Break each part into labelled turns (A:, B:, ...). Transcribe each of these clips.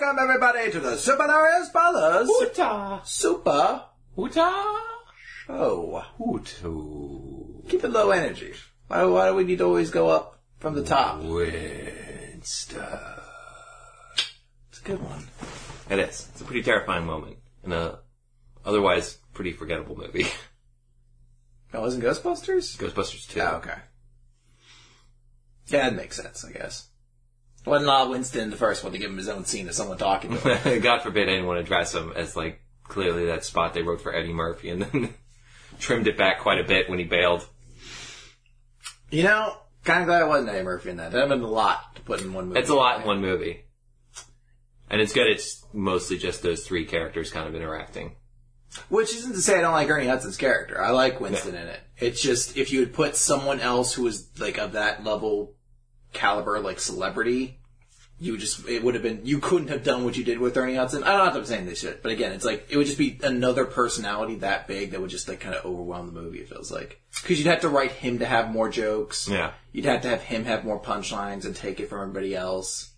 A: way to the seminar as follows.
B: Uta!
A: Super
B: Uta!
A: show.
B: Utu.
A: Keep it low energy. Why, why do we need to always go up from the top?
B: Winster.
A: It's a good one.
C: It is. It's a pretty terrifying moment in a otherwise pretty forgettable movie.
A: That wasn't Ghostbusters?
C: Ghostbusters 2.
A: Oh, okay. Yeah, that makes sense, I guess. Wasn't Law Winston the first one to give him his own scene of someone talking to him?
C: God forbid anyone address him as like clearly that spot they wrote for Eddie Murphy and then trimmed it back quite a bit when he bailed.
A: you know, kind of glad I wasn't Eddie Murphy in that. That'd have been a lot to put in one movie.
C: It's a lot in one movie. And it's good it's mostly just those three characters kind of interacting.
A: Which isn't to say I don't like Ernie Hudson's character. I like Winston in it. It's just if you had put someone else who was like of that level caliber, like celebrity, you just it would have been you couldn't have done what you did with Ernie Hudson. I don't know if I'm saying this shit, but again, it's like it would just be another personality that big that would just like kind of overwhelm the movie. It feels like because you'd have to write him to have more jokes.
C: Yeah.
A: You'd have to have him have more punchlines and take it from everybody else.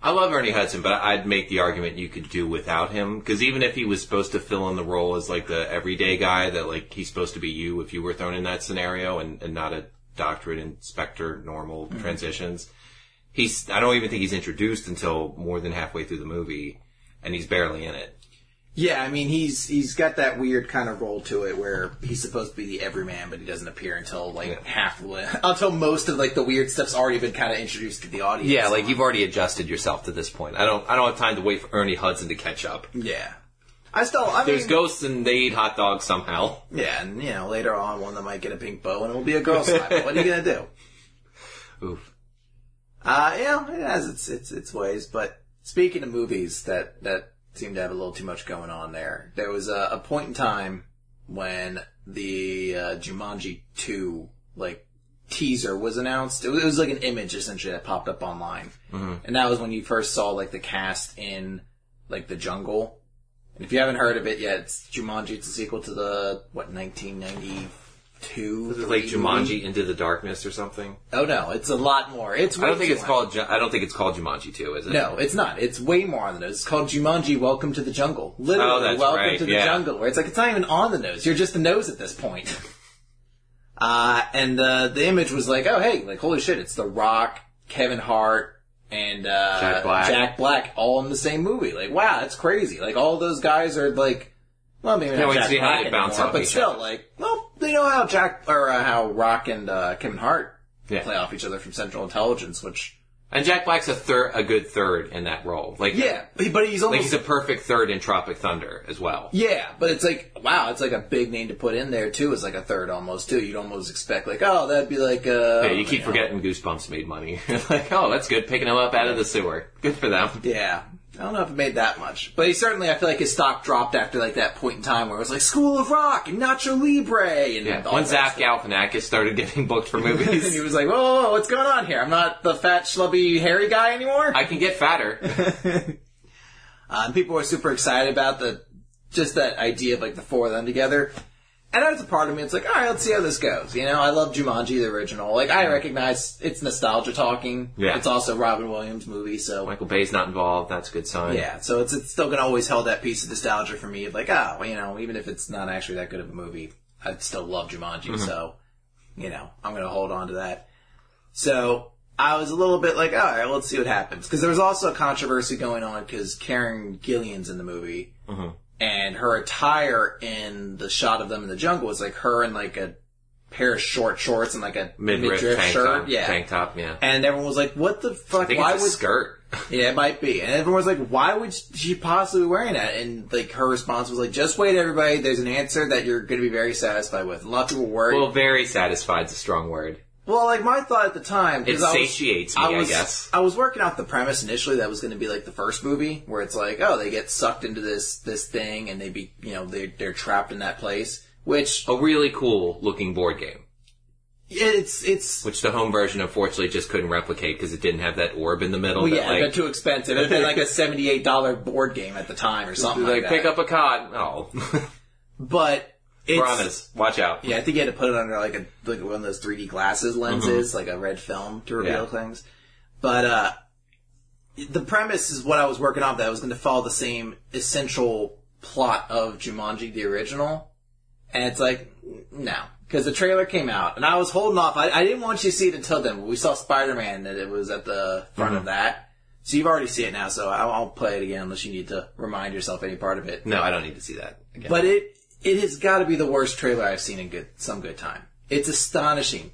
C: I love Ernie Hudson, but I'd make the argument you could do without him. Because even if he was supposed to fill in the role as like the everyday guy that like he's supposed to be you if you were thrown in that scenario and, and not a doctorate inspector normal transitions, he's I don't even think he's introduced until more than halfway through the movie, and he's barely in it.
A: Yeah, I mean he's he's got that weird kind of role to it where he's supposed to be the everyman, but he doesn't appear until like half until most of like the weird stuff's already been kind of introduced to the audience.
C: Yeah, like you've already adjusted yourself to this point. I don't I don't have time to wait for Ernie Hudson to catch up.
A: yeah. I still, I
C: There's
A: mean,
C: ghosts and they eat hot dogs somehow.
A: yeah, and you know later on one that might get a pink bow and it will be a girl slap. What are you gonna do?
C: Oof.
A: Uh, you know, it has its its its ways. But speaking of movies that that seem to have a little too much going on there, there was a, a point in time when the uh, Jumanji two like teaser was announced. It was, it was like an image essentially that popped up online,
C: Mm-hmm.
A: and that was when you first saw like the cast in like the jungle. And if you haven't heard of it yet, it's Jumanji. It's a sequel to the what 1992
C: Like
A: three movie?
C: Jumanji into the darkness or something.
A: Oh no, it's a lot more. It's
C: I
A: way
C: don't think
A: too
C: it's
A: much.
C: called. Ju- I don't think it's called Jumanji Two, is it?
A: No, it's not. It's way more on the nose. It's called Jumanji: Welcome to the Jungle. Literally,
C: Oh, that's
A: Welcome
C: right,
A: to the
C: yeah.
A: Jungle, where it's like it's not even on the nose. You're just the nose at this point. Uh, and uh, the image was like, oh hey, like holy shit, it's The Rock, Kevin Hart, and uh,
C: Jack Black.
A: Jack Black all in the same movie. Like wow, that's crazy. Like all those guys are like, well maybe not
C: Can't wait to
A: Jack
C: see how
A: Black
C: they bounce
A: anymore,
C: off
A: but
C: each
A: still
C: other.
A: like, well they know how Jack or uh, how Rock and uh, Kevin Hart
C: Yeah.
A: play off each other from Central Intelligence, which.
C: And Jack Black's a third, a good third in that role. Like
A: Yeah, but he's almost
C: like he's a perfect third in Tropic Thunder as well.
A: Yeah, but it's like wow, it's like a big name to put in there too. It's like a third almost too. You'd almost expect like oh, that'd be like uh,
C: Yeah, you keep
A: know.
C: forgetting Goosebumps made money. like, oh, that's good, picking him up out of the sewer. Good for them.
A: Yeah, I don't know if it made that much, but he certainly I feel like his stock dropped after like that point in time where it was like School of Rock and Nacho Libre and
C: Yeah.
A: all
C: When
A: that
C: Zach
A: stuff.
C: Galifianakis started getting booked for
A: and he
C: movies,
A: was like, whoa, whoa, whoa, what's going on here? I'm not the fat, schlubby, hairy guy anymore.
C: I can get fatter.
A: Uh, and people were super excited about the just that idea of like the four of them together. And that's a part of me. It's like, all right, let's see how this goes. You know, I love Jumanji, the original. Like, I recognize it's nostalgia talking.
C: Yeah.
A: It's also Robin Williams' movie, so
C: Michael Bay's not involved. That's a good sign.
A: yeah. So it's it's still gonna always hold that piece of nostalgia for me. Of like, oh, well, you know, even if it's not actually that good of a movie, I still love Jumanji.
C: Mm-hmm.
A: So, you know, I'm gonna hold on to that. So I was a little bit like, all right, let's see what happens. Because there was also a controversy going on because Karen Gillian's in the movie,
C: Mm-hmm.
A: and her attire in the shot of them in the jungle was like her in like a pair of short shorts and like a
C: Mid-riff tank,
A: shirt,
C: top,
A: yeah.
C: tank top. Yeah.
A: And everyone was like, "What the fuck?
C: I think
A: Why
C: it's a
A: was
C: skirt.
A: yeah, it might be. And everyone was like, why would she possibly be wearing that? And like her response was like, just wait everybody, there's an answer that you're gonna be very satisfied with. A lot of people were worried.
C: well,
A: Well,
C: very satisfied's a strong word.
A: like my thought at the time,
C: It
A: because I was,
C: satiates me,
A: I
C: I,
A: was,
C: guess.
A: I was working off the premise initially that was gonna be like the first movie, where it's like, oh, they get sucked into this, this thing and they be, you know, they, they're trapped in that place. Which,
C: A really cool looking board game.
A: it's, it's,
C: which the home version unfortunately just couldn't replicate because it didn't have that orb in the middle.
A: well,
C: that,
A: oh, yeah, it
C: like,
A: had been too expensive. It had been like a $78 board game at the time or something like,
C: like,
A: that.
C: pick up a cod. Oh,
A: but it's,
C: promise, watch out.
A: Yeah, I think you had to put it under like a like one of those 3D glasses lenses, like a red film to reveal
C: Yeah.
A: things. But uh the premise is what I was working off that I was going to follow the same essential plot of Jumanji the original, and it's like no because the trailer came out and I was holding off. I, I didn't want you to see it until then. But we saw Spider Man that it was at the front of that, so you've already seen it now. So I won't play it again unless you need to remind yourself any part of it.
C: No, I don't need to see that again.
A: But it it has got to be the worst trailer I've seen in good some good time. It's astonishing.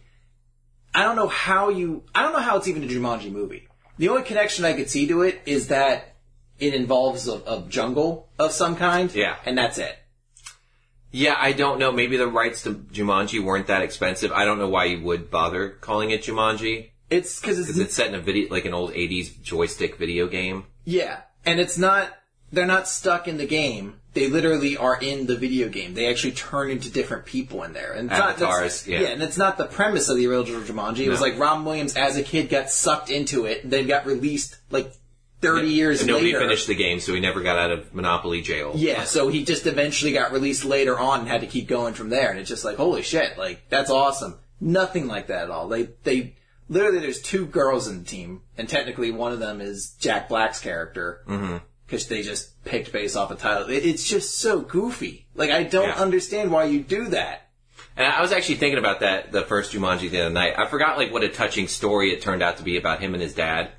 A: I don't know how you. I don't know how it's even a Jumanji movie. The only connection I could see to it is that it involves a, a jungle of some kind.
C: Yeah.
A: and that's it.
C: yeah, I don't know. Maybe the rights to Jumanji weren't that expensive. I don't know why you would bother calling it Jumanji.
A: It's because it's,
C: It's set in a video, like an old 80s joystick video game.
A: yeah, and it's not. They're not stuck in the game. They literally are in the video game. They actually turn into different people in there. And it's not- that's-
C: Avatars, yeah.
A: and it's not the premise of the original Jumanji. It was
C: No.
A: like Ron Williams as a kid got sucked into it, then got released like thirty years
C: And nobody
A: later.
C: finished the game, so he never got out of Monopoly jail.
A: Yeah, so he just eventually got released later on and had to keep going from there. And it's just like, holy shit, like that's awesome. Nothing like that at all. They they literally there's two girls in the team, and technically one of them is Jack Black's character because they just picked based off a title. It, it's just so goofy. Like I don't
C: Yeah.
A: understand why you do that.
C: And I was actually thinking about that the first Jumanji the other night. I forgot like what a touching story it turned out to be about him and his dad.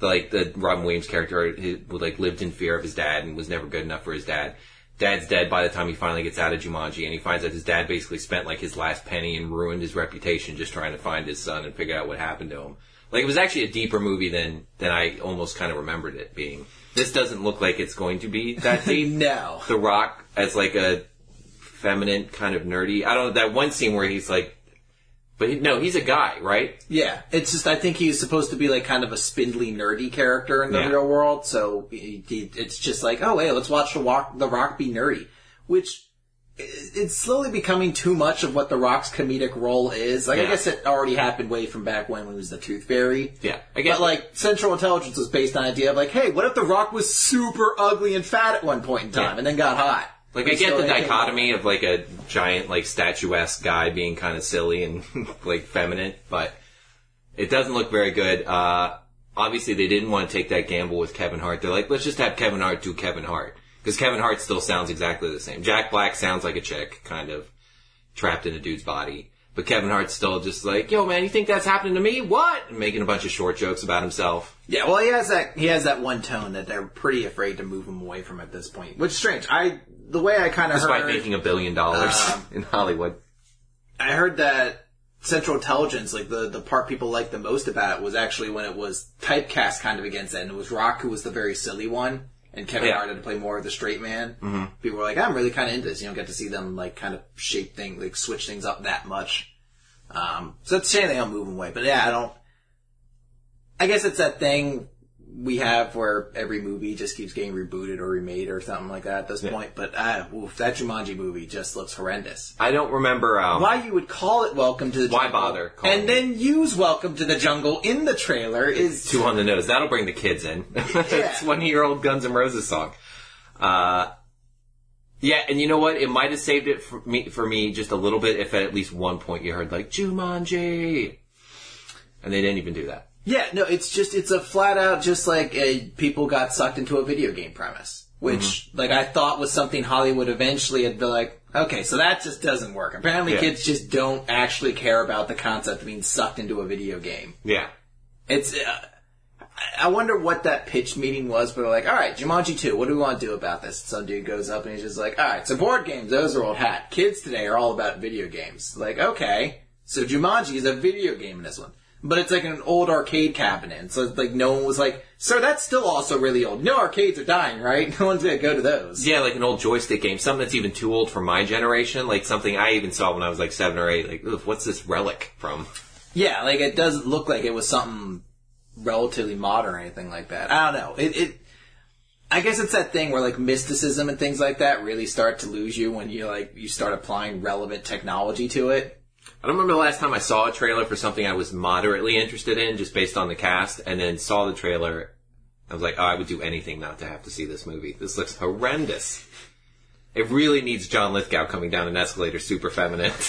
C: Like the Robin Williams character who like lived in fear of his dad and was never good enough for his dad. Dad's dead by the time he finally gets out of Jumanji, and he finds out his dad basically spent like his last penny and ruined his reputation just trying to find his son and figure out what happened to him. Like it was actually a deeper movie than than I almost kind of remembered it being. This doesn't look like it's going to be that deep.
A: No,
C: The Rock as like a feminine kind of nerdy. I don't know that one scene where he's like, but he, no, he's a guy, right?
A: yeah, it's just I think he's supposed to be like kind of a spindly nerdy character in the
C: Yeah.
A: real world. So he, he, it's just like, oh hey, let's watch the walk, the Rock be nerdy, which it's slowly becoming too much of what The Rock's comedic role is. Like, I
C: Yeah.
A: guess it already happened way from back when when he was the Tooth Fairy.
C: Yeah, I guess.
A: But like, Central Intelligence was based on the idea of like, hey, what if The Rock was super ugly and fat at one point in time
C: Yeah.
A: and then got hot?
C: Like
A: We
C: I get
A: still
C: the
A: ain't came
C: dichotomy of like a giant like statuesque guy being kind of silly and like feminine, but it doesn't look very good. Uh, obviously they didn't want to take that gamble with Kevin Hart. They're like, let's just have Kevin Hart do Kevin Hart because Kevin Hart still sounds exactly the same. Jack Black sounds like a chick, kind of trapped in a dude's body. But Kevin Hart's still just like, yo man, you think that's happening to me? What? And making a bunch of short jokes about himself.
A: Yeah, well, he has that. He has that one tone that they're pretty afraid to move him away from at this point, which is strange. I the way I kind of
C: Despite
A: heard,
C: making a billion dollars
A: Um,
C: in Hollywood.
A: I heard that Central Intelligence, like the the part people liked the most about it, was actually when it was typecast kind of against that, and it was Rock who was the very silly one, and Kevin
C: Yeah.
A: Hart had to play more of the straight man. Mm-hmm. People were like, "I'm really kind of into this." You don't get to see them like kind of shape things, like switch things up that much. Um, so it's a shame they don't move him away, but yeah, I don't. I guess it's that thing we have where every movie just keeps getting rebooted or remade or something like that at this point. But uh, oof, that Jumanji movie just looks horrendous
C: I don't remember, um,
A: why you would call it Welcome to the
C: Why
A: Jungle.
C: bother calling
A: And then use Welcome to the Jungle in the trailer is
C: two on the nose. That'll bring the kids in. it's one year old Guns N' Roses song. Uh, yeah, and you know what? It might have saved it for me, for me just a little bit if at least one point you heard like Jumanji, and they didn't even do that.
A: yeah, no, it's just it's a flat out just like a, people got sucked into a video game premise, which
C: Mm-hmm.
A: like I thought was something Hollywood eventually had be like, okay, so that just doesn't work. Apparently,
C: Yeah.
A: kids just don't actually care about the concept of being sucked into a video game.
C: Yeah,
A: It's. Uh, I- I wonder what that pitch meeting was, but they're like, all right, Jumanji 2, what do we want to do about this? Some dude goes up and he's just like, all right, so board games, those are old hat. Kids today are all about video games. Like, okay, so Jumanji is a video game in this one. But it's like an old arcade cabinet. So it's like no one was like, sir, that's still also really old. No arcades are dying, right? No one's going to go to those.
C: yeah, like an old joystick game, something that's even too old for my generation, like something I even saw when I was like seven or eight. Like, Ugh, what's this relic from?
A: Yeah, like it doesn't look like it was something relatively modern or anything like that. I don't know. It, it, I guess it's that thing where like mysticism and things like that really start to lose you when you like you start applying relevant technology to it.
C: I don't remember the last time I saw a trailer for something I was moderately interested in, just based on the cast, and then saw the trailer. I was like, oh, I would do anything not to have to see this movie. This looks horrendous. It really needs John Lithgow coming down an escalator, super feminine.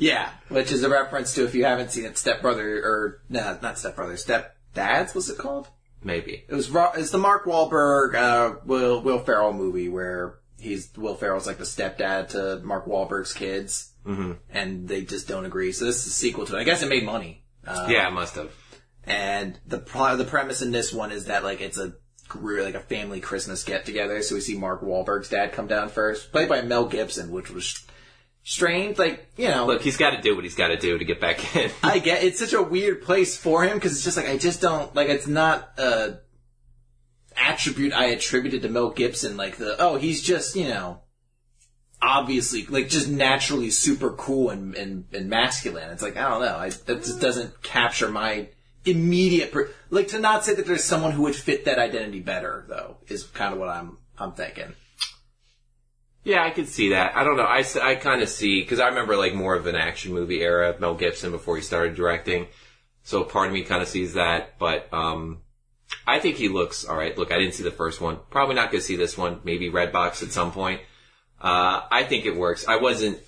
A: Yeah, which is a reference to if you haven't seen it, Step Brother or no, not Step Brother, Step Dads. What's it called?
C: Maybe.
A: It was Ro- it's the Mark Wahlberg uh, Will Will Ferrell movie where he's Will Ferrell's like the stepdad to Mark Wahlberg's kids, mm-hmm. and they just don't agree. So this is a sequel to it. I guess it made money. Uh,
C: yeah, it must have.
A: And the pro- the premise in this one is that like it's a career like a family Christmas get together. So we see Mark Wahlberg's dad come down first, played by Mel Gibson, which was strange. Like you know,
C: Look, he's got to do what he's got to do to get back in.
A: I get it's such a weird place for him because it's just like I just don't like it's not a attribute I attributed to Mel Gibson like the oh he's just you know obviously like just naturally super cool and and, and masculine. It's like I don't know I, that just doesn't capture my immediate per- like to not say that there's someone who would fit that identity better though is kind of what I'm I'm thinking.
C: Yeah, I could see that. I don't know. I, s- I kind of see, because I remember like more of an action movie era, Mel Gibson before he started directing. So part of me kind of sees that, but, um, I think he looks alright. Look, I didn't see the first one. Probably not going to see this one. Maybe Redbox at some point. Uh, I think it works. I wasn't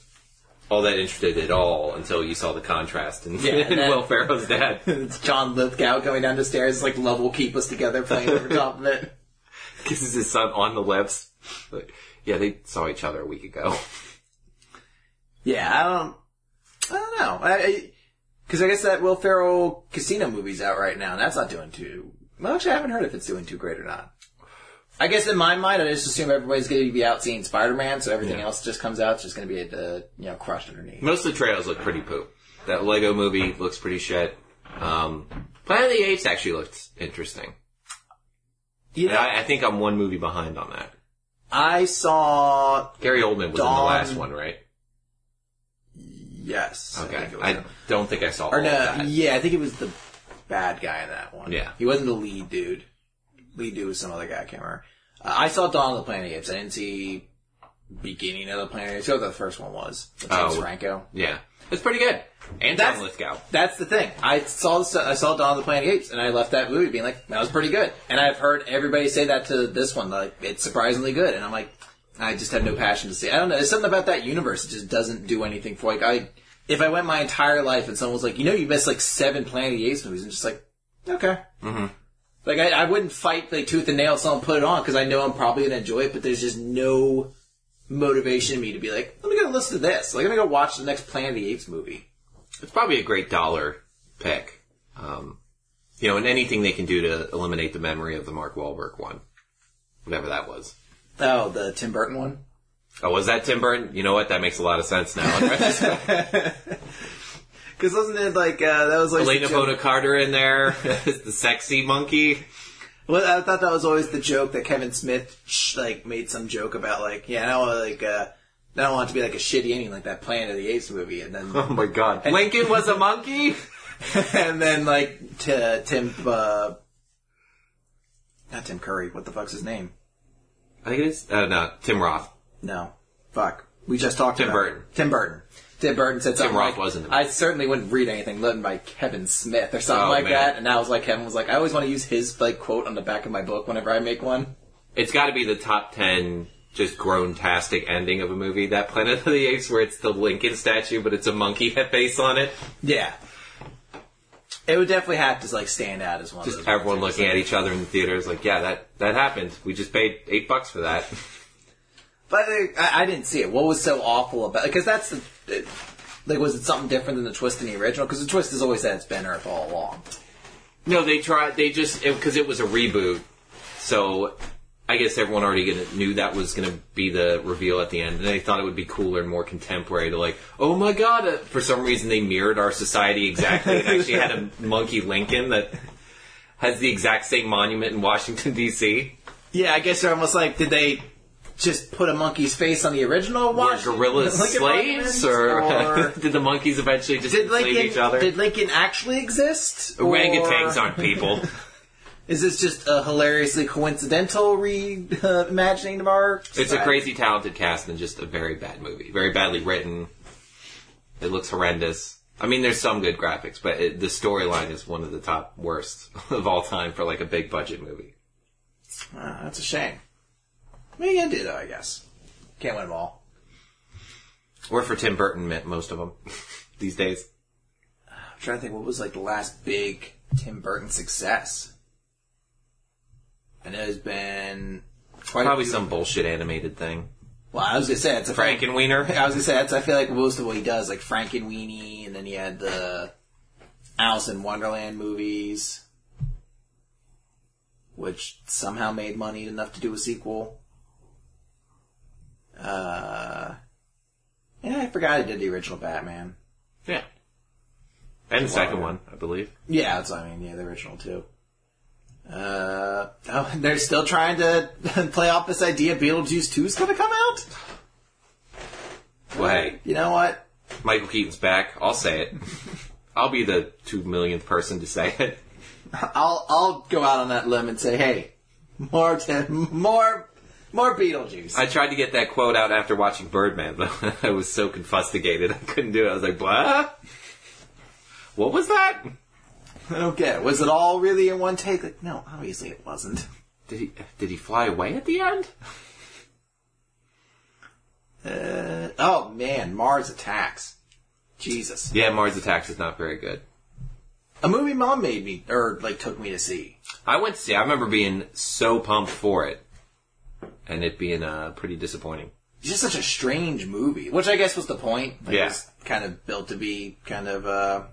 C: all that interested at all until you saw the contrast in,
A: Yeah,
C: in
A: that-
C: Will Ferrell's dad.
A: It's John Lithgow going down the stairs like love will keep us together playing over top of it.
C: Kisses his son on the lips. But, yeah, they saw each other a week ago.
A: Yeah, I don't. I don't know. I because I, guess that Will Ferrell casino movie's out right now, and that's not doing too. Well, actually, I haven't heard if it's doing too great or not. I guess in my mind, I just assume everybody's going to be out seeing Spider-Man, so everything else just comes out. It's just going to be a, uh, you know crushed underneath.
C: Most of the trailers look pretty poop. That Lego movie looks pretty shit. Um, Planet of the Apes actually looked interesting.
A: You
C: And
A: know,
C: I, I think I'm one movie behind on that.
A: I saw
C: Gary Oldman was in the
A: Dawn.
C: last one, right?
A: yes. I
C: Okay.
A: think it was
C: I,
A: him.
C: don't think I saw all
A: or
C: of
A: no,
C: that.
A: yeah, I think it was the bad guy in that one.
C: Yeah.
A: he wasn't the lead dude. Lead dude was some other guy. I can't remember. Uh, I saw Dawn of the Planet of the Apes. I didn't see beginning of the Planet of the Apes. I thought the first one was with James
C: Oh.
A: Franco.
C: Yeah. It's pretty good. And Tom
A: That's-
C: Lithgow.
A: That's the thing. I saw I saw Dawn of the Planet of the Apes, and I left that movie being like, that was pretty good. And I've heard everybody say that to this one, like it's surprisingly good. And I'm like, I just have no passion to see. it. I don't know. There's something about that universe that just doesn't do anything for like I. If I went my entire life and someone was like, you know, you missed like seven Planet of the Apes movies, and just like, okay. Mm-hmm. Like I, I wouldn't fight like tooth and nail if someone put it on because I know I'm probably gonna enjoy it, but there's just no motivation in me to be like, let me go listen to this. Like, let me go watch the next Planet of the Apes movie.
C: It's probably a great dollar pick. Um, you know, and anything they can do to eliminate the memory of the Mark Wahlberg one. Whatever that was.
A: Oh, the Tim Burton one.
C: Oh, was that Tim Burton? You know what? That makes a lot of sense now.
A: Because wasn't it like uh, that was like
C: Elena Boda Carter in there, the sexy monkey.
A: Well, I thought that was always the joke that Kevin Smith sh- like made some joke about like yeah I don't wanna, like uh, I don't want it to be like a shitty ending like that Planet of the Apes movie and then
C: Oh my god. Lincoln was a monkey?
A: and then like t- Tim uh, not Tim Curry what the fuck's his name
C: I think it is. Uh, no, Tim Roth.
A: no fuck we just talked
C: Tim
A: about
C: Burton.
A: Tim Burton. Tim Burton said something
C: Roth
A: like,
C: was in the movie.
A: I certainly wouldn't read anything written by Kevin Smith or something
C: Oh,
A: like
C: man.
A: that. And I was like, Kevin was like, I always want to use his like quote on the back of my book whenever I make one.
C: It's gotta be the top 10 just grown-tastic ending of a movie. That Planet of the Apes where it's the Lincoln statue, but it's a monkey head face on it.
A: Yeah. It would definitely have to like stand out as one of
C: Just
A: those. ones.
C: everyone looking at each other in the theater is like, yeah, that, that happened. We just paid eight bucks for that.
A: But uh, I, I didn't see it. What was so awful about? Because that's the it, like, was it something different than the twist in the original? Because the twist is always that it's Ben Earth all along.
C: No, they tried. They just because it, was a reboot, so I guess everyone already gonna, knew that was going to be the reveal at the end, and they thought it would be cooler and more contemporary. To like, oh my god! uh, For some reason, they mirrored our society exactly. It actually had a monkey Lincoln that has the exact same monument in Washington D.C.
A: Yeah, I guess they're almost like, did they just put a monkey's face on the original?
C: Were
A: Washington-
C: gorillas
A: Lincoln
C: slaves,
A: Monuments?
C: or,
A: or
C: did the monkeys eventually just
A: did
C: enslave
A: Lincoln
C: each other?
A: did Lincoln actually exist? Or
C: Orangutans aren't people.
A: Is this just a hilariously coincidental reimagining of our?
C: It's a
A: society?
C: crazy talented cast and just a very bad movie. Very badly written. It looks horrendous. I mean, there's some good graphics, but it, the storyline is one of the top worst of all time for like a big budget movie.
A: Uh, that's a shame. What are you gonna do though? I guess can't win them all.
C: Or for Tim Burton, meant most of them these days.
A: I'm trying to think. What was like the last big Tim Burton success? I know there's been quite a
C: Probably
A: few-
C: some bullshit animated thing.
A: Well, I was gonna say it's a
C: Frankenweenie.
A: I was gonna say that's. I feel like most of what he does, like Frankenweenie, and then he had the Alice in Wonderland movies, which somehow made money enough to do a sequel. Uh, yeah, I forgot he did the original Batman.
C: Yeah. And the second one, I believe.
A: Yeah, that's what I mean. Yeah, the original too. Uh, oh, they're still trying to play off this idea Beetlejuice 2 is gonna come out?
C: Well, hey,
A: You know what?
C: Michael Keaton's back. I'll say it. I'll be the two millionth person to say it.
A: I'll I'll go out on that limb and say, hey, more t- more more Beetlejuice.
C: I tried to get that quote out after watching Birdman, but I was so confustigated I couldn't do it. I was like, "What? What was that?"
A: I don't get it. Was it all really in one take? Like, no, obviously it wasn't.
C: Did he did he fly away at the end?
A: Uh, oh man, Mars Attacks. Jesus,
C: Yeah, Mars Attacks is not very good.
A: a movie mom made me or like took me to see.
C: I went to see. I remember being so pumped for it, and it being uh, pretty disappointing.
A: It's just such a strange movie, which I guess was the point. Like,
C: Yeah.
A: it's kind of built to be kind of uh,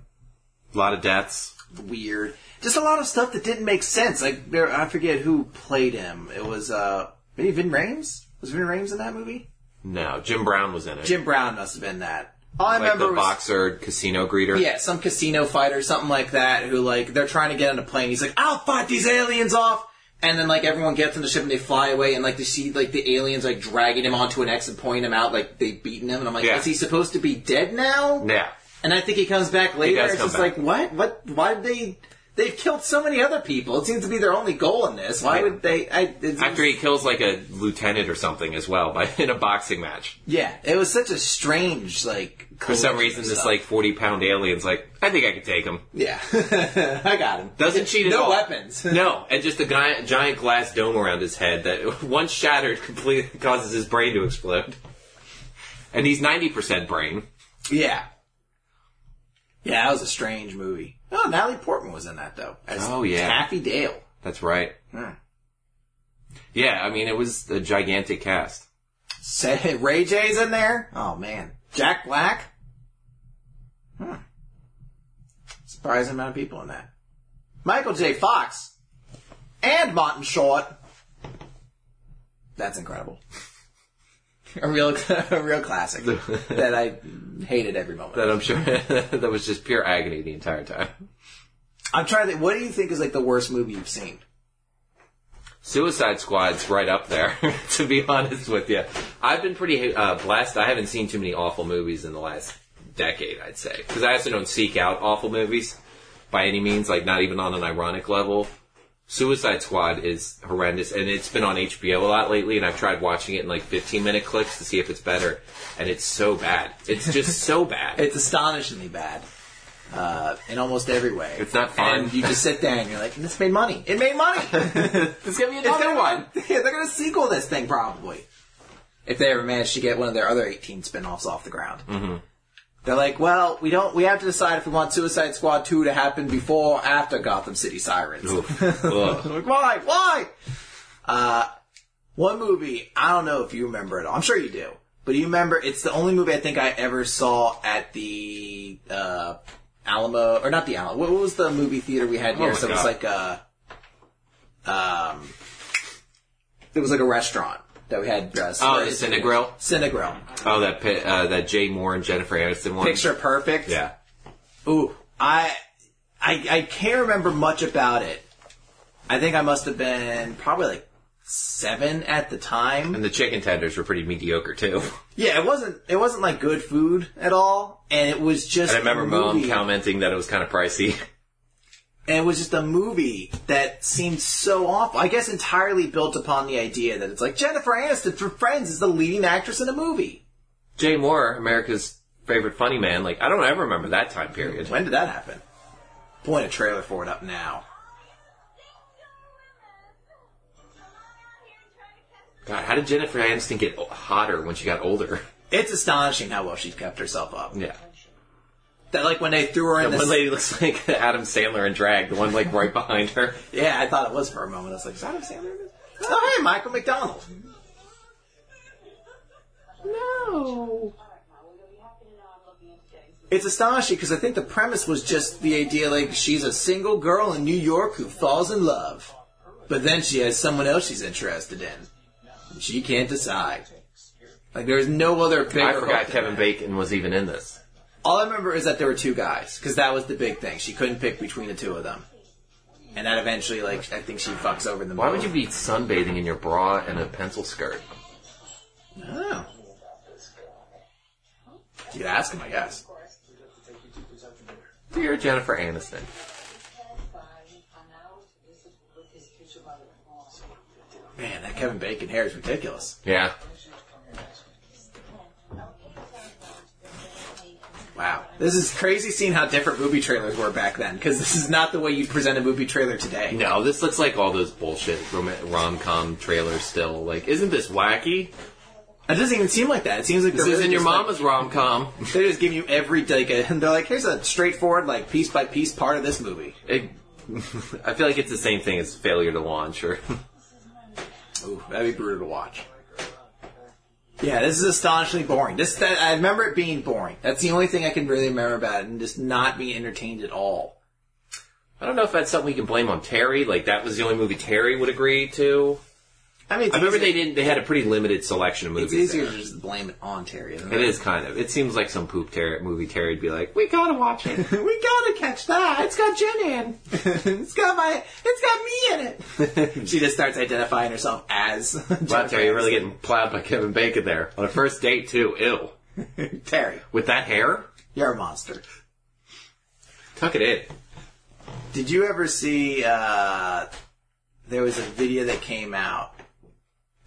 C: A lot of deaths.
A: weird. Just a lot of stuff that didn't make sense. Like there, I forget who played him. It was uh, maybe Vin Rames. Was Vin Rames in that movie?
C: No, Jim Brown was in it.
A: Jim Brown must have been that. All I
C: like
A: remember
C: the
A: was
C: boxer casino greeter.
A: yeah, some casino fighter, something like that, who like they're trying to get on a plane. He's like, "I'll fight these aliens off," and then like everyone gets on the ship and they fly away, and like they see like the aliens like dragging him onto an X and pointing him out, like they've beaten him, and I'm like,
C: Yeah.
A: "Is he supposed to be dead now?"
C: Yeah.
A: And I think he comes back later.
C: does
A: It's
C: come
A: just
C: back.
A: like, what? What? Why did they? They've killed so many other people. It seems to be their only goal in this. Why
C: Yeah.
A: would they? I, it seems-
C: After he kills like a lieutenant or something as well by in a boxing match.
A: yeah, it was such a strange like.
C: For some reason, this like forty pound alien's like, I think I could take him.
A: Yeah, I got him.
C: Doesn't cheat at
A: no
C: all.
A: weapons.
C: No, and just a guy, giant glass dome around his head that once shattered completely causes his brain to explode. And he's ninety percent brain.
A: yeah, yeah, that was a strange movie. Oh, Natalie Portman was in that though. As
C: Oh, yeah.
A: Taffy Dale.
C: That's right.
A: Hmm.
C: Yeah, I mean it was a gigantic cast.
A: Say Ray J's in there. Oh man, Jack Black. Hmm. Surprising amount of people in that. Michael J. Fox and Martin Short. That's incredible. a real, a real classic that I hated every moment.
C: That I'm sure that was just pure agony the entire time.
A: I'm trying to. What do you think is like the worst movie you've seen?
C: Suicide Squad's right up there, to be honest with you. I've been pretty uh, blessed. I haven't seen too many awful movies in the last decade, I'd say. Because I also don't seek out awful movies by any means, like not even on an ironic level. Suicide Squad is horrendous, and it's been on HBO a lot lately, and I've tried watching it in like 15 minute clicks to see if it's better, and it's so bad. It's just so bad.
A: It's astonishingly bad. Uh, in almost every way.
C: It's not fun.
A: And you just sit down and you're like, this made money. It made money.
C: It's gonna be
A: It's gonna- Yeah, they're going to sequel this thing probably. If they ever manage to get one of their other 18 spin-offs off the ground. Mm-hmm. They're like, well, we don't, we have to decide if we want Suicide Squad 2 to happen before or after Gotham City Sirens.
C: Ugh.
A: Like, why? Why? Uh, one movie, I don't know if you remember it all. I'm sure you do. But you remember, it's the only movie I think I ever saw at the, uh, Alamo, or not the Alamo. What, what was the movie theater we had here?
C: Oh my
A: so it was
C: God.
A: like a, um, it was like a restaurant that we had. Uh,
C: Oh, the Cinegrill.
A: Cinegrill.
C: Oh, that pi- uh, that Jay Moore and Jennifer Aniston one.
A: Picture Perfect.
C: Yeah.
A: Ooh, I, I, I can't remember much about it. I think I must have been probably like seven at the time.
C: And the chicken tenders were pretty mediocre too.
A: Yeah, it wasn't, it wasn't like good food at all. And it was just,
C: And I remember
A: a
C: mom
A: movie,
C: commenting that it was kind of pricey.
A: and it was just a movie that seemed so awful. I guess entirely built upon the idea that it's like Jennifer Aniston for Friends is the leading actress in a movie.
C: Jay Moore, America's favorite funny man. Like I don't ever remember that time period.
A: When did that happen? Point a trailer for it up now.
C: God, how did Jennifer Aniston get o- hotter when she got older?
A: It's astonishing how well she's kept herself up.
C: Yeah.
A: That like when they threw her in
C: That one
A: this.
C: lady looks like Adam Sandler in drag, the one like right behind her.
A: Yeah, I thought it was for a moment. I was like, is Adam Sandler? in this? Oh, hey, Michael McDonald. No. It's astonishing because I think the premise was just the idea like she's a single girl in New York who falls in love, but then she has someone else she's interested in. And she can't decide. Like there's no other. Bigger
C: I
A: hook
C: forgot
A: than
C: Kevin
A: that.
C: Bacon was even in this.
A: All I remember is that there were two guys because that was the big thing. She couldn't pick between the two of them, and that eventually, like, I think she fucks over them.
C: Why would
A: both.
C: you be sunbathing in your bra and a pencil skirt?
A: I don't know. You could ask him, I guess.
C: Dear Jennifer Aniston.
A: Man, that Kevin Bacon hair is ridiculous.
C: Yeah.
A: Wow. This is crazy seeing how different movie trailers were back then, because this is not the way you present a movie trailer today.
C: No, this looks like all those bullshit rom com trailers still. Like, isn't this wacky?
A: It doesn't even seem like that. It seems like
C: This
A: they're
C: isn't
A: really
C: your
A: just, like,
C: mama's rom com.
A: they're just giving you every like, a, and they're like, here's a straightforward, like piece by piece part of this movie.
C: It- I feel like it's the same thing as failure to launch or
A: Ooh, that'd be brutal to watch. Yeah, this is astonishingly boring. This that, I remember it being boring. That's the only thing I can really remember about it, and just not being entertained at all.
C: I don't know if that's something we can blame on Terry. Like that was the only movie Terry would agree to.
A: I mean, it's
C: I remember
A: easy-
C: they didn't. They had a pretty limited selection of
A: It's
C: movies.
A: easier
C: there.
A: to just blame it on Terry. Isn't
C: It is kind of. It seems like some poop Terry movie. Terry'd be like, "We gotta watch it.
A: we gotta catch that. It's got Jen in. it's got my. It's got me in it. she just starts identifying herself as.
C: Wow,
A: Jennifer
C: Terry, you're really
A: Aniston.
C: getting plowed by Kevin Bacon there on a first date too. Ew,
A: Terry,
C: with that hair,
A: you're a monster.
C: tuck it in.
A: Did you ever see? uh There was a video that came out.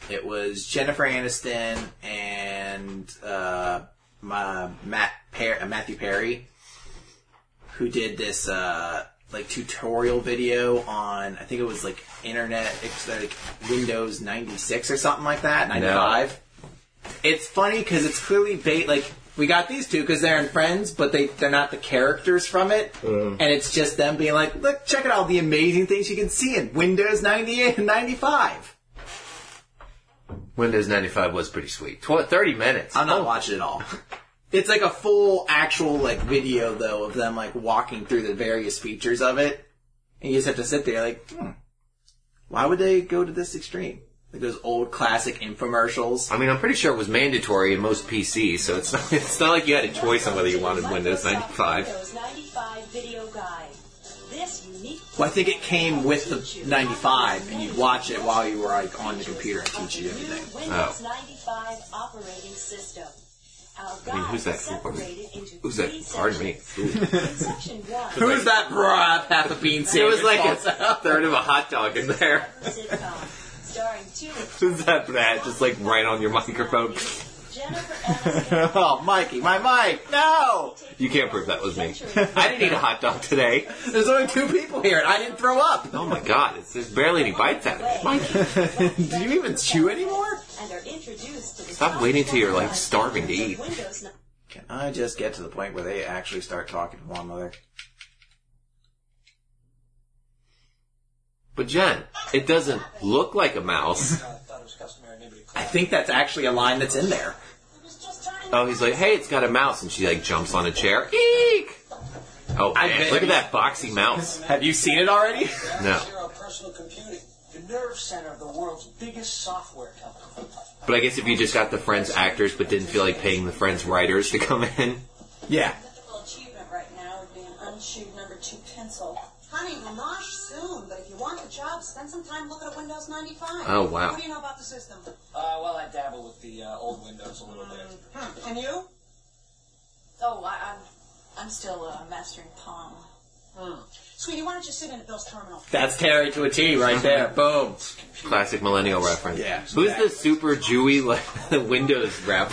A: It was Jennifer Aniston and uh, my, Matt per- uh, Matthew Perry, who did this uh, like tutorial video on I think it was like Internet it's like Windows ninety six or something like that ninety five. It's funny because it's clearly bait like. We got these two because they're in Friends, but they they're not the characters from it, and it's just them being like, "Look, check out all the amazing things you can see in Windows 98 and 95."
C: Windows 95 was pretty sweet. Tw- 30 minutes.
A: I'm not watching it all. It's like a full actual like video though of them like walking through the various features of it, and you just have to sit there like, hmm, why would they go to this extreme? Like those old classic infomercials.
C: I mean, I'm pretty sure it was mandatory in most PCs, so it's not, it's not like you had a choice on whether you wanted Windows 95.
D: Windows 95 video guide. This unique.
A: Well, I think it came with the 95, and you'd watch it while you were like on the computer and teach you everything. Oh.
D: Windows 95 operating system. Our guide
C: mean, who's that
D: is
C: for?
D: separated into
C: Who's that?
D: three
C: Pardon me.
D: sections.
C: Ooh.
D: In section one,
A: Who's that broad half a bean
C: It
A: sandwich?
C: was like
A: falls
C: a
A: out?
C: third of a hot dog in there.
D: sitcom, starring two
C: Is that bad? Just like right on your microphone.
D: Jennifer Aniston.
A: oh, Mikey, my mic! No,
C: You can't prove that was me. I didn't eat a hot dog today.
A: there's only two people here, and I didn't throw up.
C: Oh my god, it's, there's barely any bites out of it. Mike,
A: Do you even chew anymore?
D: And are introduced to the
C: Stop waiting till you're, like, starving to eat.
D: Windows n-
A: Can I just get to the point where they actually start talking to one another?
C: but Jen, it doesn't look like a mouse.
A: I think that's actually a line that's in there.
C: Oh, he's like, hey, it's got a mouse, and she like jumps on a chair. Eek! Oh,
A: I
C: man,
A: bet-
C: look at that boxy mouse.
A: Have you seen it already?
C: No.
E: Zero Personal Computing, the nerve center of the world's biggest software company.
C: But I guess if you just got the Friends actors but didn't feel like paying the Friends writers to come in.
A: yeah.
D: Typical achievement right now would be an unshoed number two pencil. Honey, we'll mosh soon, but if you want the job, spend some time looking at Windows 95.
C: Oh, wow.
D: What do you know about the system?
E: Uh, well, I dabble with the uh, old Windows a little bit.
D: Hmm, And you? Oh, I, I'm, I'm still uh, mastering Palm. Sweetie, why don't Hmm. you sit in at Bill's terminal?
A: That's Terry to a T right there. Boom.
C: Classic millennial reference.
A: Yeah.
C: Who's the super Jewy like, Windows rep?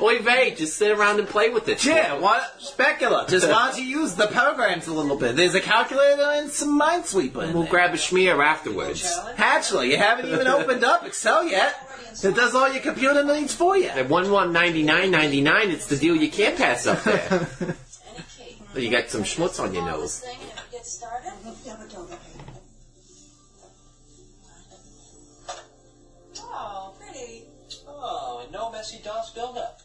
C: Oy vey, just sit around and play with it.
A: Yeah, what? Specula. Just why don't you use the programs a little bit? There's a calculator and some Minesweeper. in
C: We'll
A: there.
C: grab a schmear afterwards.
A: Hatchler, you haven't even opened up Excel yet. It does all your computer needs for you.
C: At one one ninety nine ninety nine, it's the deal you can't pass up there.
D: Any cake?
A: You got some schmutz on your
D: Follow
A: nose.
D: this thing and get started.
E: Yeah, but don't look at it.
D: Oh, pretty.
E: Oh, and no messy DOS buildup.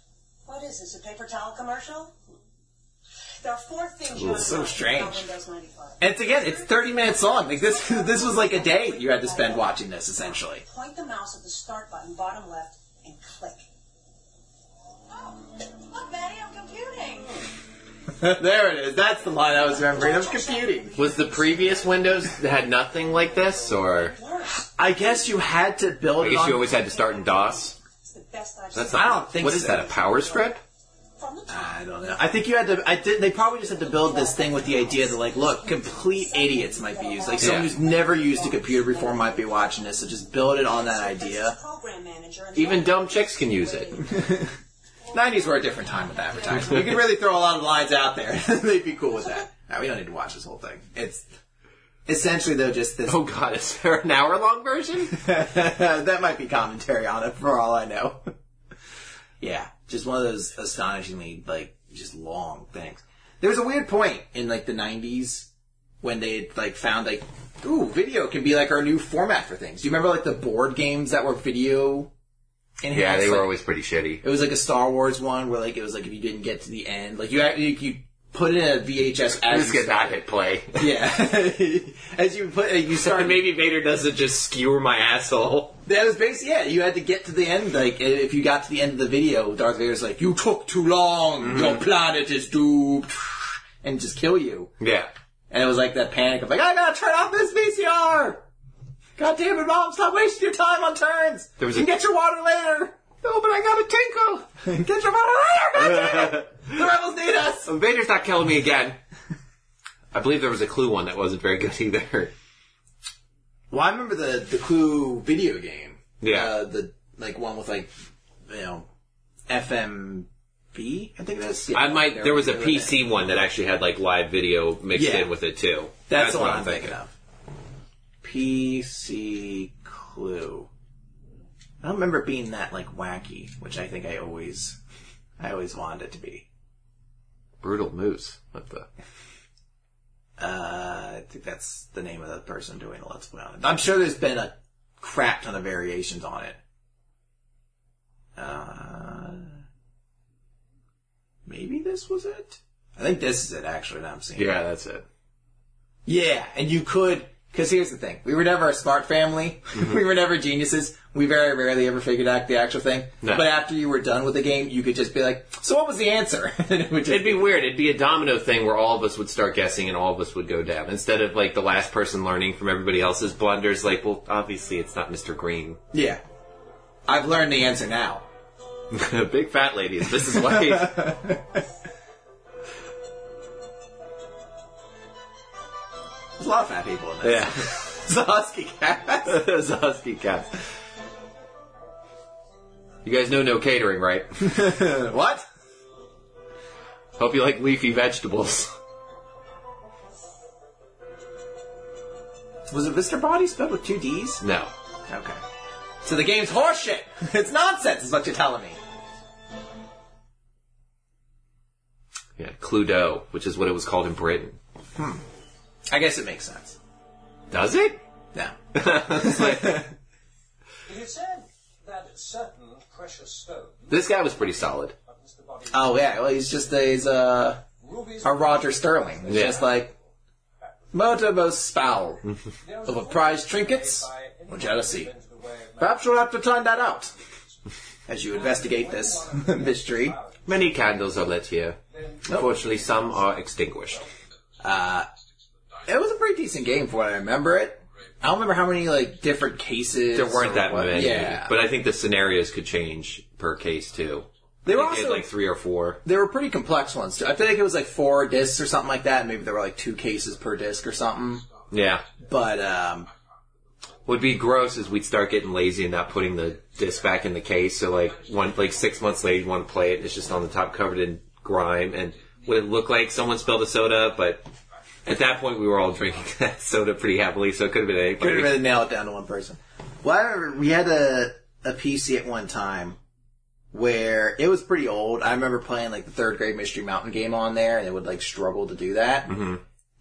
D: What is this? A paper towel commercial? There are four things you
A: Ooh,
D: have
A: so
D: to know
A: strange.
D: about Windows 95.
A: And it's again, it's 30 minutes long. Like this, this was like a day you had to spend watching this essentially.
D: Point the mouse at the start button, bottom left, and click. Oh, look, Maddie, I'm computing.
A: there it is. That's the line I was remembering. I'm computing.
C: Was the previous Windows had nothing like this, or
D: Worse.
A: I guess you had to build.
C: I
A: it
C: guess
A: on-
C: you always had to start in DOS?
D: It's the best I've
C: That's
D: seen.
A: I don't think
C: What is Ah,
A: so.
C: that? A power strip?
D: From the top.
A: I don't know. I think you had to. I did. They probably just had to build this thing with the idea that, like, look, complete idiots might be used. Like, someone
C: Yeah.
A: who's never used a computer before might be watching this. So just build it on that idea.
D: Program manager and
C: Even dumb chicks can use it.
A: 90s were a different time with advertising. You could really throw a lot of lines out there. They'd be cool with that. Nah, we don't need to watch this whole thing. It's essentially though just this.
C: Oh god, is there an hour long version?
A: that might be commentary on it for all I know. yeah, just one of those astonishingly like just long things. There was a weird point in like the '90s when they had, like found like, ooh, video can be like our new format for things. Do you remember like the board games that were video?
C: Yeah,
A: enhanced?
C: they were
A: Like,
C: always pretty shitty.
A: it was like a Star Wars one where like it was like if you didn't get to the end, like you you, you put in a VHS. As
C: Just
A: you
C: get back at play.
A: Yeah, as you put you
C: And
A: started
C: maybe Vader doesn't just skewer my asshole.
A: That was basically yeah. You had to get to the end. Like if you got to the end of the video, Darth Vader's like, "You took too long.
C: Mm-hmm.
A: Your planet is doomed," and just kill you.
C: Yeah.
A: And it was like that panic of like, "I gotta turn off this VCR." God damn it, mom! Stop wasting your time on turns.
C: There was
A: you
C: a-
A: can get your water later. No, but I gotta tinkle. get your water later. God damn it! The rebels need us.
C: Oh, Vader's not killing me again. I believe there was a clue one that wasn't very good either.
A: Well, I remember the the Clue video game.
C: Yeah.
A: Uh, the like one with like you know FMB. I think that's. Yeah,
C: I might. There was a
A: they're-
C: PC one that actually had like live video mixed
A: Yeah.
C: in with it too.
A: That's, the one I'm thinking of. PC Clue. I don't remember it being that like wacky, which I think I always, I always wanted it to be.
C: Brutal moose. What the?
A: Uh, I think that's the name of the person doing the Let's Play on it. I'm sure there's been a crap ton of variations on it. Uh, maybe this was it? I think this is it, actually, now I'm seeing. it.
C: Yeah, that's it.
A: Yeah, and you could, because here's the thing. We were never a smart family.
C: Mm-hmm.
A: we were never geniuses. We very rarely ever figured out the actual thing.
C: No.
A: But after you were done with the game, you could just be like, so what was the answer? and it would just
C: It'd be weird. It'd be a domino thing where all of us would start guessing and all of us would go down instead of like the last person learning from everybody else's blunders. Like, well, obviously it's not Mr. Green.
A: Yeah. I've learned the answer now.
C: Big fat ladies. This is life.
A: There's a lot of fat people in this.
C: yeah.
A: It's a husky cat.
C: it was a husky cat. You guys know no catering, right?
A: what?
C: Hope you like leafy vegetables.
A: Was it Mr. Body spelled with two D's?
C: No.
A: Okay. So the game's horseshit. It's nonsense, is what you're telling me.
C: Yeah, Cluedo, which is what it was called in Britain.
A: I guess it makes sense.
C: Does it?
A: Yeah.
C: It's like-
E: It is said that certain precious stones,
C: this guy was pretty solid.
E: like Mr. Body,
A: Oh yeah. Well, he's just a, he's a,
E: rubies,
A: a Roger Sterling. It's
C: Yeah.
A: just like motor most spowl of a prized trinkets or jealousy. Perhaps you'll have to find that out as you investigate this mystery.
C: Many candles are lit here. Unfortunately, some are extinguished.
A: It was a pretty decent game for what I remember it. I don't remember how many like different cases
C: There weren't
A: or
C: that
A: what-
C: many,
A: Yeah,
C: but I think the scenarios could change per case too.
A: they were
C: They did
A: also
C: like three or four.
A: they were pretty complex ones. Too. I feel like it was like four discs or something like that. And maybe there were like two cases per disc or something.
C: Yeah.
A: But um,
C: Would be gross is we'd start getting lazy and not putting the disc back in the case. So like one, like six months later, you want to play it and it's just on the top covered in grime. And would it look like someone spilled a soda? But at that point, we were all drinking that soda pretty happily, so it could have been anybody.
A: couldn't really nail it down to one person. Well, I remember we had a a PC at one time where it was pretty old. I remember playing like the third grade Mystery Mountain game on there, and it would like struggle to do that.
C: Mm-hmm.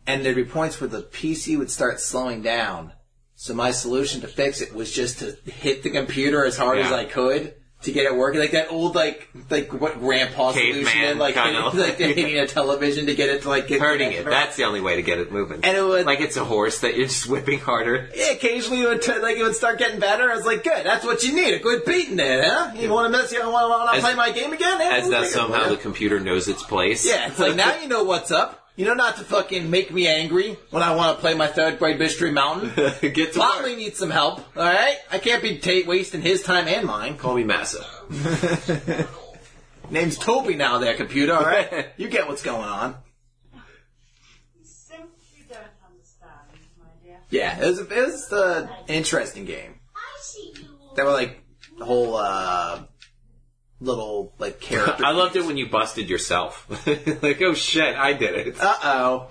A: And there'd be points where the PC would start slowing down. So my solution to fix it was just to hit the computer as hard as
C: Yeah.
A: I could to get it working, like that old like like what grandpa solution,
C: Caveman
A: and, like
C: kinda.
A: like hitting a television to get it to like get
C: Hurting it. That's the only way to get it moving.
A: And it would-
C: like it's a horse that you're just whipping harder.
A: Yeah, occasionally it would t- like it would start getting better. I was like, good, that's what you need. A good beating there, huh? You want to miss? You want to not
C: As-
A: play my game again? Yeah,
C: As
A: we'll
C: that
A: take it.
C: somehow the computer knows its place.
A: Yeah, it's like now you know what's up. You know not to fucking make me angry when I want to play my third grade Mystery Mountain.
C: Get to
A: Motley
C: work.
A: needs some help. All right, I can't be ta wasting his time and mine.
C: Call me Massa.
A: Name's Toby now, there computer. All right, you get what's going on.
F: Think you don't understand, my dear.
A: Yeah, it was it was uh, an interesting game.
F: I see you all.
A: There were like the whole uh, little like character.
C: I loved it when you busted yourself. like, oh shit, I did it.
A: Uh oh.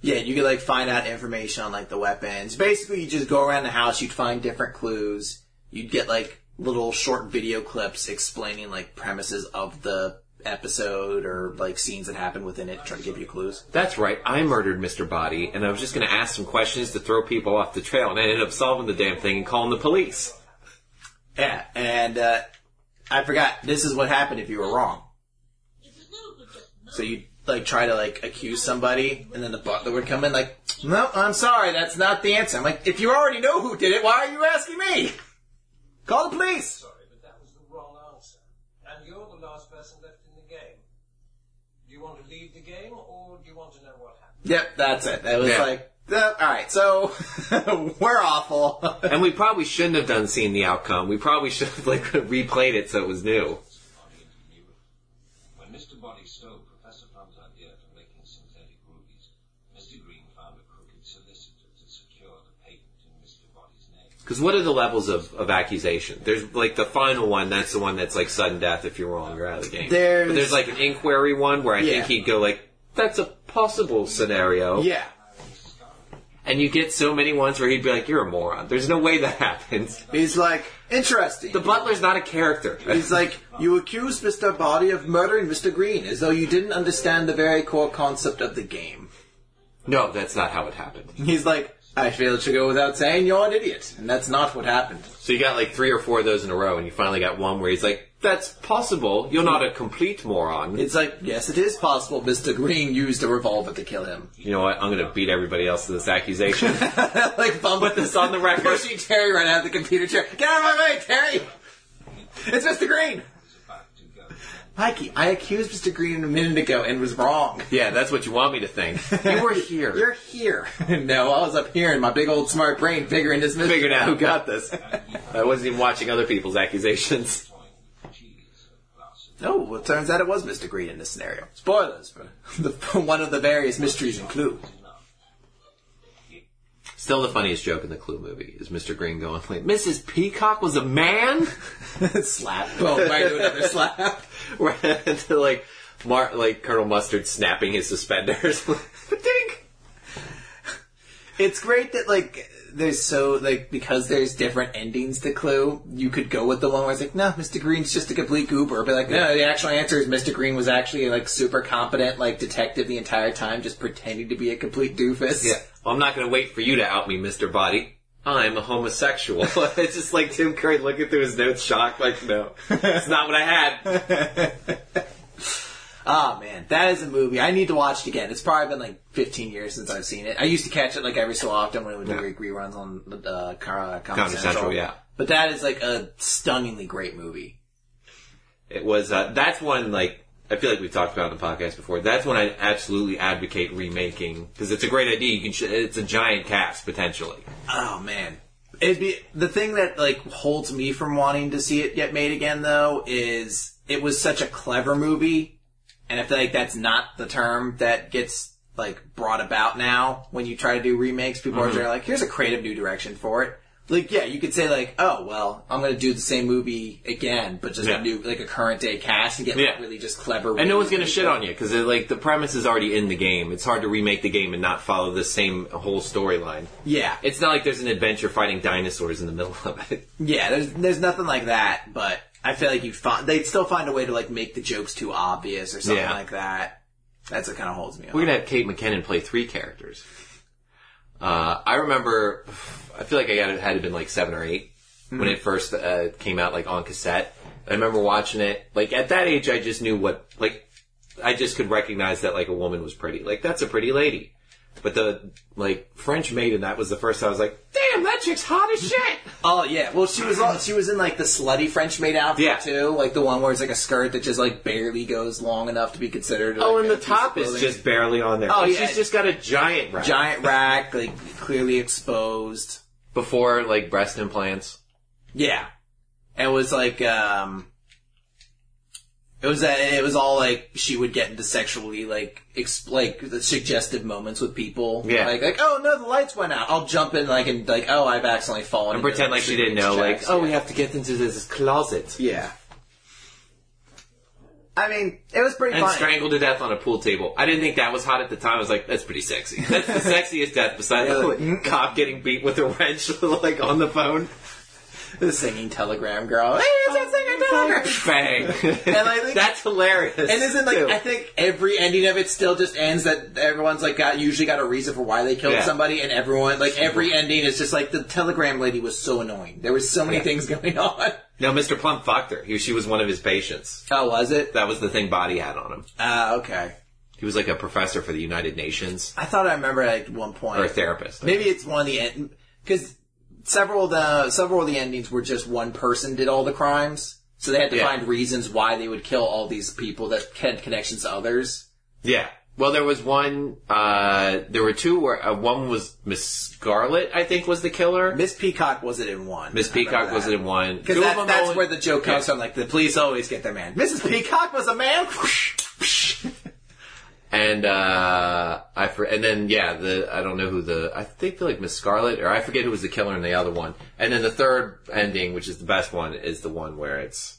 A: Yeah, you could like find out information on like the weapons. Basically, you just go around the house, you'd find different clues. You'd get like little short video clips explaining like premises of the episode or like scenes that happen within it, trying to give you clues.
C: That's right. I murdered Mr. Body, and I was just going to ask some questions to throw people off the trail, and I ended up solving the damn thing and calling the police.
A: Yeah, and uh, I forgot this is what happened if you were wrong. So you like try to like accuse somebody, and then the butler would come in like, "No, I'm sorry, that's not the answer." I'm like, "If you already know who did it, why are you asking me? Call the police."
E: Sorry, but that was the wrong answer. And you're the last person left in the game. Do you want to leave the game, or do you want to know what happened?
A: Yep, that's it. It was
C: Yeah.
A: like, uh, all right, so we're awful.
C: And we probably shouldn't have done seeing the outcome. We probably should have like replayed it so it was new.
G: When Mr. Body stole Professor Plum's idea for making synthetic rubies, Mr. Green found a crooked solicitor to secure the patent in Mr. Body's name.
C: Because what are the levels of, of accusation? There's like the final one. That's the one that's like sudden death. If you're wrong, you're out of the game.
A: There's-
C: but there's like an inquiry one where I
A: Yeah.
C: think he'd go like, "That's a possible scenario."
A: yeah,
C: And you get so many ones where he'd be like, "You're a moron. There's no way that happens."
A: he's like, interesting.
C: The butler's not a character.
A: He's like, you accuse Mr. Body of murdering Mr. Green as though you didn't understand the very core concept of the game.
C: no, that's not how it happened.
A: He's like, I feel it should go without saying you're an idiot, and that's not what happened.
C: So you got like three or four of those in a row, and you finally got one where he's like, "That's possible. You're not a complete moron."
A: It's like, yes, it is possible Mr. Green used a revolver to kill him.
C: You know what? I'm going to beat everybody else to this accusation.
A: like, bum
C: Put this on the record.
A: Pushing Terry right out of the computer chair. Get out of my way, Terry! It's Mr. Green! Mikey, I accused Mr. Green a minute ago and was wrong.
C: yeah, that's what you want me to think. You were here.
A: You're here. no, I was up here in my big old smart brain figuring this mystery
C: figured out who
A: out.
C: got this. I wasn't even watching other people's accusations.
A: No, well, it turns out it was Mr. Green in this scenario. Spoilers for, the, for one of the various mysteries and clues.
C: Still, the funniest joke in the Clue movie is Mr. Green going like, "Mrs. Peacock was a man."
A: slap. Boom, right to another slap.
C: Where- to, like, Mar- like Colonel Mustard snapping his suspenders. Dink.
A: It's great that, like, there's so, like, because there's different endings to Clue, you could go with the one where it's like, no, Mr. Green's just a complete goober. But, like, no, the actual answer is Mr. Green was actually, like, super competent, like, detective the entire time, just pretending to be a complete doofus.
C: Yeah. Well, I'm not going to wait for you to out me, Mr. Body. I'm a homosexual. it's just like Tim Curry looking through his notes, shocked, like, no, it's not what I had.
A: Oh man, that is a movie. I need to watch it again. It's probably been like 15 years since I've seen it. I used to catch it like every so often when we would do
C: Yeah.
A: reruns on uh, Car- Comedy,
C: Comedy
A: Central.
C: Central, yeah.
A: But that is like a stunningly great movie.
C: It was, uh, that's one, like, I feel like we've talked about in the podcast before. That's one I absolutely advocate remaking because it's a great idea. You can, sh- it's a giant cast potentially.
A: Oh man. It'd be the thing that like holds me from wanting to see it get made again though is it was such a clever movie and I feel like that's not the term that gets like brought about now when you try to do remakes people
C: Mm-hmm.
A: are generally like here's a creative new direction for it. Like yeah, you could say like oh well, I'm going to do the same movie again but just
C: Yeah.
A: a new like a current day cast and get like,
C: Yeah.
A: really just clever
C: And no one's going to shit on you because like the premise is already in the game. It's hard to remake the game and not follow the same whole storyline.
A: Yeah.
C: It's not like there's an adventure fighting dinosaurs in the middle of it.
A: Yeah, there's there's nothing like that, but I feel like you'd find they'd still find a way to like make the jokes too obvious or something
C: Yeah.
A: like that. That's what kind of holds me.
C: We're
A: up.
C: gonna have Kate McKinnon play three characters. Uh, I remember, I feel like I got it had it been like seven or 8 when it first uh, came out, like on cassette. I remember watching it. Like at that age, I just knew what like I just could recognize that like a woman was pretty. Like that's a pretty lady. But the like French maiden, that was the first I was like, damn, that chick's hot as shit.
A: Oh yeah, well she was all, she was in like the slutty French maid outfit
C: Yeah.
A: too, like the one where it's like a skirt that just like barely goes long enough to be considered.
C: oh,
A: like,
C: and
A: a
C: the
A: piece of
C: top is
A: clothing.
C: just barely on there.
A: Oh,
C: Oh,
A: yeah.
C: she's just got a giant rack.
A: giant rack, like clearly exposed.
C: before like breast implants.
A: Yeah. It was like, um, it was that, it was all like, she would get into sexually, like, ex- like, the suggestive moments with people.
C: Yeah.
A: Like, like, oh no, the lights went out. I'll jump in, like, and, like, oh, I've accidentally fallen.
C: And
A: into
C: pretend like she didn't know, like,
A: Jack's-
C: oh, we have to get into this closet.
A: Yeah. I mean, it was pretty
C: and
A: fun.
C: strangled to death on a pool table. I didn't think that was hot at the time. I was like, that's pretty sexy. That's the sexiest death besides
A: Yeah,
C: the
A: like, mm.
C: cop getting beat with a wrench, like on the phone.
A: the singing telegram girl. Hey, it's that singing telegram.
C: Bang!
A: And I think-
C: that's hilarious.
A: And isn't like
C: too.
A: I think every ending of it still just ends that everyone's like got usually got a reason for why they killed
C: Yeah.
A: somebody, and everyone like every ending is just like the telegram lady was so annoying. There was so many
C: Yeah.
A: things going on.
C: no, Mr. Plum fucked her. He, she was one of his patients.
A: Oh, was it?
C: That was the thing Body had on him.
A: Ah, okay.
C: He was like a professor for the United Nations
A: I thought I remember at one point
C: or a therapist.
A: Maybe it's one of the end because several of the several of the endings were just one person did all the crimes, so they had to
C: Yeah.
A: find reasons why they would kill all these people that had connections to others.
C: Yeah. Well, there was one. Uh, there were two. Where uh, one was Miss Scarlet, I think, was the killer.
A: Miss Peacock was it in one.
C: Miss
A: I remember
C: Peacock was
A: that.
C: it in one. Two
A: Because
C: of
A: that's,
C: them
A: that's
C: only-
A: where the joke comes from. Like, the police always get their man. Mrs. Peacock was a man?
C: And uh, I for, and then yeah, the I don't know who the I think they're like Miss Scarlet or I forget who was the killer in the other one. And then the third ending, which is the best one, is the one where it's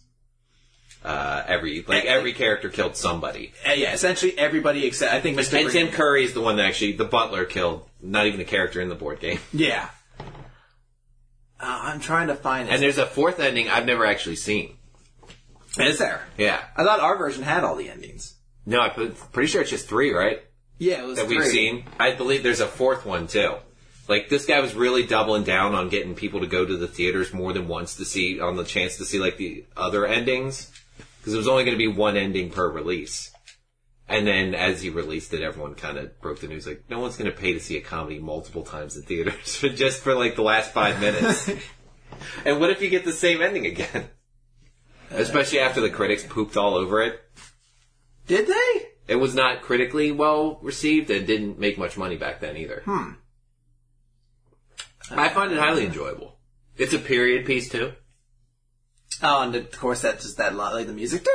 C: uh, every like every character killed somebody.
A: Uh, yeah, essentially everybody except, I think Mr.
C: And
A: Green-
C: Tim Curry is the one that actually the butler killed, not even a character in the board game.
A: Yeah. Uh, I'm trying to find it.
C: And there's a fourth ending I've never actually seen.
A: Is there?
C: Yeah,
A: I thought our version had all the endings.
C: no, I'm pretty sure it's just three, right?
A: Yeah, it was
C: that we've
A: three.
C: seen. I believe there's a fourth one too. Like this guy was really doubling down on getting people to go to the theaters more than once to see on the chance to see like the other endings because it was only going to be one ending per release. And then as he released it, everyone kind of broke the news like no one's going to pay to see a comedy multiple times in theaters for just for like the last five minutes. and what if you get the same ending again? Especially after the critics pooped all over it.
A: Did they?
C: It was not critically well received and didn't make much money back then either. Hmm. I find it highly enjoyable. It's a period piece too.
A: Oh, and of course that's just that lot, like the music.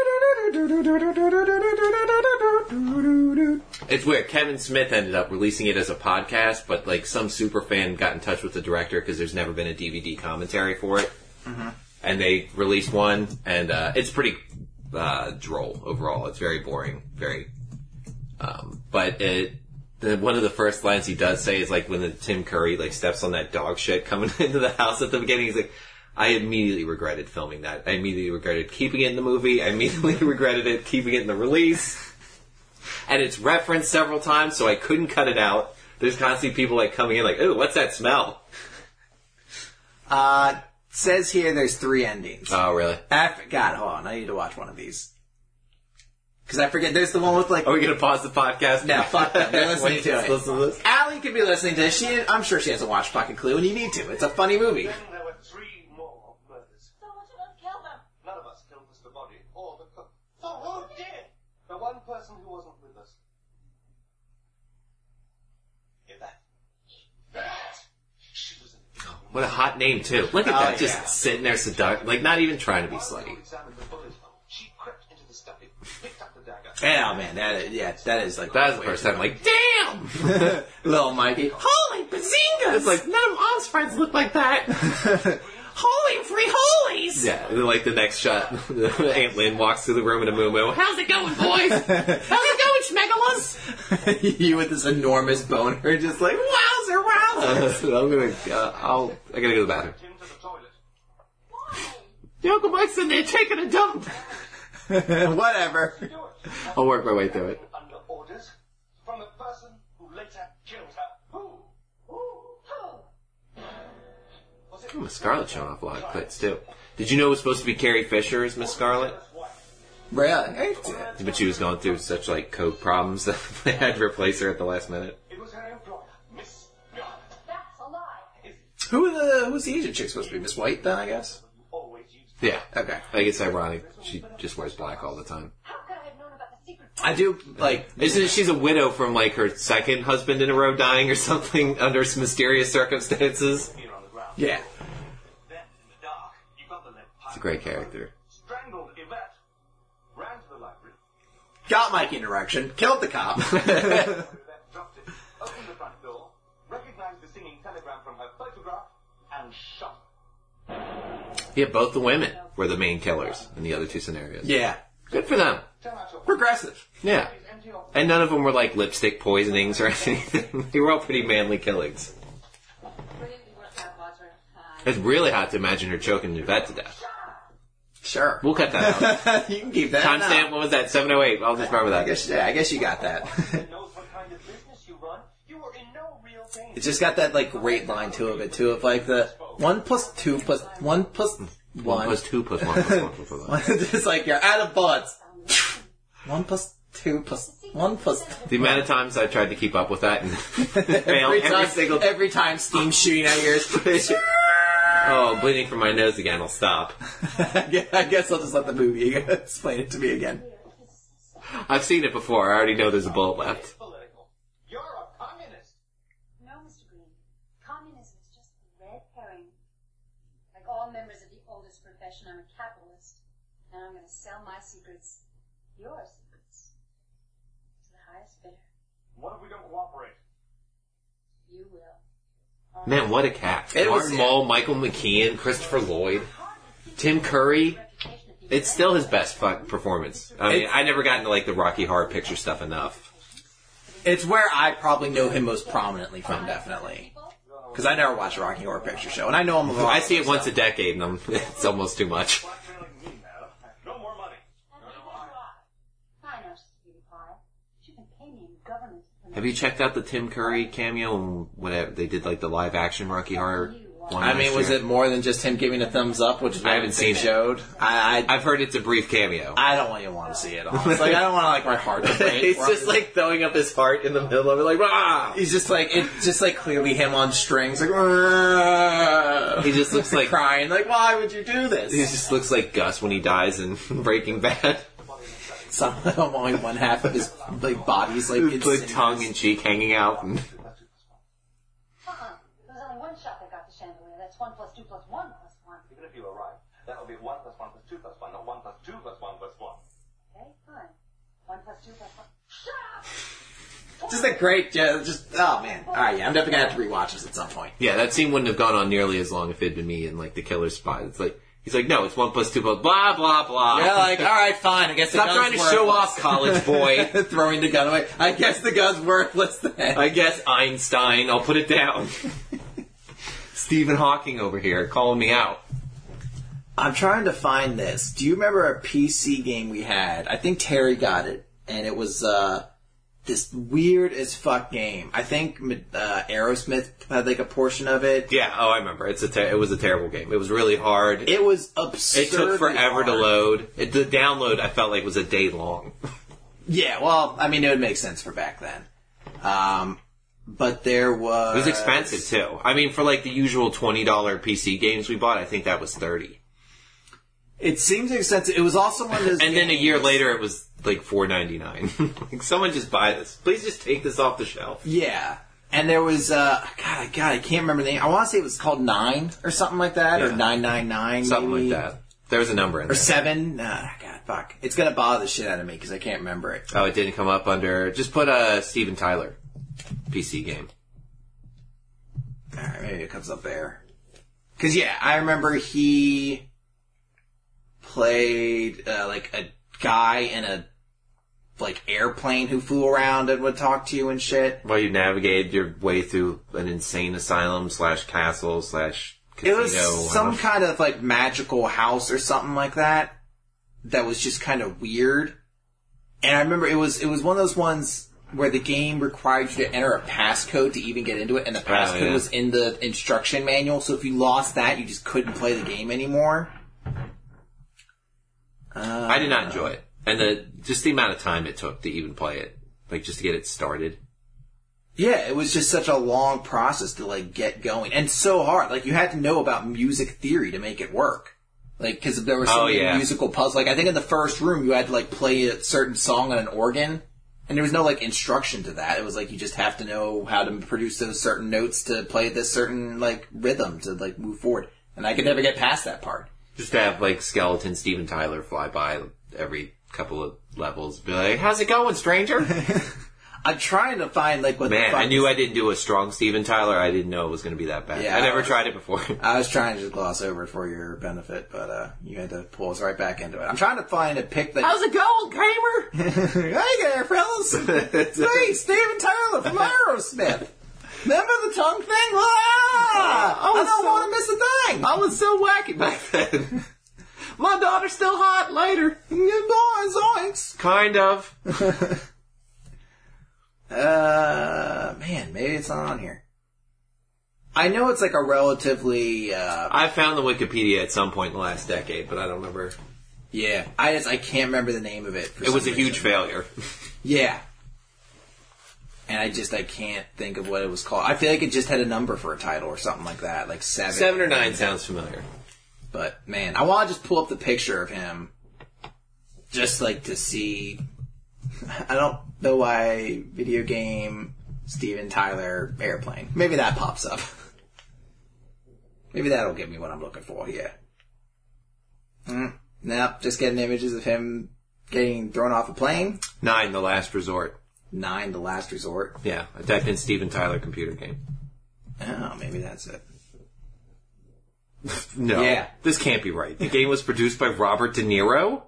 C: It's weird. Kevin Smith ended up releasing it as a podcast, but like some super fan got in touch with the director because there's never been a DVD commentary for it, and they released one, and uh, it's pretty uh, droll overall. It's very boring, very. Um, but it, the, one of the first lines he does say is like when the Tim Curry like steps on that dog shit coming into the house at the beginning. He's like. I immediately regretted filming that. I immediately regretted keeping it in the movie. I immediately regretted it keeping it in the release and it's referenced several times, so I couldn't cut it out. There's constantly people like coming in, like, "Ooh, what's that smell?"
A: Uh, says here there's three endings.
C: Oh, really?
A: Af- God, hold on. I need to watch one of these. Because I forget. There's the one with like.
C: Are we gonna pause the podcast?
A: No, fuck that. They're listening
C: Wait,
A: to
C: let's
A: it.
C: listen to this.
A: Allie could be listening to this. She, I'm sure she hasn't watched fucking Clue, and you need to. It's a funny movie.
G: Then there were three more murders.
D: So what about kill them?
G: None of us killed Mr. Body or the cook. So who did? The one person who wasn't with us. Get that. That. She was in
C: What a hot name too. Look at
A: Oh,
C: that, just
A: yeah.
C: sitting there seduct, like not even trying to be slutty.
G: examined the bullet hole. She crept into the study, picked up the dagger.
A: Yeah, Oh man, that is, yeah, that is like
C: That was the first time, like, damn,
A: little Mikey.
C: holy bazingas! It's like none of Mom's friends look like that.
A: Holy free holies!
C: yeah, and then, like the next shot, Aunt Lynn walks through the room in a moo moo. How's it going, boys? How's it going, schmegalas?
A: you with this enormous boner, just like wowzer, wowzer.
C: Uh, I'm gonna. Uh, I'll. I gotta go to the bathroom.
G: Into the toilet.
C: The Uncle Mike said they're taking a dump.
A: Whatever. I'll work my way through it.
H: Under orders from the person who later killed her. Who? Who? Who? Was it
C: Miss Scarlet showing off a lot of clits too. Did you know it was supposed to be Carrie Fisher as Miss Scarlet?
A: Really?
C: But she was going through such like coke problems that they had to replace her at the last minute.
H: It was her employer, Miss Scarlet.
D: That's a lie.
A: Who are the who's the Asian chick supposed to be? Miss White then I guess?
H: You always used
C: Yeah.
A: Okay.
C: Like it's ironic. She just wears black all the time.
D: How could I have known about the secret?
A: I do like
C: Isn't it, she's a widow from like her second husband in a row dying or something under some mysterious circumstances?
H: here on the ground.
A: Yeah.
H: Then in the dark, you got the lead
C: It's a great character.
H: Strangled Yvette. Ran to the library.
A: Got Mikey in erection, killed the cop.
H: Yvette dropped it. Opened the front door. Recognized the singing telegram from her photograph. And shot.
C: Yeah, both the women were the main killers in the other two scenarios.
A: yeah.
C: Good for them.
H: Turn out your
A: Progressive.
C: Yeah.
H: empty your
C: And none of them were like lipstick poisonings or anything. they were all pretty manly killings.
D: Brilliantly worked out, Roger. Uh,
C: It's really hot to imagine her choking Yvette to death.
A: Sure.
C: We'll cut that out.
A: you can keep that.
C: Timestamp,
A: No.
C: what was that? 708. I'll just remember
A: I
C: that.
A: guess yeah, I guess you got that.
H: knows what kind of business you run. You were in no real danger.
A: it's just got that like rate line to it, but too of like the one plus two plus one plus
C: One
A: one.
C: plus two plus one plus one plus one.
A: it's like you're out of bullets. One plus two plus one plus
C: The amount of times I tried to keep up with that and failed
A: every,
C: every
A: time,
C: single
A: every time steam shooting out of yours.
C: Oh, bleeding from my nose again. I'll stop.
A: I guess I'll just let the movie explain it to me again.
C: I've seen it before. I already know there's a bullet left.
H: political. You're a communist.
D: no, Mr. Green. Communism is just a red herring. Like all members of the oldest profession, I'm a capitalist. And I'm going to sell my secrets, your secrets, to the highest bidder.
H: What if we don't cooperate?
D: You will.
C: Man, what a cat.
A: It was-
C: Martin Mull, Michael McKean, Christopher Lloyd, Tim Curry.
D: Reputation of the
C: It's still his best fuck performance. I mean, I never got into like the Rocky Horror Picture stuff enough.
A: It's where I probably know him most prominently from, definitely. Because I never watched Rocky Horror Picture Show, and I know him a lot.
C: I see it once a decade, and I'm, it's almost too much.
H: Black trailing me now. No more money.
D: And neither do I. I know she's a beauty pie. She can pay me in government.
C: Have you checked out the Tim Curry cameo and whatever they did, like the live action Rocky Horror? One
A: I mean,
C: last
A: was
C: year?
A: it more than just him giving a thumbs up, which is what
C: I haven't
A: they
C: seen it.
A: showed? I, I
C: I've heard it's a brief cameo.
A: I don't even want to see it. Honestly, like I don't want to like my heart. to break.
C: He's just like throwing up his heart in the middle of it, like ah.
A: he's just like it's just like clearly him on strings, like "Rah."
C: He just looks like
A: crying, like why would you do
C: He
A: this?
C: just looks like Gus when he dies in Breaking Bad.
A: Somehow only one half of his like body's like,
C: With
A: insidious.
C: tongue and cheek hanging out. And
D: Uh-uh. There was only one shot that got the chandelier. That's one plus two plus one plus one.
H: Even if you were right, that would be 1 plus 1 plus 2 plus 1, not 1 plus 2 plus 1 plus 1.
D: Okay, fine. One plus two plus one.
A: Just a great, yeah, just oh man. All right, yeah, I'm definitely gonna have to rewatch this at some point.
C: yeah, that scene wouldn't have gone on nearly as long if it had been me in like the killer spot. It's like he's like, no, it's one plus two plus blah blah blah.
A: Yeah, like, all right, fine. I guess the
C: Stop
A: gun's
C: trying to
A: worthless.
C: show off, college boy.
A: Throwing the gun away. I guess the gun's worthless then.
C: I guess Einstein. I'll put it down. Stephen Hawking over here calling me out.
A: I'm trying to find this. Do you remember a PC game we had? I think Terry got it, and it was uh, this weird as fuck game. I think uh, Aerosmith had like a portion of it.
C: Yeah. Oh, I remember. It's a ter- it was a terrible game. It was really hard. It,
A: It was absurd.
C: took forever to load. It, the download I felt like was a day long.
A: Yeah, well, I mean, it would make sense for back then. Um, but there was
C: It was expensive too. I mean, for like the usual twenty dollar PC games we bought, I think that was thirty.
A: It seems expensive. It was also one of those.
C: And then a year
A: games-
C: later, it was like four ninety nine. like someone just buy this. Please just take this off the shelf.
A: Yeah. And there was uh God, God, I can't remember the name. I want to say it was called Nine or something like that, or
C: Yeah.
A: Nine Nine Nine,
C: Something like that. There was a number in
A: or
C: there.
A: Seven. Uh, God, fuck, it's gonna bother the shit out of me because I can't remember it.
C: Oh, it didn't come up under. Just put a Steven Tyler PC game.
A: All right, maybe it comes up there. Because yeah, I remember he played uh, like a guy in a like airplane who flew around and would talk to you and shit.
C: While you navigated your way through an insane asylum slash castle slash
A: It was
C: casino,
A: some
C: uh,
A: kind of like magical house or something like that. That was just kind of weird. And I remember it was it was one of those ones where the game required you to enter a passcode to even get into it, and the passcode
C: Oh, yeah.
A: was in the instruction manual. So if you lost that, you just couldn't play the game anymore.
C: I did not enjoy it, and the just the amount of time it took to even play it, like just to get it started.
A: Yeah, it was just such a long process to like get going, and so hard. Like you had to know about music theory to make it work. Like because there were so
C: Oh,
A: many
C: yeah.
A: musical puzzles. Like I think in the first room you had to like play a certain song on an organ, and there was no like instruction to that. It was like you just have to know how to produce those certain notes to play this certain like rhythm to like move forward. And I could never get past that part.
C: Just to have like skeleton Steven Tyler fly by every couple of levels, be like, "How's it going, stranger?"
A: I'm trying to find like what the
C: Man,
A: fuck
C: I knew I didn't do a strong Steven Tyler. I didn't know it was going to be that bad.
A: Yeah.
C: I never tried it before.
A: I was trying to just gloss over it for your benefit, but uh, you had to pull us right back into it. I'm trying to find a pic that.
C: it going, gamer?
A: hey there, fellas! it's me, Steven Tyler from Aerosmith. Remember the tongue thing? Ah, I,
C: was
A: don't
C: so-
A: want to miss a thing.
C: I was so wacky back then. My daughter's still hot later.
A: Good boys, oinks.
C: Kind of.
A: Uh, man, maybe it's not on here. I know it's like a relatively. Uh,
C: I found the Wikipedia at some point in the last decade, but I don't remember.
A: yeah, I just I can't remember the name of it. for
C: It was a
A: some
C: huge
A: reason.
C: failure.
A: Yeah. And I just I can't think of what it was called. I feel like it just had a number for a title or something like that, like seven.
C: Seven or nine sounds familiar.
A: But man, I want to just pull up the picture of him, just like to see. I don't know why video game Steven Tyler airplane. Maybe that pops up. Maybe that'll give me what I'm looking for. Yeah. Mm, nope, just getting images of him getting thrown off a plane.
C: Nine, the last resort.
A: Nine, the last resort.
C: Yeah, I typed in Steven Tyler computer game.
A: Oh, maybe that's it.
C: No,
A: Yeah.
C: this can't be right. The game was produced by Robert De Niro,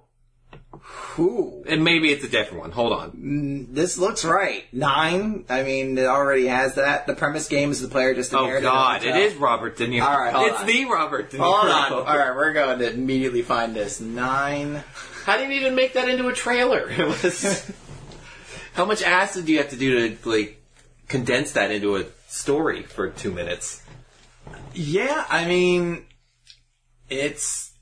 A: Ooh,
C: and maybe it's a different one. Hold on.
A: this looks right. Nine. I mean, it already has that. The premise game is the player just.
C: Oh
A: inherited
C: God,
A: a
C: it
A: hotel.
C: is Robert De Niro.
A: All right, hold
C: it's
A: on.
C: the Robert De Niro.
A: Hold on. All right, we're going to immediately find this nine.
C: How do you even make that into a trailer? It was. how much acid do you have to do to like condense that into a story for two minutes?
A: Yeah, I mean, it's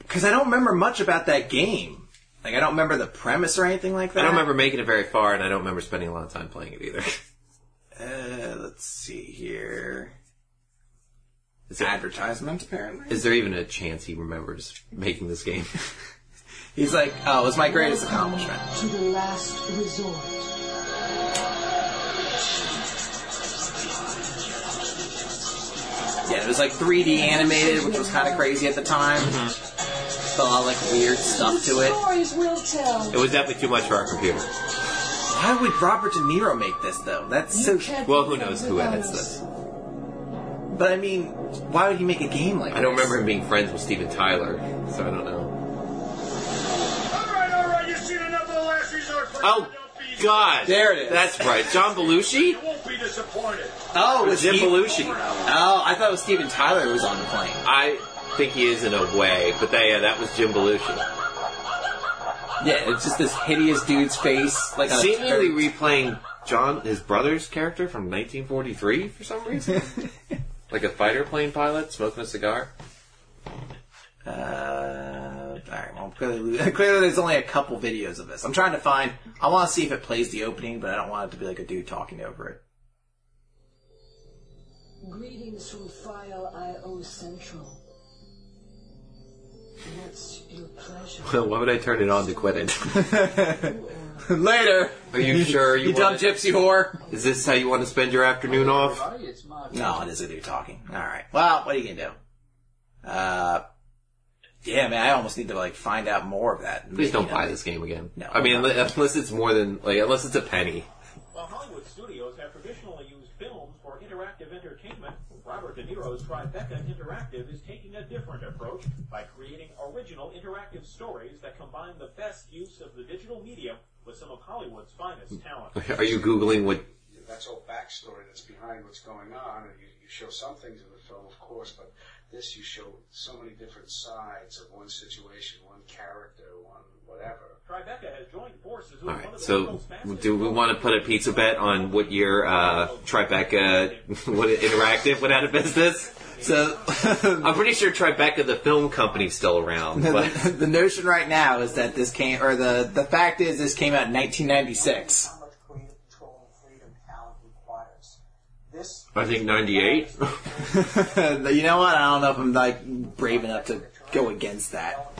A: because I don't remember much about that game. Like, I don't remember the premise or anything like that.
C: I don't remember making it very far, and I don't remember spending a lot of time playing it either.
A: Uh, let's see here. It's
C: Is, it,
A: advertisements, apparently.
C: is there even a chance he remembers making this game?
A: He's like, oh, it's my greatest accomplishment.
I: to the last resort.
A: Yeah, it was like 3D animated, which was kind of crazy at the time.
C: Mm-hmm.
A: A lot of like weird stuff to it.
I: Stories will tell.
C: it was definitely too much for our computer.
A: Why would Robert De Niro make this though? That's so.
I: You can't
C: Well,
I: be
C: who knows who
I: friends
C: edits
I: with
C: this?
I: us.
A: But I mean, why would he make a game like?
C: I don't
A: this?
C: remember him being friends with Steven Tyler, so I don't know.
J: All right, all right, you've seen enough of the last resort. For
C: Oh, God!
A: There it is.
C: That's right. John Belushi?
J: You won't be disappointed.
A: Oh,
C: Or
A: was
C: Jim
A: he-
C: Belushi.
A: Oh, I thought it was Steven Tyler who was on the plane.
C: I think he is in a way, but that, yeah, that was Jim Belushi.
A: Yeah, it's just this hideous dude's face, like on a-
C: Seemingly replaying John, his brother's character from 1943 for some reason. like a fighter plane pilot smoking a cigar.
A: Uh, all right. Well, clearly, clearly, there's only a couple videos of this. I'm trying to find. I want to see if it plays the opening, but I don't want it to be like a dude talking over it.
I: Greetings from File IO Central. What's your pleasure?
C: Why would I turn it on to quit it?
A: Later.
C: Are you sure you,
A: You dumb
C: want
A: gypsy whore.
C: it? Is this how you want to spend your afternoon off?
A: No, it is a dude talking. All right. Well, what are you gonna do? Uh, yeah, man. I almost need to like find out more of that.
C: Please don't buy this game again.
A: No.
C: I mean, unle- unless it's more than like, unless it's a penny.
H: While Hollywood studios have traditionally used film for interactive entertainment, Robert De Niro's Tribeca Interactive is taking a different approach by creating original interactive stories that combine the best use of the digital medium with some of Hollywood's finest talent.
C: Are you googling what
K: that's all backstory that's behind what's going on, and you, you show some things in the film, of course, but this you show so many different sides of one situation, one character, one whatever.
H: Tribeca has joined forces with
C: All
H: one
C: right.
H: of
C: So, do we want to put a pizza bet on what year uh, Tribeca, what Interactive went out of business?
A: So,
C: I'm pretty sure Tribeca, the film company's still around. But
A: the, the notion right now is that this came, or the, the fact is this came out in 1996.
L: This
C: I think 98.
A: you know what? I don't know if I'm like brave enough to go against that.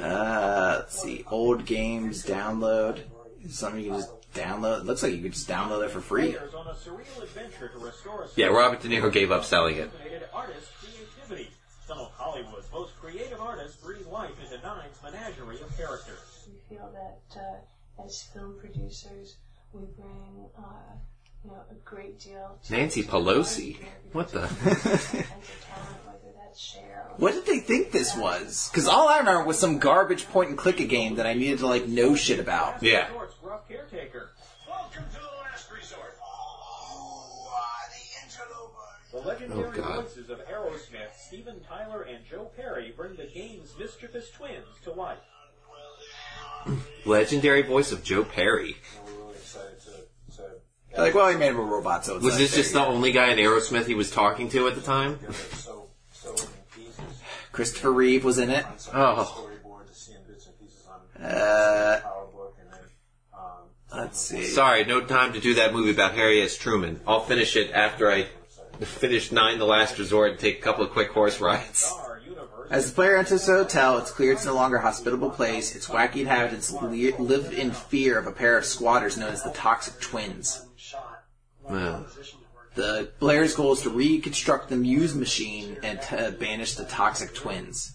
A: Uh, let's see, old games download. Is Something you can just download. It looks like you could just download it for free.
H: players on a surreal adventure to restore a
C: yeah, Robert De Niro gave up selling it.
H: sophisticated artist's creativity. Some of Hollywood's most creative artists breathe life into Nine's menagerie of characters.
M: We feel that uh, as film producers, we bring uh, you know a great deal to
C: Nancy Pelosi. What the?
A: What did they think this was? Because all I remember was some garbage point and click a game that I needed to like know shit about.
C: Yeah.
H: Resort's rough caretaker. The legendary
C: Oh, God.
H: voices of Aerosmith, Steven Tyler, and Joe Perry bring the game's mischievous twins to life.
C: Legendary voice of Joe Perry.
A: Like, well, he made him a robot, so it's
C: Was
A: like,
C: this
A: there
C: just
A: you
C: the only guy in Aerosmith he was talking to at the time?
A: go. Christopher Reeve was in it.
C: Oh.
A: Uh, let's see.
C: Sorry, no time to do that movie about Harry S. Truman. I'll finish it after I finish Nine: The Last Resort and take a couple of quick horse rides.
A: As the player enters the hotel, it's clear it's no longer a hospitable place. Its wacky inhabitants li- live in fear of a pair of squatters known as the Toxic Twins. The player's goal is to reconstruct the Muse machine and to banish the Toxic Twins.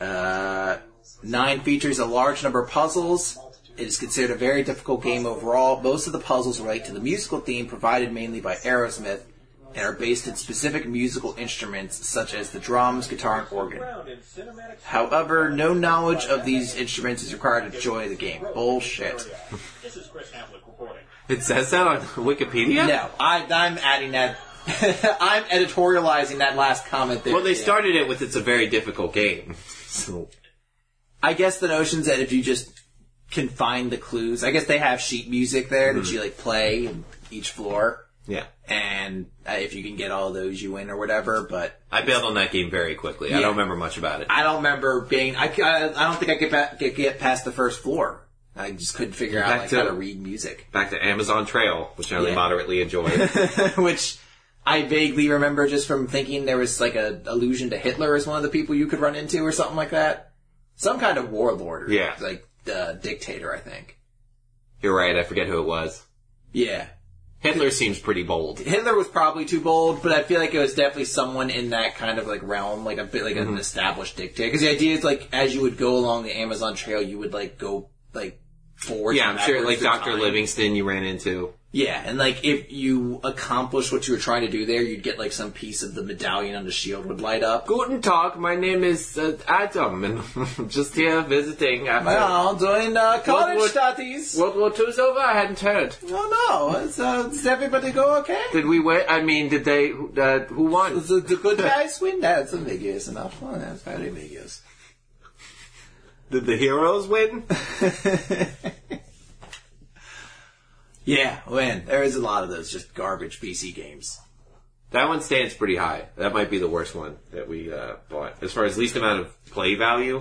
A: Uh, nine features a large number of puzzles. It is considered a very difficult game overall. Most of the puzzles relate to the musical theme provided mainly by Aerosmith and are based in specific musical instruments such as the drums, guitar, and organ. However, no knowledge of these instruments is required to enjoy the game. Bullshit.
H: This is Chris Havlick reporting.
C: It says that on Wikipedia.
A: No, I, I'm adding that. I'm editorializing that last comment there.
C: Well, they
A: Yeah.
C: started it with "It's a very difficult game." So
A: I guess the notion's that if you just can find the clues, I guess they have sheet music there
C: Mm-hmm.
A: that you like play in each floor,
C: yeah,
A: and uh, if you can get all those, you win or whatever. But
C: I bailed on that game very quickly. I
A: Yeah.
C: don't remember much about it.
A: I don't remember being. I, c- I- I don't think I could pa- could get past the first floor. I just couldn't figure out
C: Back
A: like,
C: to-
A: how to read music,
C: Back to Amazon Trail, which I only
A: Yeah.
C: moderately enjoyed.
A: which I vaguely remember just from thinking there was like a allusion to Hitler as one of the people you could run into or something like that. Some kind of warlord, or
C: Yeah.
A: like uh, dictator, I think.
C: You're right. I forget who it was.
A: Yeah.
C: Hitler seems pretty bold.
A: Hitler was probably too bold, but I feel like it was definitely someone in that kind of like realm, like a bit like
C: Mm-hmm.
A: an established dictator. Because the idea is like as you would go along the Amazon Trail, you would like go like forward.
C: Yeah,
A: and
C: I'm sure.
A: backwards
C: Like
A: in
C: Doctor
A: time.
C: Livingston, you ran into.
A: Yeah, and like if you accomplished what you were trying to do there, you'd get like some piece of the medallion on the shield would light up.
C: Guten Tag, my name is uh, Adam, and I'm just here visiting after
A: Well, doing uh, college
C: World War-
A: studies.
C: World War II's over. I hadn't heard.
A: Oh no! It's, uh, does everybody go okay?
C: Did we win? I mean, did they? Uh, who won?
A: The, the good guys win. That's ambiguous enough. Well, that's very ambiguous.
C: Did the heroes win?
A: Yeah, man, there is a lot of those just garbage PC games.
C: That one stands pretty high. That might be the worst one that we uh, bought as far as least amount of play value.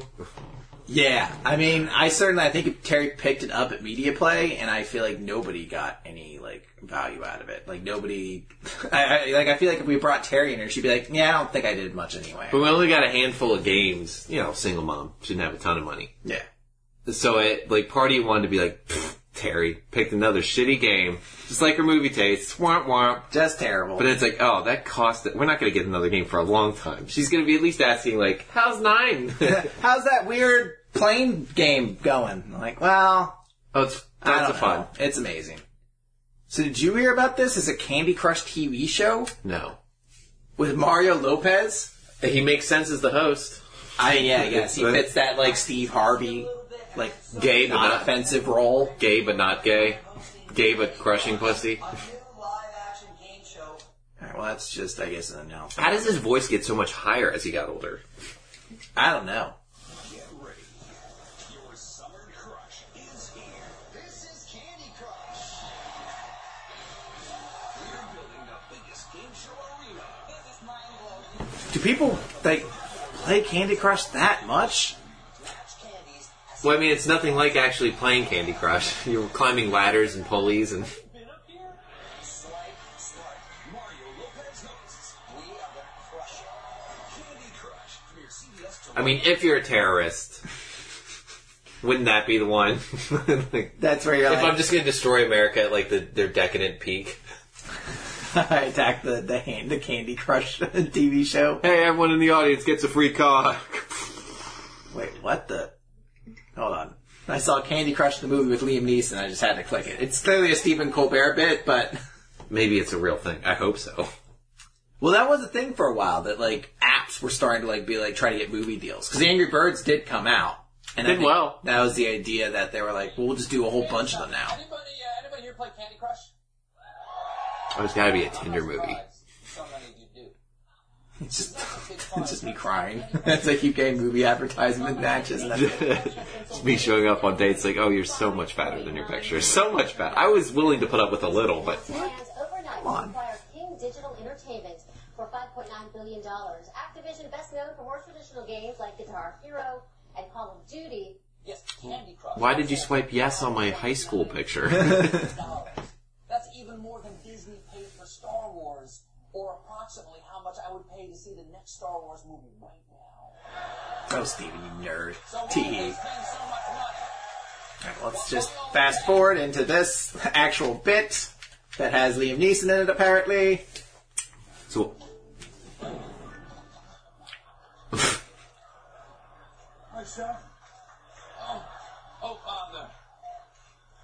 A: Yeah, I mean, I certainly I think Terry picked it up at Media Play, and I feel like nobody got any like value out of it. Like nobody, I, I, like I feel like if we brought Terry in here, she'd be like, "Yeah, I don't think I did much anyway."
C: But we only got a handful of games. You know, single mom shouldn't have a ton of money.
A: Yeah,
C: So it like party wanted to be like "Pfft, Terry picked another shitty game, just like her movie tastes. Swamp womp.
A: just terrible.
C: But it's like, oh, that cost. We're not going to get another game for a long time. She's going to be at least asking like, how's nine?
A: How's that weird plane game going? I'm like, well,
C: oh, it's
A: I
C: tons
A: don't
C: of fun.
A: know. It's amazing. So did you hear about this? It's a Candy Crush TV show
C: No,
A: with Mario Lopez.
C: he makes sense as the host.
A: I mean, yeah, I guess he fits that like Steve Harvey, like
C: Gay, but
A: non
C: not
A: offensive role.
C: gay, but not gay. gave a crushing pussy.
A: Alright, well, that's just, I guess, an announcement.
C: How does his voice get so much higher as he got older?
A: I don't know.
J: Get ready. Your summer crush is here. This is Candy Crush. We're building the biggest game show arena. This is mind blowing.
A: Do people, like, play Candy Crush that much?
C: Well, I mean, it's nothing like actually playing Candy Crush. You're climbing ladders and pulleys and.
J: Swipe, swipe. Mario Lopez notices. We are the crush. Candy Crush from your CBS.
C: I mean, if you're a terrorist, wouldn't that be the one?
A: That's where you're
C: If
A: like-
C: I'm just going to destroy America at like the, their decadent peak.
A: I attacked the, the, hand, the Candy Crush TV show.
C: Hey, everyone in the audience gets a free car.
A: Wait, what the? Hold on. I saw Candy Crush the movie with Liam Neeson. I just had to click it. It's clearly a Stephen Colbert bit, but
C: Maybe it's a real thing. I hope so.
A: well, that was a thing for a while that like apps were starting to like be like try to get movie deals because Angry Birds did come out and I
C: Did
A: think
C: well.
A: That was the idea that they were like, well, we'll just do a whole bunch of them now.
L: Anybody, uh, anybody here play Candy Crush?
C: There's got to be a Tinder movie.
L: So many of you do.
A: It's just it's just me crying. It's like you getting movie advertisement matches. And that's
C: It's me showing up on dates like, oh, you're so much fatter than your pictures. So much fat. I was willing to put up with a little, but
N: Plans overnight
C: Come on.
N: to acquire King Digital Entertainment for $5.9 billion. Activision, best known for more traditional games like Guitar Hero and Call of Duty. Yes, Candy Crush.
C: why did you swipe yes on my high school picture?
L: That's even more than Disney paid for Star Wars, or approximately how much I would pay to see the next Star Wars movie right
A: oh, Steven, you nerd.
L: So why
A: Tee
L: do
C: E.
L: they
A: hee.
L: spend so much money?
A: Alright, let's just fast forward into this actual bit that has Liam Neeson in it, apparently.
C: So,
J: Hi, sir. Oh, oh, father.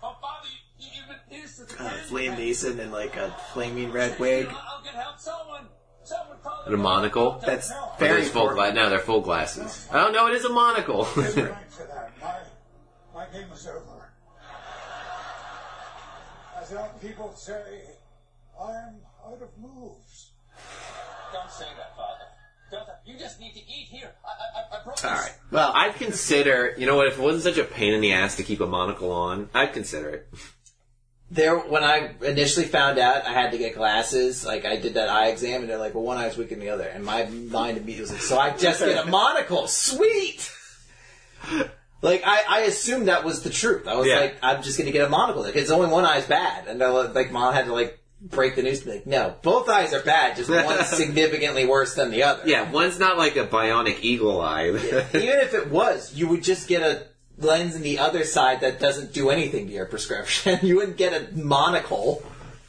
J: Oh, father, you, you've been innocent.
A: uh, it's Liam Neeson in like a flaming red wig.
J: I can help someone. Someone call
C: the monocle.
A: That's
C: Are
A: very
C: those full
A: important.
C: gla- No, they're full glasses. Oh no, it is a monocle.
J: for that. My, my game is over. As young people say, I'm out of moves.
L: Don't say that, Father. Don't. You just need to eat here. I, I, I brought
C: All
L: this.
C: right. Well, I'd consider. You know what? If it wasn't such a pain in the ass to keep a monocle on, I'd consider it.
A: There, when I initially found out I had to get glasses, like I did that eye exam, and they're like, "Well, one eye's weaker than the other," and my mind immediately was like, "So I just get a monocle, sweet!" Like I, I assumed that was the truth. I was
C: Yeah.
A: like, "I'm just going to get a monocle. Like it's only one eye's bad," and I, like mom had to like break the news to me, like, "No, both eyes are bad. Just one's significantly worse than the other."
C: Yeah, one's not like a bionic eagle eye.
A: Even if it was, you would just get a lens in the other side that doesn't do anything to your prescription. You wouldn't get a monocle.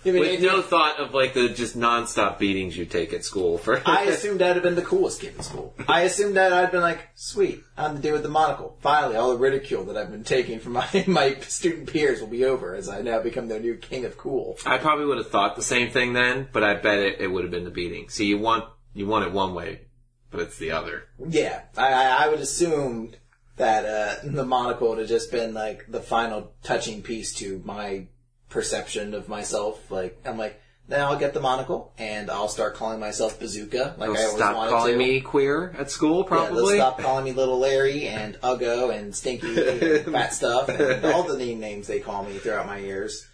A: I, mean,
C: With no thought of like the just nonstop beatings you take at school for.
A: I assumed that'd have been the coolest kid in school. I assumed that I'd been like, sweet, I'm the dude with the monocle. Finally, all the ridicule that I've been taking from my, my student peers will be over as I now become the new king of cool.
C: I probably would have thought the same thing then, but I bet it, it would have been the beating. See, you want you want it one way, but it's the other.
A: Yeah, I, I I would assume that uh, the monocle would have just been like the final touching piece to my perception of myself. Like I'm like, now I'll get the monocle and I'll start calling myself Bazooka. Like I
C: They'll
A: always
C: stop
A: wanted
C: calling
A: to.
C: me queer at school,
A: Yeah, they'll
C: probably.
A: stop calling me Little Larry and Uggo and Stinky and Fat Stuff and all the name names they call me throughout my years.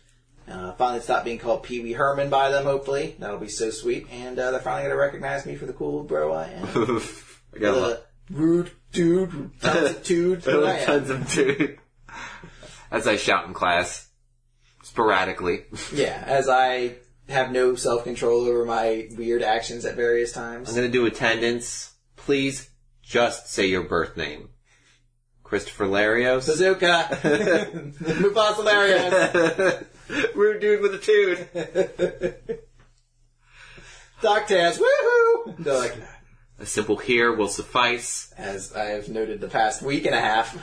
A: Uh, finally, stop being called Pee Wee Herman by them. Hopefully, that'll be so sweet. And uh, they're finally gonna recognize me for the cool bro I am.
C: I got a lot-
A: rude dude, tons of dude. who I am.
C: tons of dude. As I shout in class, sporadically.
A: Yeah, as I have no self control over my weird actions at various
C: I'm
A: times.
C: gonna do attendance. Please just say your birth name. Christopher Larios.
A: Bazooka! Mufasa Larios!
C: Rude dude with a dude.
A: Doc Taz, woohoo! They're like,
C: A simple here will suffice.
A: as I've noted the past week and a half,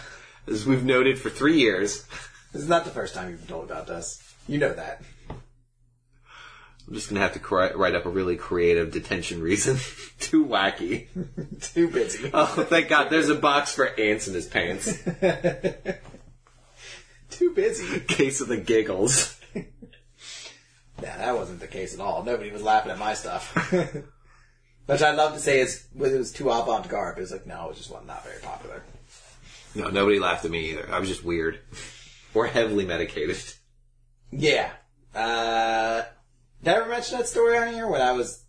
C: As we've noted for three years.
A: this is not the first time you've been told about us. You know that.
C: I'm just gonna have to cri- write up a really creative detention reason. Too wacky.
A: Too busy.
C: Oh, thank God! There's a box for ants in his pants.
A: Too busy.
C: Case of the giggles.
A: that wasn't the case at all. Nobody was laughing at my stuff. Which I'd love to say is, well, it was too avant garde, but it's like, no, it was just one not very popular.
C: No, nobody laughed at me either. I was just weird. or heavily medicated.
A: Yeah. Uh, did I ever mention that story on here when I was,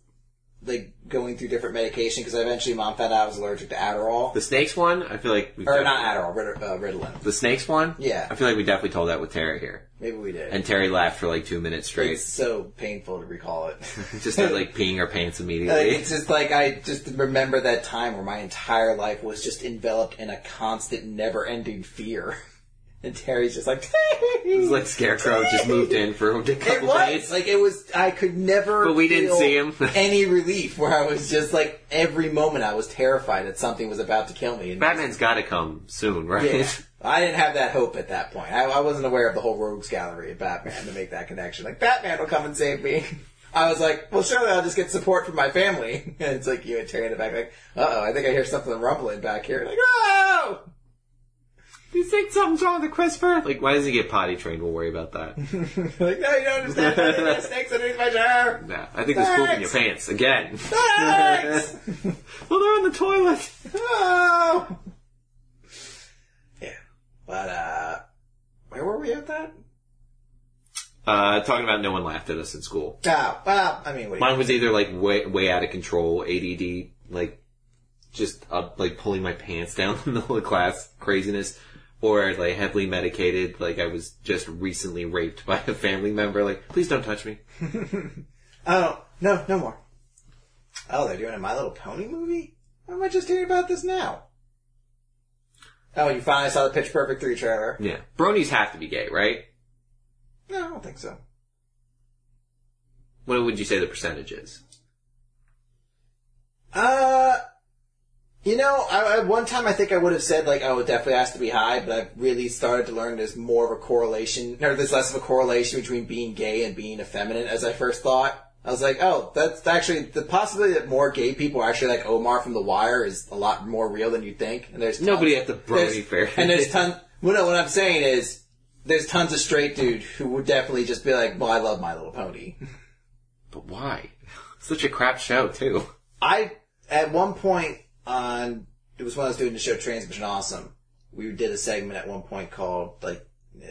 A: like, going through different medication? Because eventually mom found out I was allergic to Adderall.
C: The snakes one, I feel like we've
A: Or not Adderall, Rid- uh, Ritalin.
C: The snakes one?
A: Yeah.
C: I feel like we definitely told that with Tara here.
A: Maybe we did.
C: And Terry laughed for like two minutes straight.
A: It's so painful to recall it.
C: just started like peeing her pants
A: Like,
C: immediately.
A: it's just like I just remember that time where my entire life was just enveloped in a constant, never-ending fear. And Terry's just like, it
C: was like Scarecrow just moved in for a
A: it
C: couple
A: was
C: days.
A: like it was. I could never.
C: But we didn't
A: feel
C: see him.
A: any relief where I was just like every moment I was terrified that something was about to kill me. And
C: Batman's got to come soon, right?
A: yeah, I didn't have that hope at that point. I, I wasn't aware of the whole rogues gallery of Batman to make that connection. Like Batman will come and save me. I was like, well, surely I'll just get support from my family. And it's like you and Terry in the back, like, uh oh, I think I hear something rumbling back here. Like, oh!
C: You think something's wrong with Christopher? Like, why does he get potty trained? We'll worry about that.
A: like, no, you don't understand. I think there's snakes underneath my chair.
C: Nah, I think there's poop in your pants again.
A: Snakes!
C: well, they're in the toilet.
A: Oh! Yeah. But, uh, where were we at that?
C: Uh, talking about no one laughed at us in school.
A: Oh, well, I mean, what do you-
C: Mine was either like way way out of control, ADD, like just up, like pulling my pants down in the middle of class craziness, or like heavily medicated, like I was just recently raped by a family member. Like, please don't touch me.
A: Oh, no, no more. Oh, they're doing a My Little Pony movie? Why am I just hearing about this now? Oh, you finally saw the Pitch Perfect 3 trailer?
C: Yeah, bronies have to be gay, right?
A: No, I don't think so.
C: What would you say the percentage is?
A: Uh, you know, I, I, one time I think I would have said like, oh, it definitely has to be high, but I've really started to learn there's more of a correlation, or there's less of a correlation between being gay and being effeminate as I first thought. I was like, oh, that's actually, the possibility that more gay people are actually like Omar from The Wire is a lot more real than you think. And there's tons-
C: Nobody at the
A: there's-
C: brony fair.
A: And there's tons, well no, what I'm saying is, there's tons of straight dude who would definitely just be like, well, I love My Little Pony.
C: But why? Such a crap show too.
A: I at one point on it was when I was doing the show Transmission Awesome. We did a segment at one point called like uh,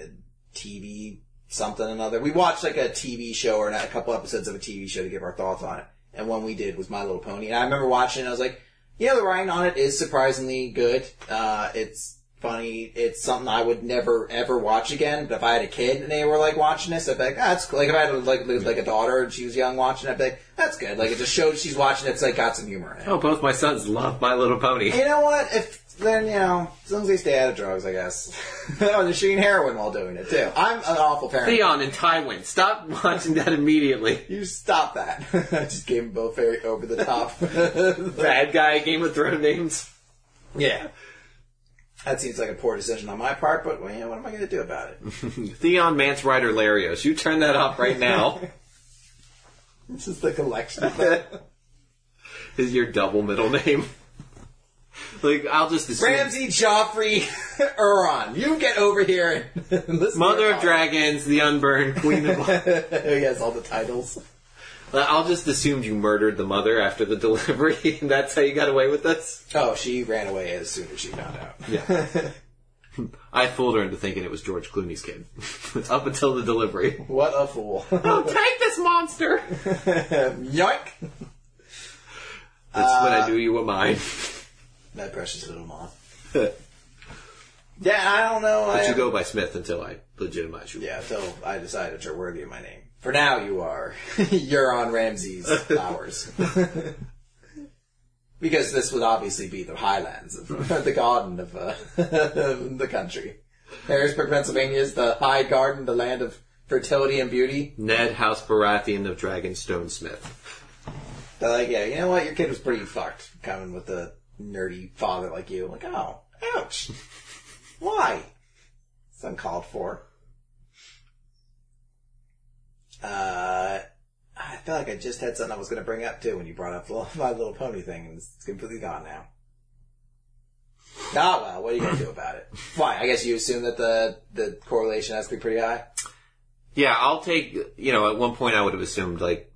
A: TV something or another. We watched like a TV show or a couple episodes of a TV show to give our thoughts on it. And one we did was My Little Pony. And I remember watching it. I was like, you know, the writing on it is surprisingly good. Uh, it's funny. It's something I would never ever watch again. But if I had a kid and they were like watching this, I'd be like, ah, that's cool. Like if I had like lived, like a daughter and she was young watching, it, I'd be like, that's good. Like it just showed she's watching. It's like got some humor in it.
C: Oh, both my sons love My Little Pony.
A: You know what? If then you know, as long as they stay out of drugs, I guess. oh, they're shooting heroin while doing it too. I'm an awful parent.
C: Theon and Tywin, stop watching that immediately.
A: You stop that. I just gave them both very over the top.
C: Bad guy Game of Thrones names.
A: yeah. That seems like a poor decision on my part, but well, you know, what am I going to do about it?
C: Theon, Mance Rider, Larios. You turn that off right now.
A: This is the collection.
C: Is your double middle name? like I'll just assume.
A: Ramsey, Joffrey, Euron, you get over here and listen. to
C: Mother
A: your
C: of Dragons, the Unburned Queen of.
A: podcast. he has all the titles.
C: I'll just assume you murdered the mother after the delivery, and that's how you got away with this.
A: Oh, she ran away as soon as she found out.
C: Yeah. I fooled her into thinking it was George Clooney's kid. Up until the delivery.
A: What a fool.
C: Oh, take this monster!
A: Yoink!
C: That's when I knew you were mine.
A: That precious little moth. Yeah, I don't know. I,
C: But you go by Smith until I legitimize you.
A: Yeah, so I decide that you're worthy of my name. For now, you are. you're on Ramses Flowers. because this would obviously be the highlands of the garden of uh, the country. Harrisburg, Pennsylvania is the high garden, the land of fertility and beauty.
C: Ned House Baratheon of Dragonstone Smith.
A: They're like, yeah, you know what? Your kid was pretty fucked coming with a nerdy father like you. Like, oh, ouch. Why? It's uncalled for. Uh, I feel like I just had something I was going to bring up too when you brought up the little- my little pony thing and it's completely gone now. Ah, well, what are you going to do about it? Why? I guess you assume that the, the correlation has to be pretty high?
C: Yeah, I'll take, you know, at one point I would have assumed like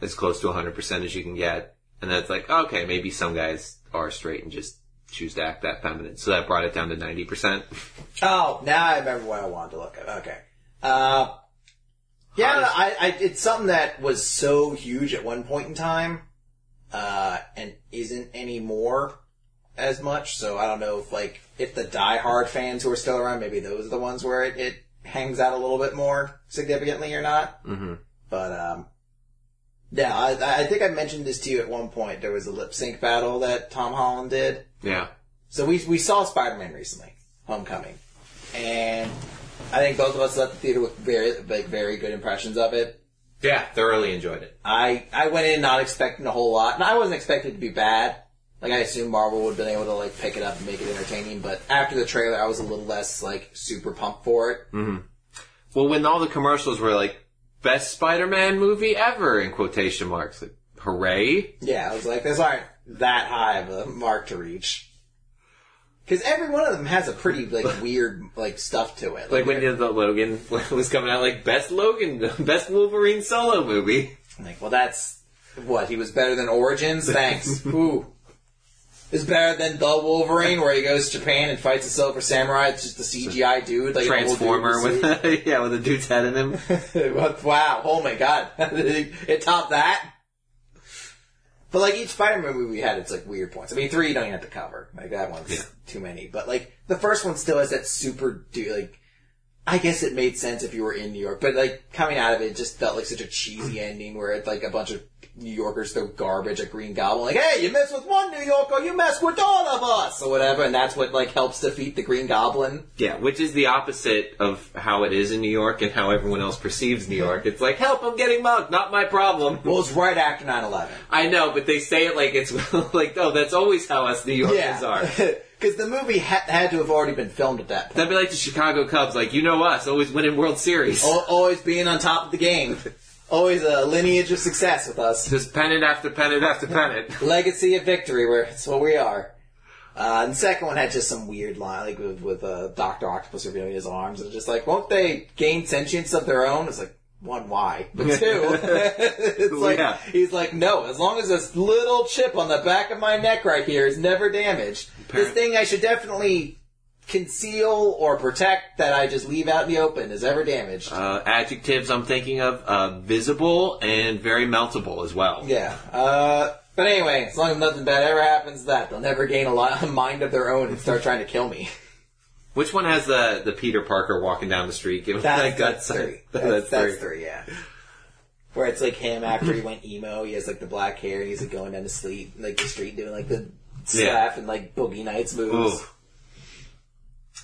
C: as close to 100% as you can get. And then it's like, okay, maybe some guys are straight and just choose to act that feminine. So that brought it down to 90%.
A: Oh, now I remember what I wanted to look at. Okay. Uh, yeah, I, I, it's something that was so huge at one point in time, uh, and isn't anymore as much. So I don't know if like, if the diehard fans who are still around, maybe those are the ones where it, it hangs out a little bit more significantly or not.
C: Mm-hmm.
A: But, um, yeah, I, I think I mentioned this to you at one point. There was a lip sync battle that Tom Holland did.
C: Yeah.
A: So we we saw Spider Man recently, Homecoming, and I think both of us left the theater with very like very good impressions of it.
C: Yeah, thoroughly enjoyed it.
A: I I went in not expecting a whole lot, and I wasn't expecting it to be bad. Like I assumed Marvel would have been able to like pick it up and make it entertaining, but after the trailer, I was a little less like super pumped for it.
C: hmm Well, when all the commercials were like, best Spider-Man movie ever in quotation marks, like, hooray.
A: Yeah, I was like, those aren't that high of a mark to reach. Because every one of them has a pretty like weird like stuff to it.
C: Like when did the Logan was coming out, like best Logan, best Wolverine solo movie.
A: Like, well, that's what he was better than Origins. Thanks. Ooh, it's better than the Wolverine, where he goes to Japan and fights a Silver Samurai. It's just a CGI dude, like an old dude
C: Transformer
A: in a
C: with
A: suit.
C: yeah with a dude's head in him.
A: What- wow! Oh my god! it topped that. But like each Spider-Man movie had its like weird points. I mean, three you don't even have to cover. Like that one's too many. But like the first one still has that super dude. Like I guess it made sense if you were in New York, but like coming out of it, it just felt like such a cheesy ending where it's like a bunch of New Yorkers throw garbage at Green Goblin. Like, hey, you mess with one New Yorker, you mess with all of us, or whatever. And that's what like helps defeat the Green Goblin.
C: Yeah, which is the opposite of how it is in New York and how everyone else perceives New York. It's like, help, I'm getting mugged, not my problem.
A: Well, it's right after 9-11.
C: I know, but they say it like it's like, oh, that's always how us New Yorkers are.
A: Because the movie ha- had to have already been filmed at that point.
C: That'd be like the Chicago Cubs, like, you know us, always winning World Series.
A: Al- always being on top of the game. Always a lineage of success with us.
C: Just pennant after pennant after pennant.
A: Legacy of victory, where it's what we are. Uh, and the second one had just some weird line, like with, with uh, Doctor Octopus revealing his arms, and just like, won't they gain sentience of their own? It's like, one, why? But two, it's like
C: Yeah.
A: he's like, no, as long as this little chip on the back of my neck right here is never damaged, this thing I should definitely conceal or protect that I just leave out in the open is ever damaged.
C: Uh, adjectives I'm thinking of, uh, visible and very meltable as well.
A: Yeah. Uh, but anyway, as long as nothing bad ever happens, to that they'll never gain a, lot, a mind of their own and start trying to kill me.
C: Which one has the, the Peter Parker walking down the street giving
A: That's-
C: that gut
A: that's three.
C: sign?
A: That's, that's, three. Yeah. Where it's like him after he went emo, he has like the black hair and he's like going down the street, like the street doing like the
C: Yeah.
A: slap and like boogie nights moves.
C: Ooh.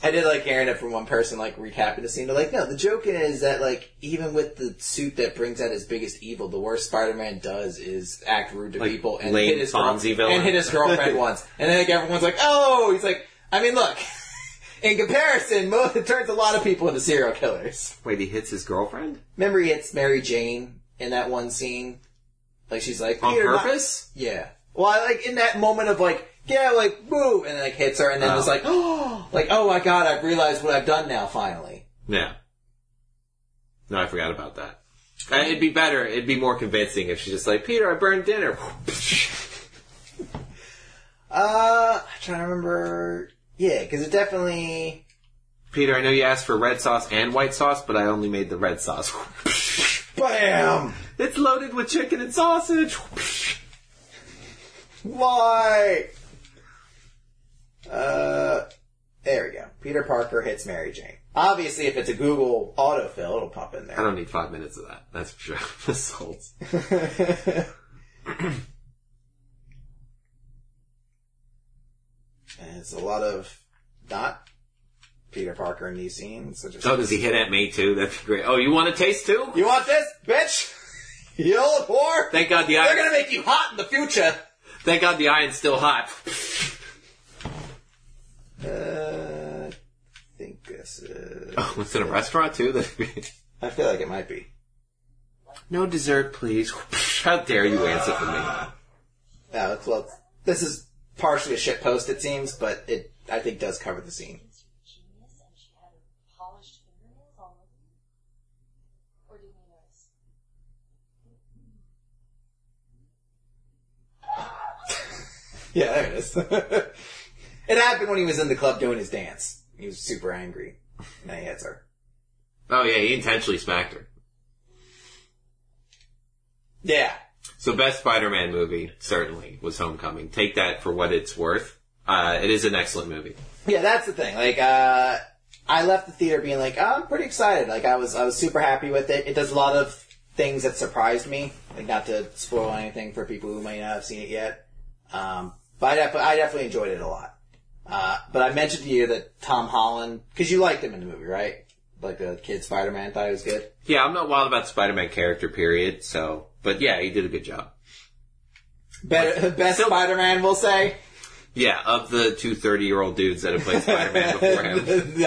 A: I did like hearing it from one person like recapping the scene. They're like, no, the joke in it is that like even with the suit that brings out his biggest evil, the worst Spider-Man does is act rude to
C: Like
A: people and
C: lame
A: hit his
C: Fonzie
A: girl-
C: villain.
A: and hit his girlfriend once. And then like everyone's like, oh, he's like, I mean, look, in comparison, Mo it turns a lot of people into serial killers.
C: Wait, he hits his girlfriend?
A: Remember, he hits Mary Jane in that one scene. Like she's like
C: On
A: "Peter, not-"
C: purpose?
A: Yeah. Well, I, like in that moment of like, yeah, like boo, and then like hits her, and then
C: Oh.
A: it's like, oh, like oh my god, I've realized what I've done now. Finally,
C: Yeah. No, I forgot about that. Uh, It'd be better, it'd be more convincing if she's just like, Peter, I burned dinner.
A: uh, I'm trying to remember. Yeah, because it definitely.
C: Peter, I know you asked for red sauce and white sauce, but I only made the red sauce.
A: Bam!
C: it's loaded with chicken and sausage.
A: Why? Uh, there we go. Peter Parker hits Mary Jane. Obviously, if it's a Google autofill, it'll pop in there.
C: I don't need five minutes of that. That's for sure. Assaults.
A: And it's a lot of not Peter Parker in these scenes. So just,
C: So Oh, does he hit at me too? That'd be great. Oh, you want a taste too?
A: You want this, bitch? you old whore!
C: Thank God the
A: They're
C: iron.
A: gonna make you hot in the future!
C: Thank God the iron's still hot.
A: Uh, I think this is.
C: Oh, it's in a restaurant too. That'd be-
A: I feel like it might be.
C: no dessert, please. How dare you answer for me?
A: No, it's, well, this is partially a shit post, it seems, but it I think does cover the scene.
N: Genius, and she had her polished fingernails all over you.
M: or did we notice?
A: Yeah, there it is. it happened when he was in the club doing his dance. He was super angry. And then he hits her.
C: Oh yeah, he intentionally smacked her.
A: Yeah.
C: So best Spider-Man movie certainly was Homecoming. Take that for what it's worth. Uh, it is an excellent movie.
A: Yeah, that's the thing. Like, uh, I left the theater being like, oh, I'm pretty excited. Like, I was, I was super happy with it. It does a lot of things that surprised me. Like, not to spoil anything for people who might not have seen it yet. Um, but I, def- I definitely enjoyed it a lot. Uh, but I mentioned to you that Tom Holland, cause you liked him in the movie, right? Like the kid Spider-Man thought he was good.
C: Yeah, I'm not wild about Spider-Man character period. So, but yeah, he did a good job.
A: Better, best Spider-Man, we'll say.
C: Yeah, of the two 30 year old dudes that have played Spider-Man before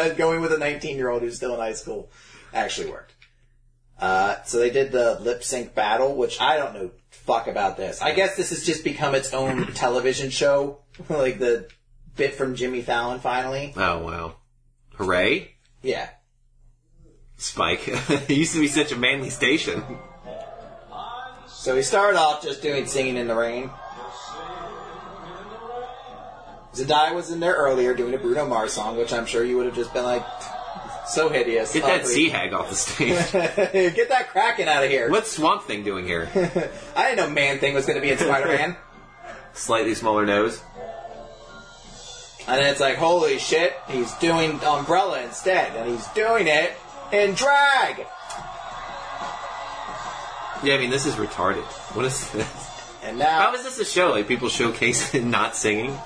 C: him.
A: Going with a 19 year old who's still in high school actually worked. Uh, so they did the lip sync battle, which I don't know fuck about this. I guess this has just become its own television show, like the bit from Jimmy Fallon finally.
C: Oh wow! Hooray,
A: Yeah.
C: Spike! it used to be such a manly station.
A: So he started off just doing singing in the rain. Zendaya was in there earlier doing a Bruno Mars song, which I'm sure you would have just been like, so hideous.
C: Get that
A: ugly.
C: sea hag off the stage.
A: Get that Kraken out of here.
C: What's Swamp Thing doing here?
A: I didn't know Man Thing was going to be in Spider Man.
C: Slightly smaller nose.
A: and then it's like, holy shit, he's doing Umbrella instead. And he's doing it in drag.
C: Yeah, I mean this is retarded. What is this?
A: And now.
C: How is this a show? Like people showcasing not singing?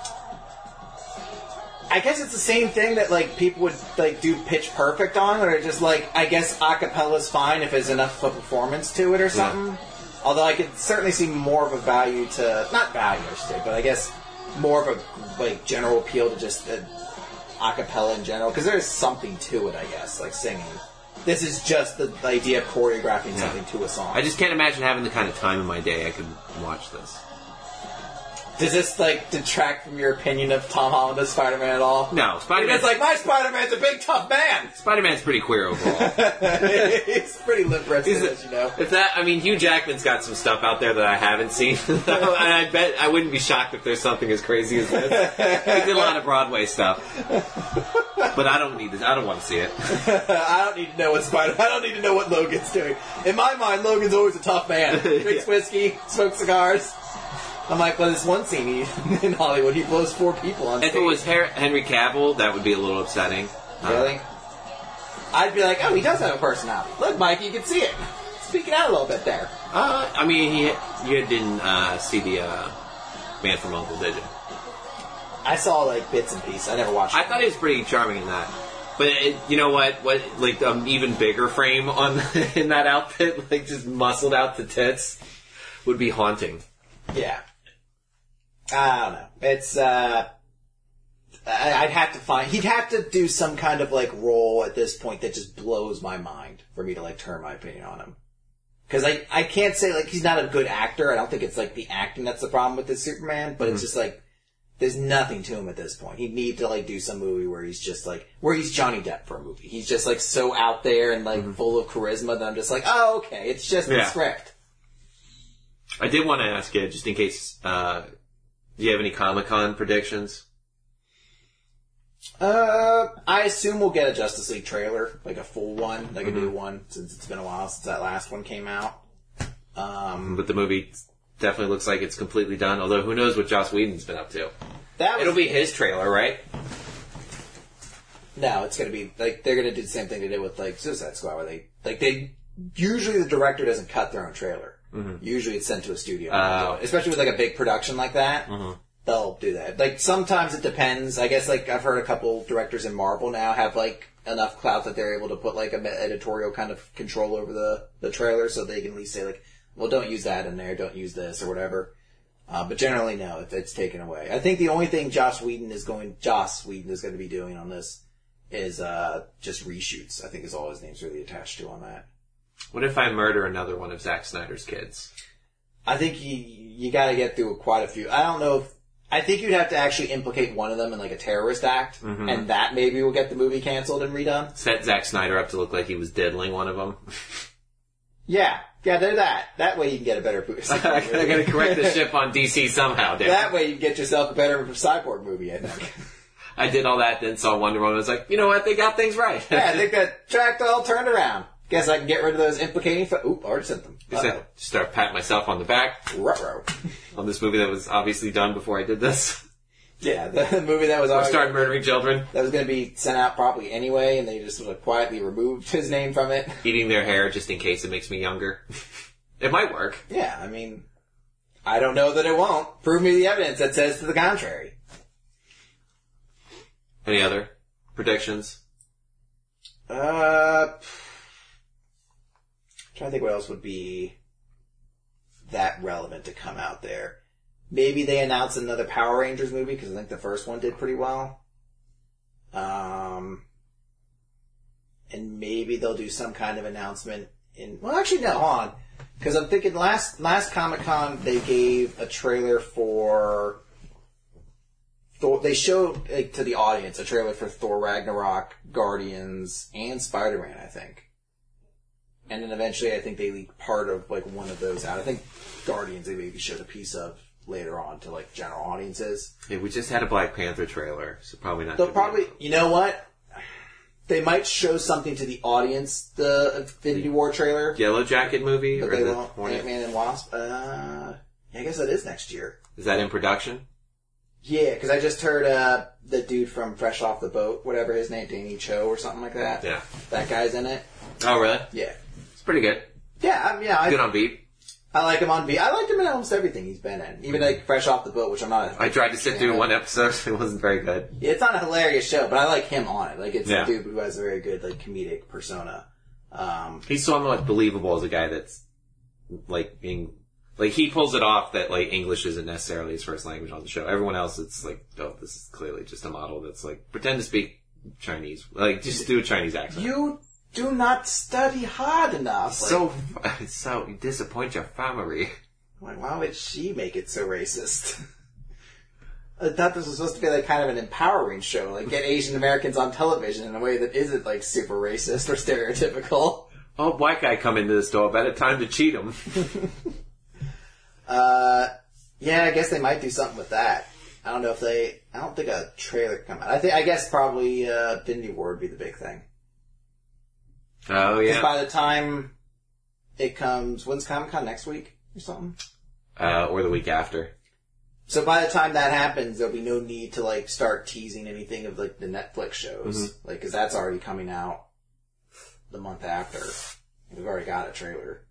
A: I guess it's the same thing that like people would like do Pitch Perfect on, or just like I guess acapella's fine if there's enough of a performance to it or something. Although I could certainly see more of a value to not value, I should say, but I guess more of a like general appeal to just uh, acapella in general because there's something to it. I guess like singing. This is just the, the idea of choreographing something to a song.
C: I just can't imagine having the kind of time in my day I could watch this.
A: Does this like detract from your opinion of Tom Holland as Spider-Man at all?
C: No, Spider
A: It's
C: Man's
A: like my Spider-Man's a big tough man.
C: Spider Man's pretty queer overall.
A: it's pretty lip wristed, as you know.
C: if that, I mean, Hugh Jackman's got some stuff out there that I haven't seen. and I bet I wouldn't be shocked if there's something as crazy as this. He did a lot of Broadway stuff, but I don't need this. I don't want to see it.
A: I don't need to know what Spider. I don't need to know what Logan's doing. In my mind, Logan's always a tough man. Drinks whiskey, smokes cigars. I'm like, well, this one scene he, in Hollywood, he blows four people on stage.
C: If it was Her- Henry Cavill, that would be a little upsetting. Uh,
A: really, I'd be like, oh, he does have a personality. Look, Mike, you can see it. Speaking out a little bit there.
C: Uh, I mean, he, you didn't uh, see the uh, Man from Uncle, did you?
A: I saw like bits and pieces. I never watched.
C: I thought he was pretty charming in that. But it, you know what? What like an even bigger frame on in that outfit, like just muscled out the tits, would be haunting.
A: it. Yeah. I don't know. It's uh, I, I'd have to find. He'd have to do some kind of like role at this point that just blows my mind for me to like turn my opinion on him. Because I I can't say like he's not a good actor. I don't think it's like the acting that's the problem with this Superman, but it's just like there's nothing to him at this point. He'd need to like do some movie where he's just like where he's Johnny Depp for a movie. He's just like so out there and like full of charisma that I'm just like, oh okay, it's just the
C: Yeah.
A: script.
C: I did want to ask you, just in case, uh, do you have any Comic Con predictions?
A: Uh, I assume we'll get a Justice League trailer, like a full one, like
C: Mm-hmm.
A: a new one, since it's been a while since that last one came out. Um,
C: But the movie definitely looks like it's completely done. Although who knows what Joss Whedon's been up to?
A: that was,
C: It'll be his trailer, right?
A: no, it's gonna be like they're gonna do the same thing they did with like Suicide Squad, where they like they usually the director doesn't cut their own trailer. Usually it's sent to a studio,
C: Oh.
A: especially with like a big production like that. They'll do that. Like sometimes it depends. I guess like I've heard a couple directors in Marvel now have like enough clout that they're able to put like an editorial kind of control over the the trailer, so they can at least say like, well, don't use that in there, don't use this or whatever. Uh, but generally, no, it, it's taken away. I think the only thing Josh Whedon is going, Joss Whedon is going to be doing on this is uh just reshoots. I think is all his name's really attached to on that.
C: What if I murder another one of Zack Snyder's kids?
A: I think you you got to get through quite a few. I don't know. if... I think you'd have to actually implicate one of them in like a terrorist act,
C: Mhm.
A: and that maybe will get the movie canceled and redone.
C: Set Zack Snyder up to look like he was diddling one of them.
A: Yeah, yeah, do that. That way you can get a better bo-
C: I
A: cyborg movie.
C: gotta correct the ship on DC somehow, dude.
A: that way you can get yourself a better cyborg movie. I think.
C: I did all that, then saw Wonder Woman. I was like, you know what? They got things right.
A: yeah, I think that tracked all turned around. Guess I can get rid of those implicating. Fa- Oop, already sent them.
C: Just had to start patting myself on the back
A: Ruh-roh.
C: on this movie that was obviously done before I did this.
A: Yeah, the movie that was
C: Before I
A: already
C: started murdering children,
A: that was going to be sent out probably anyway, and they just sort of quietly removed his name from it.
C: eating their hair just in case it makes me younger. It might work.
A: Yeah, I mean, I don't know that it won't. Prove me the evidence that says to the contrary.
C: Any other predictions?
A: Uh, trying to think what else would be that relevant to come out there. Maybe they announce another Power Rangers movie because I think the first one did pretty well. Um, and maybe they'll do some kind of announcement in. Well, actually, no, hold on, because I'm thinking last last Comic Con they gave a trailer for Thor, they showed like, to the audience a trailer for Thor Ragnarok, Guardians, and Spider Man, I think. And then eventually, I think they leaked part of like one of those out. I think Guardians they maybe showed a piece of later on to like general audiences.
C: Hey, we just had a Black Panther trailer, so probably not.
A: They'll
C: gonna be-
A: probably, you know what? They might show something to the audience. The Infinity War trailer,
C: Yellow Jacket movie
A: but
C: or
A: they
C: the
A: won't.
C: Hornet-
A: Ant Man and Wasp. Uh, I guess that is next year.
C: Is that in production?
A: Yeah, because I just heard uh, the dude from Fresh Off the Boat, whatever his name, Danny Cho or something like that.
C: Yeah.
A: That guy's in it.
C: Oh, really?
A: Yeah.
C: It's pretty good.
A: Yeah, I, yeah.
C: Good
A: I,
C: on beat.
A: I like him on V. I liked him in almost everything he's been in, even like Fresh Off the Boat, which I'm not.
C: I tried to sit through one episode. It wasn't very good.
A: It's not a hilarious show, but I like him on it. Like it's
C: Yeah.
A: a dude who has a very good like comedic persona. Um,
C: He's somewhat believable as a guy that's like being like he pulls it off that like English isn't necessarily his first language on the show. Everyone else, it's like, oh, this is clearly just a model that's like pretend to speak Chinese, like just do a Chinese accent.
A: you do not study hard enough. Like,
C: so so you disappoint your family.
A: like, why would she make it so racist? I thought this was supposed to be like kind of an empowering show, like get Asian Americans on television in a way that isn't like super racist or stereotypical.
C: Oh, white guy come into the store. Better time to cheat him.
A: Uh, yeah, I guess they might do something with that. I don't know if they. I don't think a trailer could come out. I think. I guess probably uh, Infinity War would be the big thing.
C: oh
A: 'Cause
C: yeah.
A: by the time it comes, when's Comic Con next week or something?
C: Uh, or the week after.
A: So by the time that happens, there'll be no need to like start teasing anything of like the Netflix shows, Like 'cause
C: Mm-hmm.
A: because that's already coming out the month after. We've already got a trailer,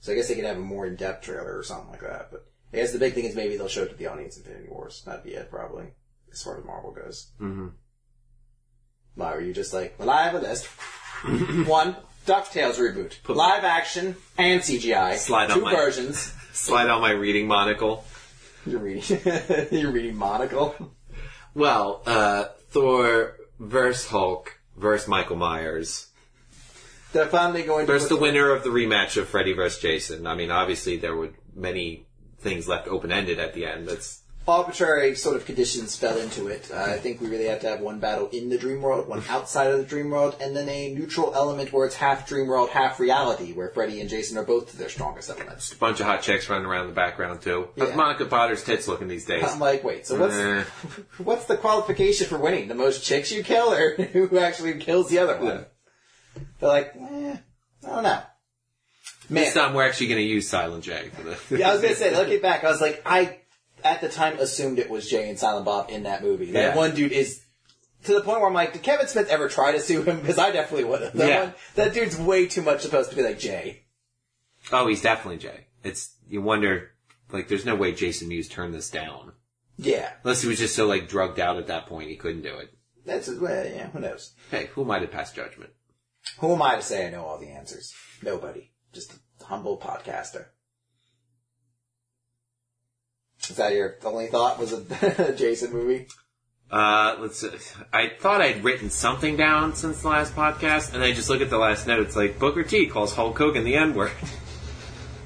A: so I guess they could have a more in-depth trailer or something like that. But I guess the big thing is maybe they'll show it to the audience in Infinity Wars. That'd be it, probably, as far as Marvel goes.
C: Mm-hmm.
A: Why were you just like, well, I have a list. One, Ducktales reboot, live action and CGI,
C: Slide on
A: two
C: my-
A: versions.
C: Slide on my reading monocle.
A: You're reading, you're reading Monocle.
C: Well, uh, Thor versus Hulk versus Michael Myers.
A: They're finally going to
C: There's
A: put
C: the winner of the rematch of Freddy versus Jason. I mean, obviously there were many things left open ended at the end. That's
A: arbitrary sort of conditions fell into it. Uh, I think we really have to have one battle in the dream world, one outside of the dream world, and then a neutral element where it's half dream world, half reality, where Freddy and Jason are both their strongest elements.
C: a bunch of hot chicks running around in the background too.
A: Yeah.
C: How's Monica Potter's tits looking these days?
A: I'm like, wait, so what's
C: Eh.
A: what's the qualification for winning? The most chicks you kill, or who actually kills the other one? They're like, eh, I don't know. Man,
C: This time we're actually going to use Silent Jag for this.
A: yeah, I was gonna say, looking back, I was like, I at the time assumed it was Jay and Silent Bob in that movie. That
C: Yeah.
A: one dude is to the point where I'm like, did Kevin Smith ever try to sue him? Because I definitely would have. That,
C: Yeah.
A: one- that dude's way too much supposed to be like Jay.
C: oh, he's definitely Jag. It's you wonder, like, there's no way Jason Mewes turned this down
A: Yeah,
C: unless he was just so like drugged out at that point he couldn't do it.
A: that's his way. Yeah, who knows?
C: Hey, who might have passed judgment?
A: Who am I to say I know all the answers? Nobody. Just a humble podcaster. Is that your only thought? Was a Jason movie?
C: Uh, let's. I thought I'd written something down since the last podcast, and I just look at the last note. It's like Booker T calls Hulk Hogan the N word.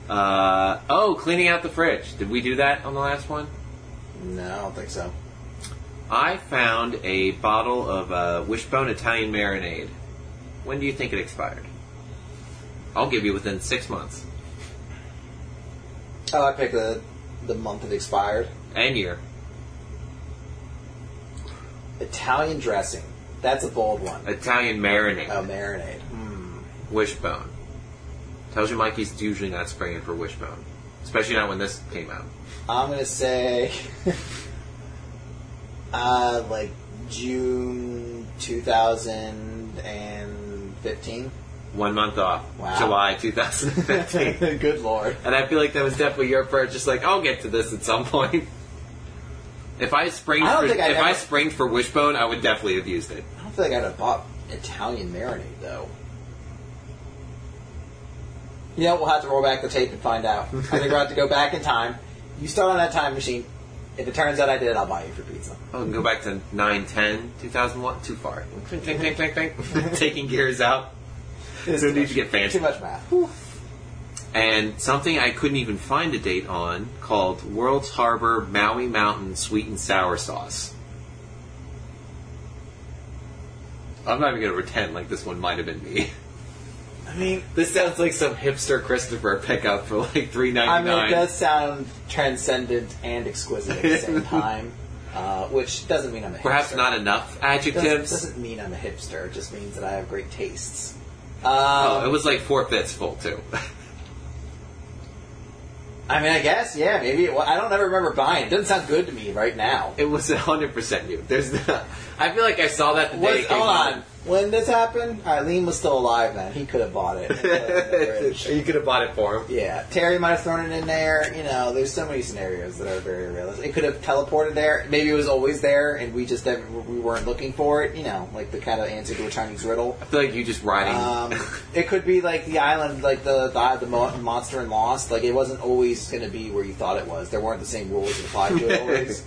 C: Uh, oh, cleaning out the fridge. Did we do that on the last one?
A: No, I don't think so.
C: I found a bottle of uh, Wishbone Italian marinade. When do you think it expired? I'll give you within six months
A: Oh, I picked the the month it expired.
C: and year.
A: Italian dressing. That's a bold one.
C: Italian marinade.
A: A marinade.
C: Wishbone. Tells you Mikey's usually not springing for Wishbone. Especially not when this came out.
A: I'm gonna say, uh, like June 2015.
C: One month off.
A: Wow.
C: July 2015.
A: Good lord.
C: and I feel like that was definitely your prayer, just like, I'll get to this at some point. If I springed
A: I don't
C: for,
A: think I'd
C: if I
A: ever-
C: springed for Wishbone, I would definitely have used it.
A: I don't feel like I'd have bought Italian marinade though. You know, we'll have to roll back the tape and find out. I think we're gonna have to go back in time. You start on that time machine. If it turns out I did, I'll buy you for pizza.
C: Oh, and go back to 9, 10, 2001. Too far. Clink, clink, clink, clink, clink. Taking gears out. So need to get fancy.
A: Too much math.
C: and something I couldn't even find a date on called World's Harbor Maui Mountain Sweet and Sour Sauce. I'm not even going to pretend like this one might have been me.
A: I mean,
C: This sounds like some hipster Christopher pickup for like three
A: I
C: ninety
A: mean, it
C: nine.
A: does sound transcendent and exquisite at the same time, uh, which doesn't mean I'm a
C: Perhaps
A: hipster.
C: not enough
A: doesn't,
C: adjectives.
A: doesn't mean I'm a hipster. It just means that I have great tastes. Um,
C: oh, it was like four fifths full too.
A: I mean, I guess, yeah, maybe. It, wa- I don't ever remember buying. It doesn't sound good to me right now.
C: it was hundred percent you. There's, the, I feel like I saw that the day.
A: Was,
C: it came
A: hold
C: out.
A: on. When this happened, Eileen was still alive then. He could have bought it.
C: you could have bought it for him.
A: Yeah, Terry might have thrown it in there. You know, there's so many scenarios that are very realistic. It could have teleported there. Maybe it was always there, and we just never, we weren't looking for it. You know, like the kind of answer to a Chinese riddle.
C: I feel like you just riding.
A: Um, it could be like the island, like the the, the mo- monster in Lost. Like it wasn't always going to be where you thought it was. There weren't the same rules that applied to it always.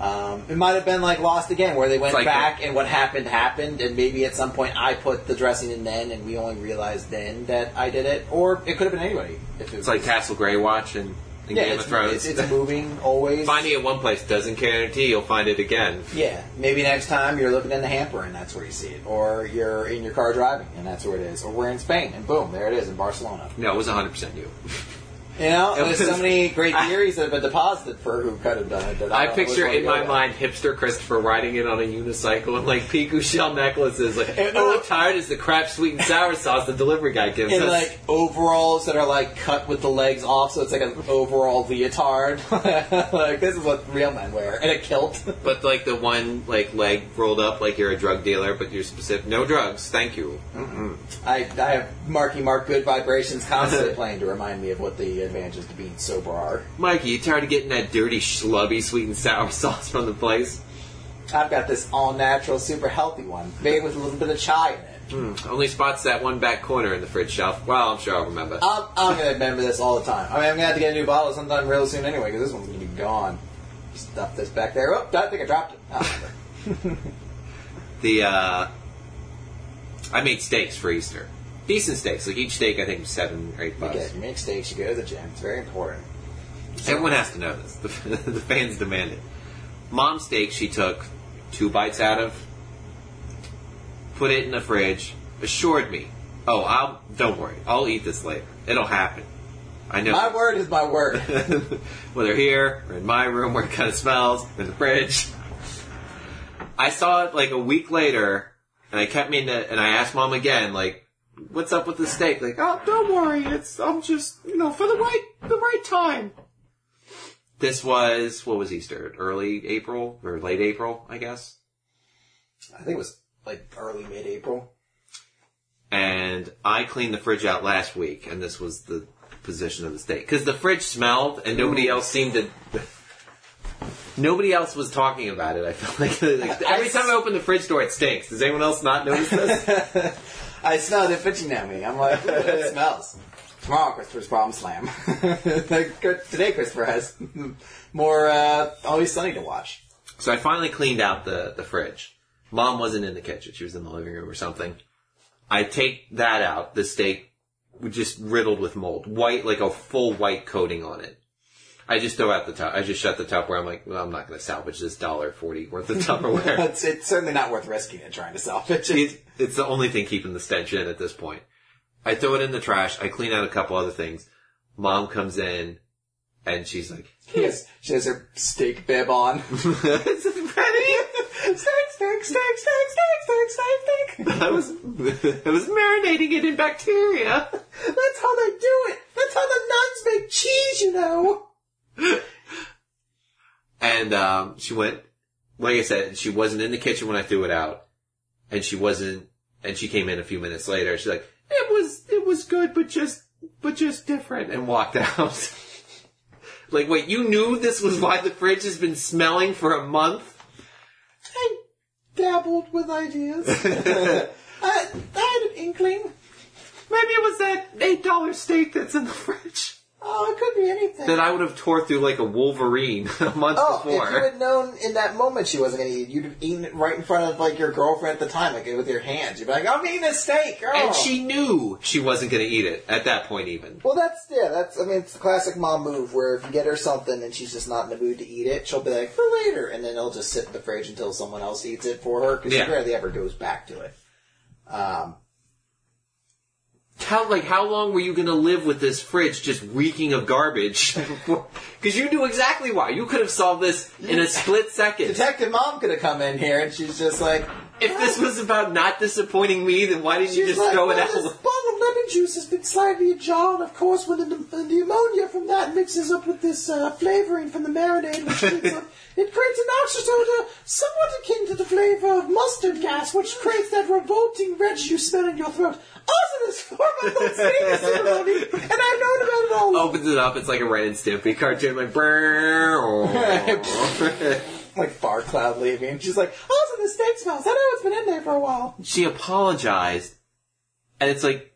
A: Um, it might have been like Lost again, where they went
C: It's like
A: back and what happened happened, and maybe at some point I put the dressing in then, and we only realized then that I did it. Or it could have been anybody. If it
C: it's like Castle Grey Watch and, and
A: yeah,
C: Game
A: it's,
C: of Thrones.
A: It's, it's moving always.
C: Finding it one place doesn't guarantee you'll find it again.
A: Yeah, maybe next time you're looking in the hamper and that's where you see it, or you're in your car driving and that's where it is, or we're in Spain and boom, there it is in Barcelona.
C: No, it was hundred percent you.
A: You know,
C: It
A: there's
C: was-
A: so many great theories that have been deposited for who could have done Oh, it. That
C: I
A: don't
C: picture
A: always
C: in my
A: wanna go
C: mind hipster Christopher riding in on a unicycle and like Piku shell necklaces. Like,
A: And-
C: oh, I'm tired is the crap sweet and sour sauce the delivery guy gives
A: down. And
C: us.
A: like overalls that are like cut with the legs off, so it's like an overall leotard. like this is what real men wear, and a kilt.
C: but like the one like leg rolled up, like you're a drug dealer, but you're specific. No drugs, thank you. Mm-mm.
A: I, I have Marky Mark Good Vibrations constantly playing to remind me of what the advantages to being sober are.
C: Mikey, you tired of getting that dirty schlubby sweet and sour sauce from the place?
A: I've got this all natural, super healthy one, made with a little bit of chai in it.
C: Mm, only spots that one back corner in the fridge shelf. Well, I'm sure I'll remember.
A: I'm, I'm going to remember this all the time. I mean, I'm going to have to get a new bottle sometime real soon anyway, because this one's going to be gone. Stuff this back there. Oh, I think I dropped it. Oh,
C: the uh, I made steaks for Easter. Decent steaks. Like each steak, I think was seven or eight
A: you
C: bucks.
A: get your mixed steaks, you go to the gym. It's very important.
C: Everyone has to know this. The, the fans demand it. Mom steak she took two bites out of, put it in the fridge, assured me, "Oh, I'll don't worry, I'll eat this later. It'll happen. I know."
A: My word is my word.
C: whether here or in my room where it kind of smells, in the fridge. I saw it like a week later, and I kept me in the, and I asked mom again, like, "What's up with the steak?" Like, "Oh, don't worry, it's I'm just you know for the right the right time." This was what was Easter? Early April or late April, I guess.
A: I think it was like early mid April.
C: And I cleaned the fridge out last week, and this was the position of the steak because the fridge smelled, and nobody else seemed to. Nobody else was talking about it. I felt like, like every time I open the fridge door, it stinks. Does anyone else not notice this?
A: I smelled it bitching at me. I'm like, "Ooh, that smells. Tomorrow, Christopher's bomb slam. Like, Today, Christopher has more uh, Always Sunny to watch.
C: so I finally cleaned out the the fridge. Mom wasn't in the kitchen; she was in the living room or something. I take that out. The steak was just riddled with mold, white like a full white coating on it. I just throw out the top. I just shut the Tupperware. I'm like, well, I'm not going to salvage this dollar forty worth of Tupperware.
A: it's, it's certainly not worth risking and trying to salvage it.
C: it's, it's the only thing keeping the stench in at this point. I throw it in the trash. I clean out a couple other things. Mom comes in and she's like,
A: She has, she has her steak bib on.
C: Steak, steak, steak, steak, steak, steak, steak. I was, I was marinating it in bacteria.
A: That's how they do it. That's how the nuns make cheese, you know.
C: And um, she went, like I said, she wasn't in the kitchen when I threw it out, and she wasn't, and she came in a few minutes later. She's like, "It was, it was good, but just, but just different," and walked out. like, wait, you knew this was why the fridge has been smelling for a month?
A: Dabbled with ideas.
C: Maybe
A: I, I had an inkling.
C: it was that eight dollar steak that's in the fridge
A: Oh, it could be anything.
C: that I would have tore through like a wolverine a month
A: Oh,
C: before.
A: if you had known in that moment she wasn't going to eat, you'd have eaten it right in front of like your girlfriend at the time, like with your hands. You'd be like, "I'm eating a steak." Oh.
C: and she knew she wasn't going to eat it at that point, even.
A: Well, that's yeah. That's I mean, it's the classic mom move where if you get her something and she's just not in the mood to eat it, she'll be like, "For later," and then it'll just sit in the fridge until someone else eats it for her because
C: Yeah.
A: she rarely ever goes back to it. Um,
C: How like how long were you going to live with this fridge just reeking of garbage? Because you knew exactly why. You could have solved this in a split second.
A: Detective Mom could have come in here and she's just like,
C: If this was about not disappointing me, then why did you
A: She's
C: just
A: like,
C: throw it
A: "Well,
C: out?
A: This bottle of lemon juice has been slightly ajar, and of course, when the, when the ammonia from that mixes up with this uh, flavoring from the marinade, which creates a, it creates an oxygen odor somewhat akin to the flavor of mustard gas, which creates that revolting red you smell in your throat. Also, this four-month-old sneaker ceremony, and I've known about it all.
C: Opens it up, it's like a Ren and Stimpy cartoon, like brrrr.
A: Like far cloud leaving. She's like, also the steak smells. I know it's been in there for a while.
C: she apologized, and it's like,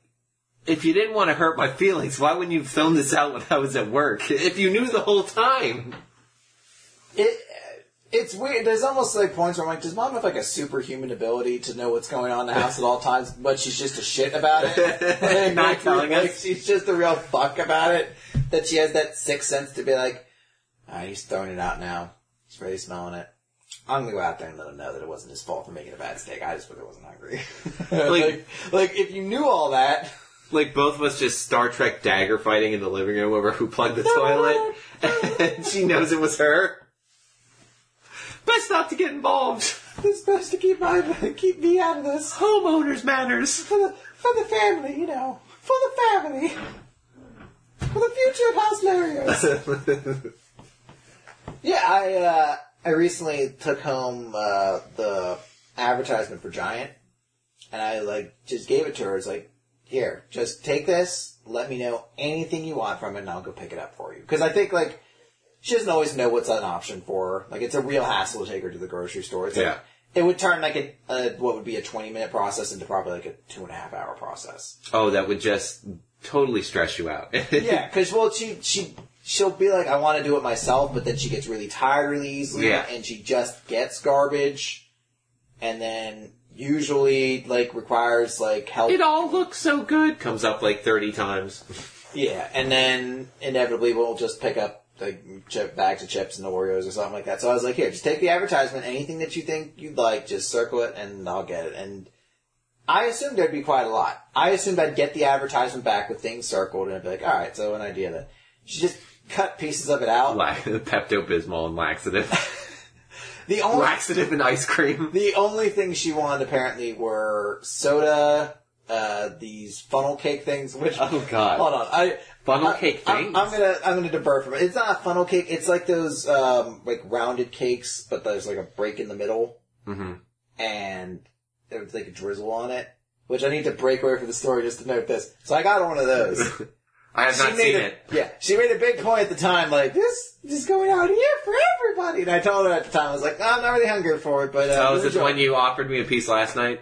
C: if you didn't want to hurt my feelings, why wouldn't you have thrown this out when I was at work? If you knew the whole time.
A: it it's weird. There's almost like points where I'm like, does mom have like a superhuman ability to know what's going on in the house at all times, but she's just a shit about it, Like,
C: Not telling
A: like,
C: us.
A: She's just a real fuck about it. That she has that sixth sense to be like, ah, he's throwing it out now. He's really smelling it. I'm gonna go out there and let him know that it wasn't his fault for making a bad steak. I just really wasn't hungry. like, like if you knew all that.
C: like both of us just Star Trek dagger fighting in the living room over who plugged the toilet, and she knows it was her. Best not to get involved.
A: It's best to keep my keep me out of this.
C: Homeowners matters
A: for the for the family, you know, for the family, for the future of House Larios. yeah, I uh, I recently took home uh, the advertisement for Giant, and I like just gave it to her. It's like, here, just take this. Let me know anything you want from it, and I'll go pick it up for you. Because I think like she doesn't always know what's an option for her. Like it's a real hassle to take her to the grocery store. It's like,
C: Yeah.
A: it would turn like a, a what would be a twenty minute process into probably like a two and a half hour process.
C: oh, that would just totally stress you out.
A: yeah, because well, she she she'll be like, I want to do it myself, but then she gets really tired really easily,
C: Yeah.
A: and she just gets garbage, and then usually like requires like help.
C: It all looks so good. Comes up like thirty times.
A: Yeah, and then inevitably we'll just pick up like chip bags of chips and Oreos or something like that. So I was like, here, just take the advertisement, anything that you think you'd like, just circle it, and I'll get it. And I assumed there'd be quite a lot. I assumed I'd get the advertisement back with things circled, and I'd be like, all right, so an idea that she just cut pieces of it out.
C: Pepto Bismol and laxative,
A: The only
C: laxative and ice cream.
A: the only things she wanted apparently were soda, uh, these funnel cake things. Which
C: Oh, God.
A: hold on, I
C: Funnel
A: I-
C: cake
A: I'm-
C: things?
A: I'm, gonna I'm gonna defer from it. It's not a funnel cake. It's like those um, like rounded cakes, but there's like a break in the middle
C: Mm-hmm.
A: and there was like a drizzle on it. Which I need to break away from the story just to note this. So I got one of those.
C: I have
A: She
C: not
A: made
C: seen
A: a-
C: it.
A: Yeah, she made a big point at the time, like this is going out here for everybody. And I told her at the time, I was like, "Oh, I'm not really hungry for it, but uh,
C: So
A: you
C: Oh, is this
A: enjoy
C: when you offered me a piece last night?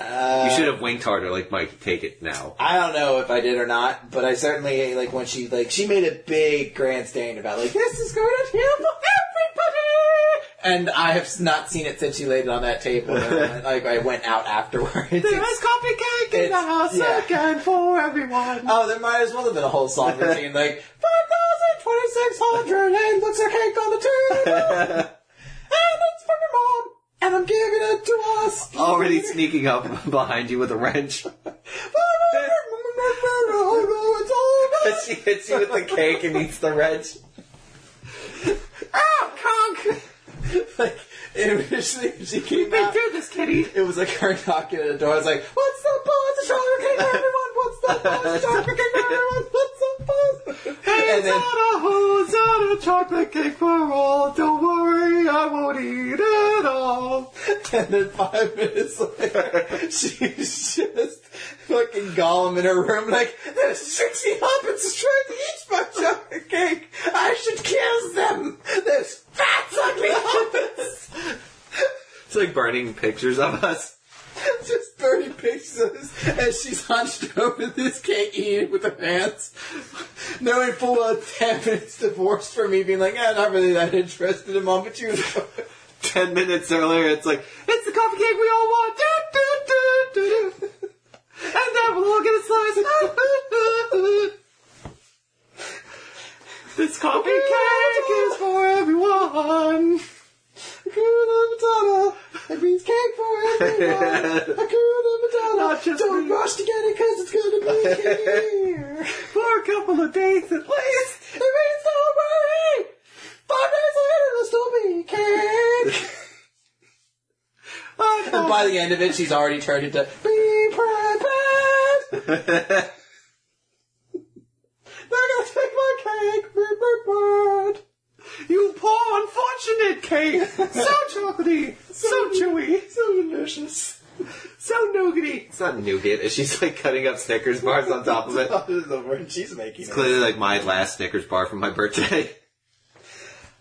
A: Uh,
C: You should have winked harder, like Mike. Take it now.
A: I don't know if I did or not, but I certainly like when she like she made a big grandstand about like this is going out here for everybody, and I have not seen it since she laid it on that table. And, like I went out afterwards.
C: coffee cake
A: in the It's- house yeah.
C: again for everyone.
A: Oh, there might as well have been a whole song routine like five thousand twenty six hundred and looks like cake on the table, and it's for your mom, and I'm giving it to us.
C: Already sneaking up behind you with a wrench.
A: It's hits you with the cake and eats the wrench. Ow, conk! like, initially, she came They do this, kitty! It was like her knocking at a door. I was like, what's the boss? Chocolate cake for everyone! What's the boss? Chocolate cake for everyone! What's the boss? and then,
B: Who's out of chocolate cake for all? Don't worry, I won't eat it all.
A: and then five minutes later, she's just fucking Gollum in her room, like, there's 60 hobbits trying to eat my chocolate cake! I should kill them! There's fat, ugly hobbits!
C: It's like burning pictures of us.
A: just 30 pictures of this, and she's hunched over this cake eating it with her hands, knowing full well it's 10 minutes divorced from me, being like, I'm not really that interested in mom, but you.
C: Ten minutes earlier, it's like it's the coffee cake we all want. Do, do, do, do, do. And then we'll all get a slice. this coffee cake is for everyone.
A: Hakuna Matata! It means cake for everyone! Hakuna Matata! Don't rush to get it because it's gonna be here! for a couple of days at least! It means don't worry! Five days later there'll still be cake! and by the end of it, she's already turned into be prepared! They're gonna take my cake! Be prepared! You poor unfortunate cake! So chocolatey! so, chewy! So delicious! So nougaty!
C: It's not nougat. It's she's like cutting up Snickers bars on top of it.
A: Oh, the word she's making.
C: It's clearly like my last Snickers bar from my birthday.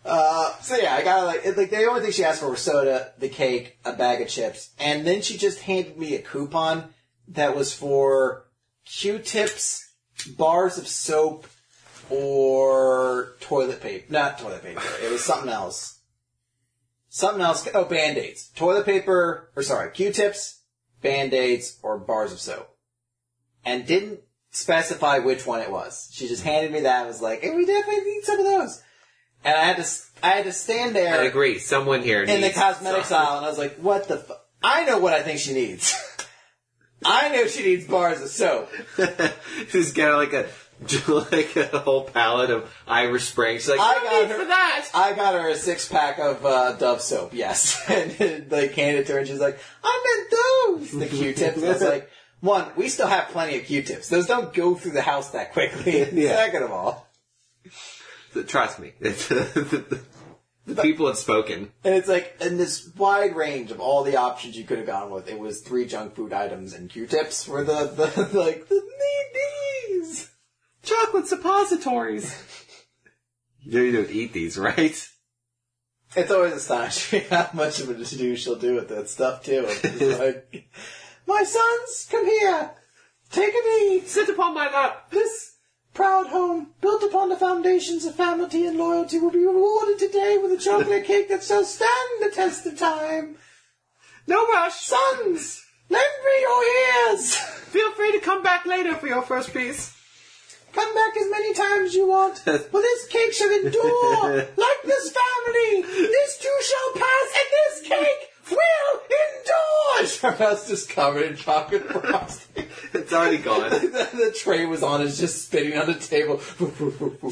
A: Uh, so yeah, I got like, it- like the only thing she asked for was soda, the cake, a bag of chips, and then she just handed me a coupon that was for Q-tips, bars of soap, or toilet paper. Not toilet paper. It was something else. Something else. Oh, band-aids. Toilet paper, or sorry, Q-tips, band-aids, or bars of soap. And didn't specify which one it was. She just handed me that and was like, hey, we definitely need some of those. And I had to, s- I had to stand
C: I
A: there
C: agree. Someone here
A: in the
C: needs
A: cosmetics
C: some.
A: aisle and I was like, what the fu- I know what I think she needs. I know she needs bars of soap.
C: She's got like a like a whole palette of Irish Spring. She's like,
A: I got her. I got her a six pack of uh, Dove soap. Yes, and like handed it to her, and she's like, "I meant those." The Q-tips. And I was like, one, we still have plenty of Q-tips. Those don't go through the house that quickly. And
C: Yeah.
A: Second of all,
C: trust me, the people have spoken.
A: and it's like in this wide range of all the options you could have gone with, it was three junk food items and Q-tips were the, the like the need these chocolate suppositories.
C: You know you don't eat these, right?
A: It's always astonishing how much of a to do she'll do with that stuff too. It's just like, my sons, come here, take a knee, sit upon my lap. This proud home, built upon the foundations of family and loyalty, will be rewarded today with a chocolate cake that shall stand the test of time. No rush, sons. Lend me your ears. Feel free to come back later for your first piece. Come back as many times as you want. For this cake shall endure, like this family. This too shall pass, and this cake will endure. Her mouth's just covered in chocolate frosting.
C: It's already gone.
A: the, the tray was on. It's just spinning on the table.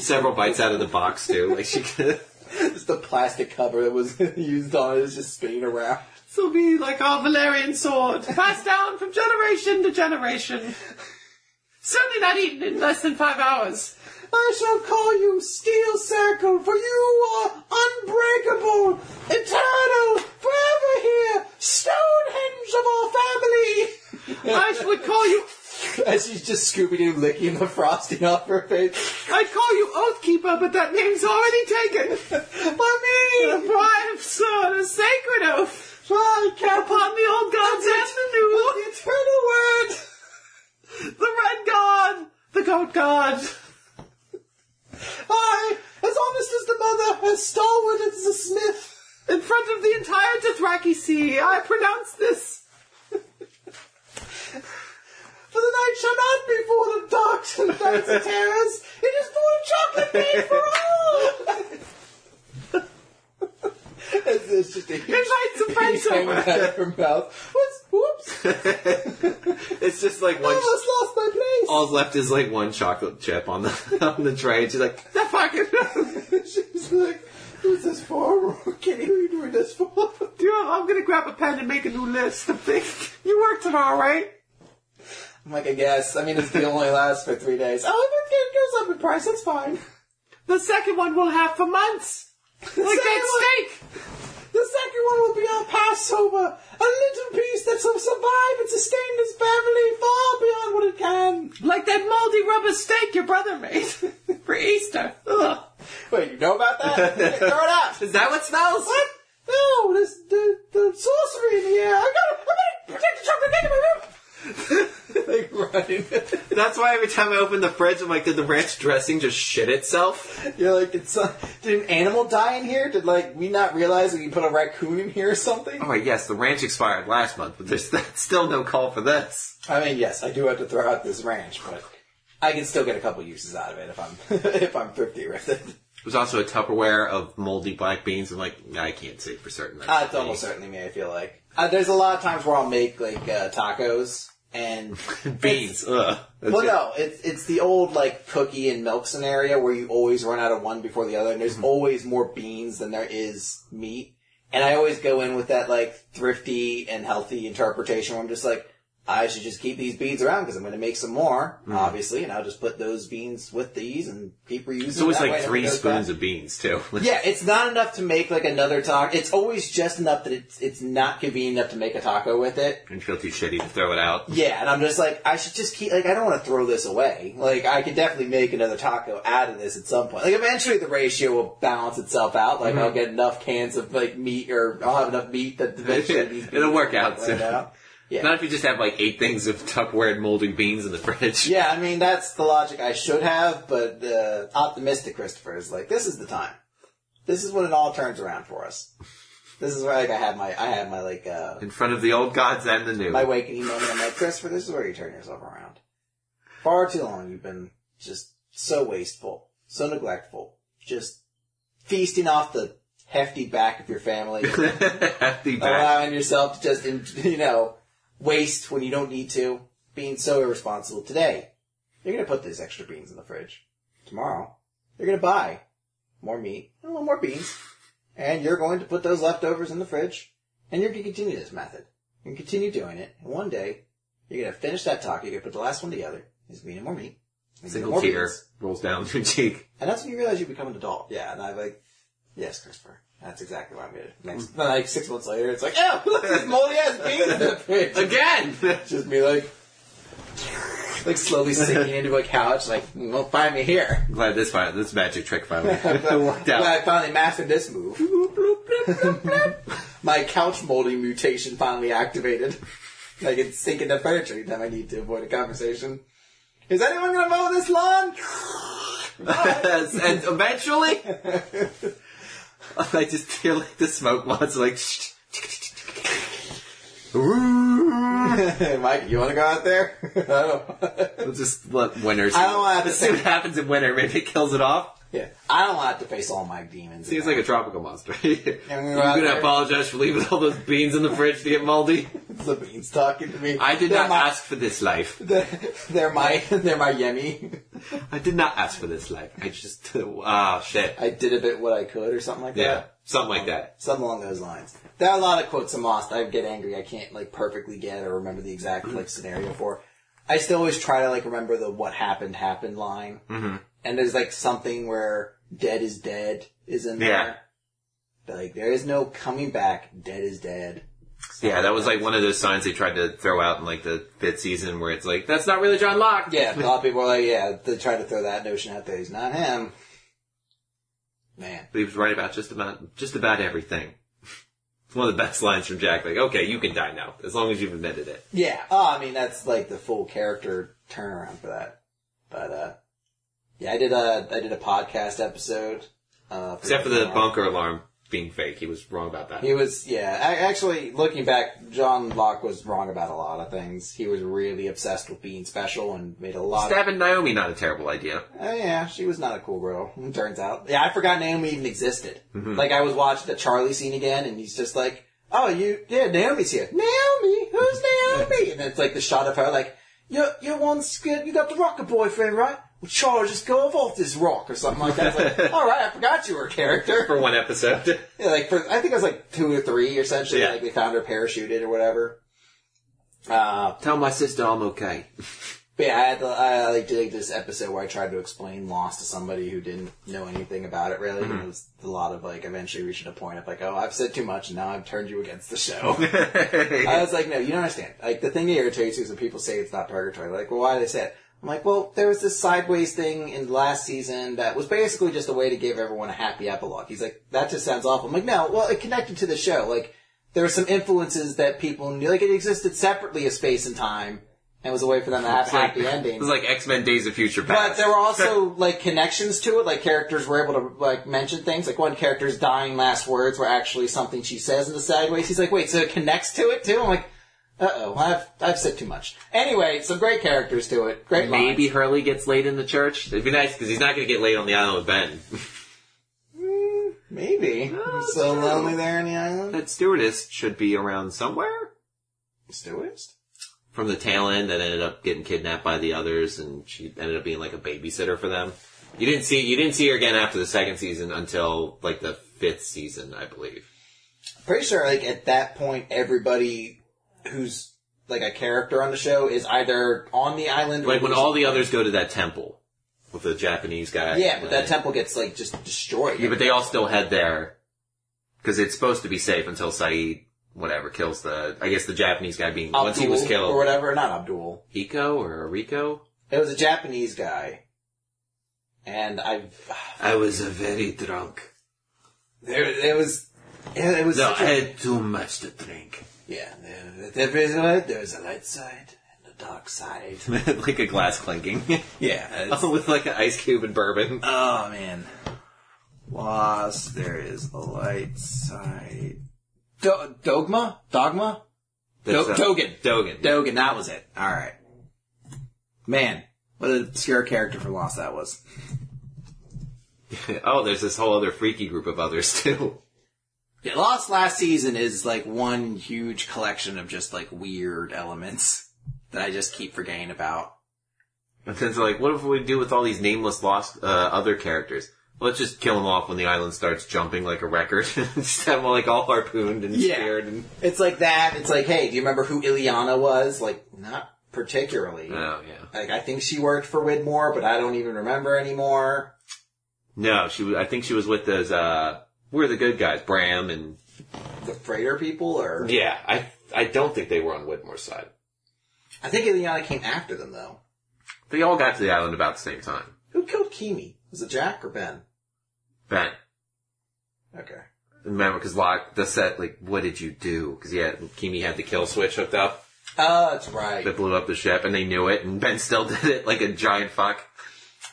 C: Several bites out of the box too. Like she could.
A: Just the plastic cover that was used on it is just spinning around.
B: This'll be like our Valerian sword, passed down from generation to generation. Certainly not eaten in less than five hours.
A: I shall call you Steel Circle, for you are unbreakable, eternal, forever here, Stonehenge of our family.
B: I would call you,
A: As she's just Scooby Doo licking the frosting off her face.
B: I'd call you Oathkeeper, but that name's already taken.
A: My
B: The bride of Sir, the sacred oath,
A: I can't
B: upon the old gods and the new,
A: the eternal word.
B: the red god, the goat god.
A: I, as honest as the mother, as stalwart as the smith.
B: In front of the entire Dothraki sea, I pronounce this.
A: For the night shall not be full of darks and nights and terrors. It is full of chocolate cake for all. it's, it's just a huge
B: Invite some friends
A: hanging
B: over.
A: out of her mouth. What's, whoops!
C: it's just like
A: I
C: one.
A: almost lost my place.
C: all's left is like one chocolate chip on the on the tray. And she's like, "The fucking."
A: She's like, who's this for? Can you read where this for?
B: Dude, I'm gonna grab a pen and make a new list of things. You work tomorrow, right?
A: I'm like, I guess. I mean, it's the only lasts for three days. Oh, if it goes up in price, that's fine.
B: The second one we'll have for months. Like that steak.
A: The second one will be our Passover, a little piece that will survive and sustain this family far beyond what it can.
B: Like that moldy rubber steak your brother made for Easter. Ugh.
A: Wait, you know about that? Throw it out.
C: Is that what smells?
A: What? No, this the, the sorcery in the air. I gotta, I gotta protect the chocolate cake in my room.
C: like running. That's why every time I open the fridge, I'm like, did the ranch dressing just shit itself?
A: You're like, did, some, did an animal die in here? Did like we not realize we put a raccoon in here or something?
C: Oh my yes, the ranch expired last month, but there's that's still no call for this.
A: I mean, yes, I do have to throw out this ranch, but I can still get a couple uses out of it if I'm if I'm thrifty with it.
C: There's also a Tupperware of moldy black beans. I'm like, I can't say for certain.
A: Uh, it's almost certainly me. I feel like uh, there's a lot of times where I'll make like uh, tacos and
C: beans. Ugh. That's
A: well,
C: it.
A: no, it's it's the old like cookie and milk scenario where you always run out of one before the other, and
C: Mm-hmm.
A: there's always more beans than there is meat. And I always go in with that like thrifty and healthy interpretation where I'm just like, I should just keep these beans around because I'm going to make some more,
C: Mm-hmm.
A: obviously, and I'll just put those beans with these and keep reusing.
C: It's always
A: that way
C: like
A: and it
C: three
A: goes back.
C: spoons of beans too.
A: Yeah, it's not enough to make like another taco. It's always just enough that it's it's not convenient enough to make a taco with it.
C: and feel too shitty to throw it out.
A: Yeah, and I'm just like, I should just keep, like, I don't want to throw this away. Like, I could definitely make another taco out of this at some point. Like, eventually the ratio will balance itself out. Like, I'll get enough cans of, like, meat, or I'll have enough meat that eventually these
C: Mm-hmm. It'll
A: beans
C: work
A: will
C: out
A: blend
C: soon.
A: Yeah.
C: Not if you just have like eight things of Tupperware and moldy beans in the fridge.
A: Yeah, I mean, that's the logic I should have, but uh, optimistic Christopher is like, this is the time. This is when it all turns around for us. This is where, like, I have my, I have my, like, uh,
C: In front of the old gods and the new.
A: my waking moment. I'm like, Christopher, this is where you turn yourself around. Far too long you've been just so wasteful, so neglectful, just feasting off the hefty back of your family,
C: Hefty back.
A: allowing yourself to just, in- you know, waste when you don't need to, being so irresponsible today. You're gonna put those extra beans in the fridge. Tomorrow, you're gonna buy more meat and a little more beans, and you're going to put those leftovers in the fridge, and you're gonna continue this method. You're gonna continue doing it, and one day, you're gonna finish that taco, you're gonna put the last one together, there's gonna be no more meat, there's gonna be no
C: Single
A: more
C: tear
A: beans.
C: rolls down your cheek.
A: And that's when you realize you become an adult. Yeah, and I'm like, yes, Christopher. That's exactly what I'm gonna do. Next, then, like six months later, it's like, oh, look at this moldy ass beans in the fridge.
C: Again!
A: Just be like, like slowly sinking into a couch, like, "You won't find me here.
C: I'm glad this fi- this magic trick finally
A: But
C: worked out.
A: I finally mastered this move. My couch molding mutation finally activated. I can sink into furniture anytime I need to avoid a conversation. Is anyone gonna mow this lawn?
C: and eventually, I just hear like the smoke wants like.
A: Mike, you wanna go out there? I don't
C: We'll just let winners.
A: I don't wanna have to
C: Let's see what
A: say-
C: happens in winter. Maybe it kills it off.
A: Yeah. I don't want to face all my demons.
C: Seems like a tropical monster. You're
A: gonna go out
C: gonna
A: there.
C: apologize for leaving all those beans in the fridge to get moldy.
A: the beans talking to me.
C: I did
A: they're
C: not
A: my,
C: ask for this life.
A: They're my they're my yummy.
C: I did not ask for this life. I just ah shit.
A: I did a bit what I could or something like
C: Yeah,
A: that.
C: something like that.
A: Something along those lines. There are a lot of quotes I'm lost. I get angry. I can't like perfectly get or remember the exact like scenario for. I still always try to like remember the what happened happened line.
C: Mm-hmm.
A: And there's like something where dead is dead is in
C: Yeah.
A: there. Like there is no coming back. Dead is dead.
C: Yeah, that was like one of those signs they tried to throw out in like the fifth season where it's like, that's not really John Locke.
A: Yeah, a lot of people are like, yeah, they try to throw that notion out there. He's not him. Man.
C: But he was right about just about just about everything. It's one of the best lines from Jack. Like, okay, you can die now, as long as you've admitted it.
A: Yeah. Oh, I mean, that's like the full character turnaround for that. But, uh, yeah, I did a, I did a podcast episode. Uh,
C: Except for
A: John
C: the
A: Locke.
C: bunker alarm being fake. He was wrong about that.
A: He was, yeah, I, actually, looking back, John Locke was wrong about a lot of things. He was really obsessed with being special and made a lot of
C: Stabbing Naomi, not a terrible idea.
A: Oh yeah, she was not a cool girl. it Turns out, yeah, I forgot Naomi even existed. Like I was watching the Charlie scene again, and he's just like, "Oh, you, yeah, Naomi's here. Naomi, who's Naomi?" And it's like the shot of her, like, you you once get, you got the rocket boyfriend, right? Well, Charles, just go off off this rock or something like that. It's like, all right, I forgot you were a character
O: for one episode.
A: Yeah, like for, I think it was like two or three essentially.
O: Yeah.
A: Like they found her parachuted or whatever. Uh,
C: Tell my sister I'm okay.
A: but yeah, I had to, I like did this episode where I tried to explain Lost to somebody who didn't know anything about it really. And it was a lot of like eventually reaching a point of like, oh, I've said too much and now I've turned you against the show. I was like, no, you don't understand. Like the thing that irritates you is when people say it's not purgatory. Like, well, why do they say it? I'm like, well, there was this sideways thing in the last season that was basically just a way to give everyone a happy epilogue. He's like, that just sounds awful. I'm like, no, well, it connected to the show. Like, there were some influences that people knew. Like, it existed separately of space and time, and was a way for them to have
O: It's like-
A: happy endings.
O: It was like X Men Days of Future Past.
A: But there were also like connections to it. Like characters were able to like mention things. Like one character's dying last words were actually something she says in the sideways. He's like, wait, so it connects to it too. I'm like, uh oh, I've I've said too much. Anyway, some great characters to it. Great lines.
C: Maybe Hurley gets laid in the church.
O: It'd be nice because he's not going to get laid on the island with Ben.
A: Maybe. I'm so lonely there on the island.
C: That stewardess should be around somewhere
A: Stewardess?
C: from the tail end that ended up getting kidnapped by the others, and she ended up being like a babysitter for them. You didn't see you didn't see her again after the second season until like the fifth season, I believe.
A: Pretty sure like at that point everybody who's like a character on the show is either on the island
C: Like
A: or
C: when all the others go to that temple with the Japanese guy.
A: Yeah, but that
C: Uh,
A: temple gets like just destroyed.
C: Yeah, but they all still head there because it's supposed to be safe until Saeed whatever kills the I guess the Japanese guy being once he was
A: Abdul
C: killed
A: or whatever, not Abdul.
C: Hiko or Rico.
A: It was a Japanese guy, and I.
C: I was a very drunk.
A: There, it was. It was.
C: No,
A: such
C: I
A: a-
C: had too much to drink.
A: yeah, there, there is a there is a light side and a dark side.
C: like a glass clinking. Oh,
A: Yeah, it's-
C: with like an ice cube and bourbon.
A: Oh man, lost. There is a light side. Do- dogma, dogma,
C: That's
A: Do-
C: a-
A: Dogen,
C: Dogen.
A: Dogen. That was it. All right, man. What a obscure character from Lost that was.
C: oh, there's this whole other freaky group of others too.
A: Yeah, Lost last season is like one huge collection of just like weird elements that I just keep forgetting about.
C: And then they're like, what if we do with all these nameless lost uh, other characters? Well, Let's just kill them off when the island starts jumping like a record. just have them like all harpooned and
A: Yeah.
C: speared and.
A: It's like that. It's like, hey, do you remember who Ileana was? Like, not particularly.
C: Oh yeah.
A: Like, I think she worked for Widmore, but I don't even remember anymore.
C: No, she. was- I think she was with those. uh We're the good guys, Bram and
A: The freighter people, or
C: yeah. I I don't think they were on Whitmore's side.
A: I think Ileana came after them though.
C: They all got to the island about the same time.
A: Who killed Kimi? Was it Jack or Ben?
C: Ben.
A: Okay.
C: Remember, because Locke, the set, like, what did you do? Because he had, Kimi had the kill switch hooked up
A: Oh, that's right.
C: that blew up the ship, and they knew it, and Ben still did it like a giant fuck.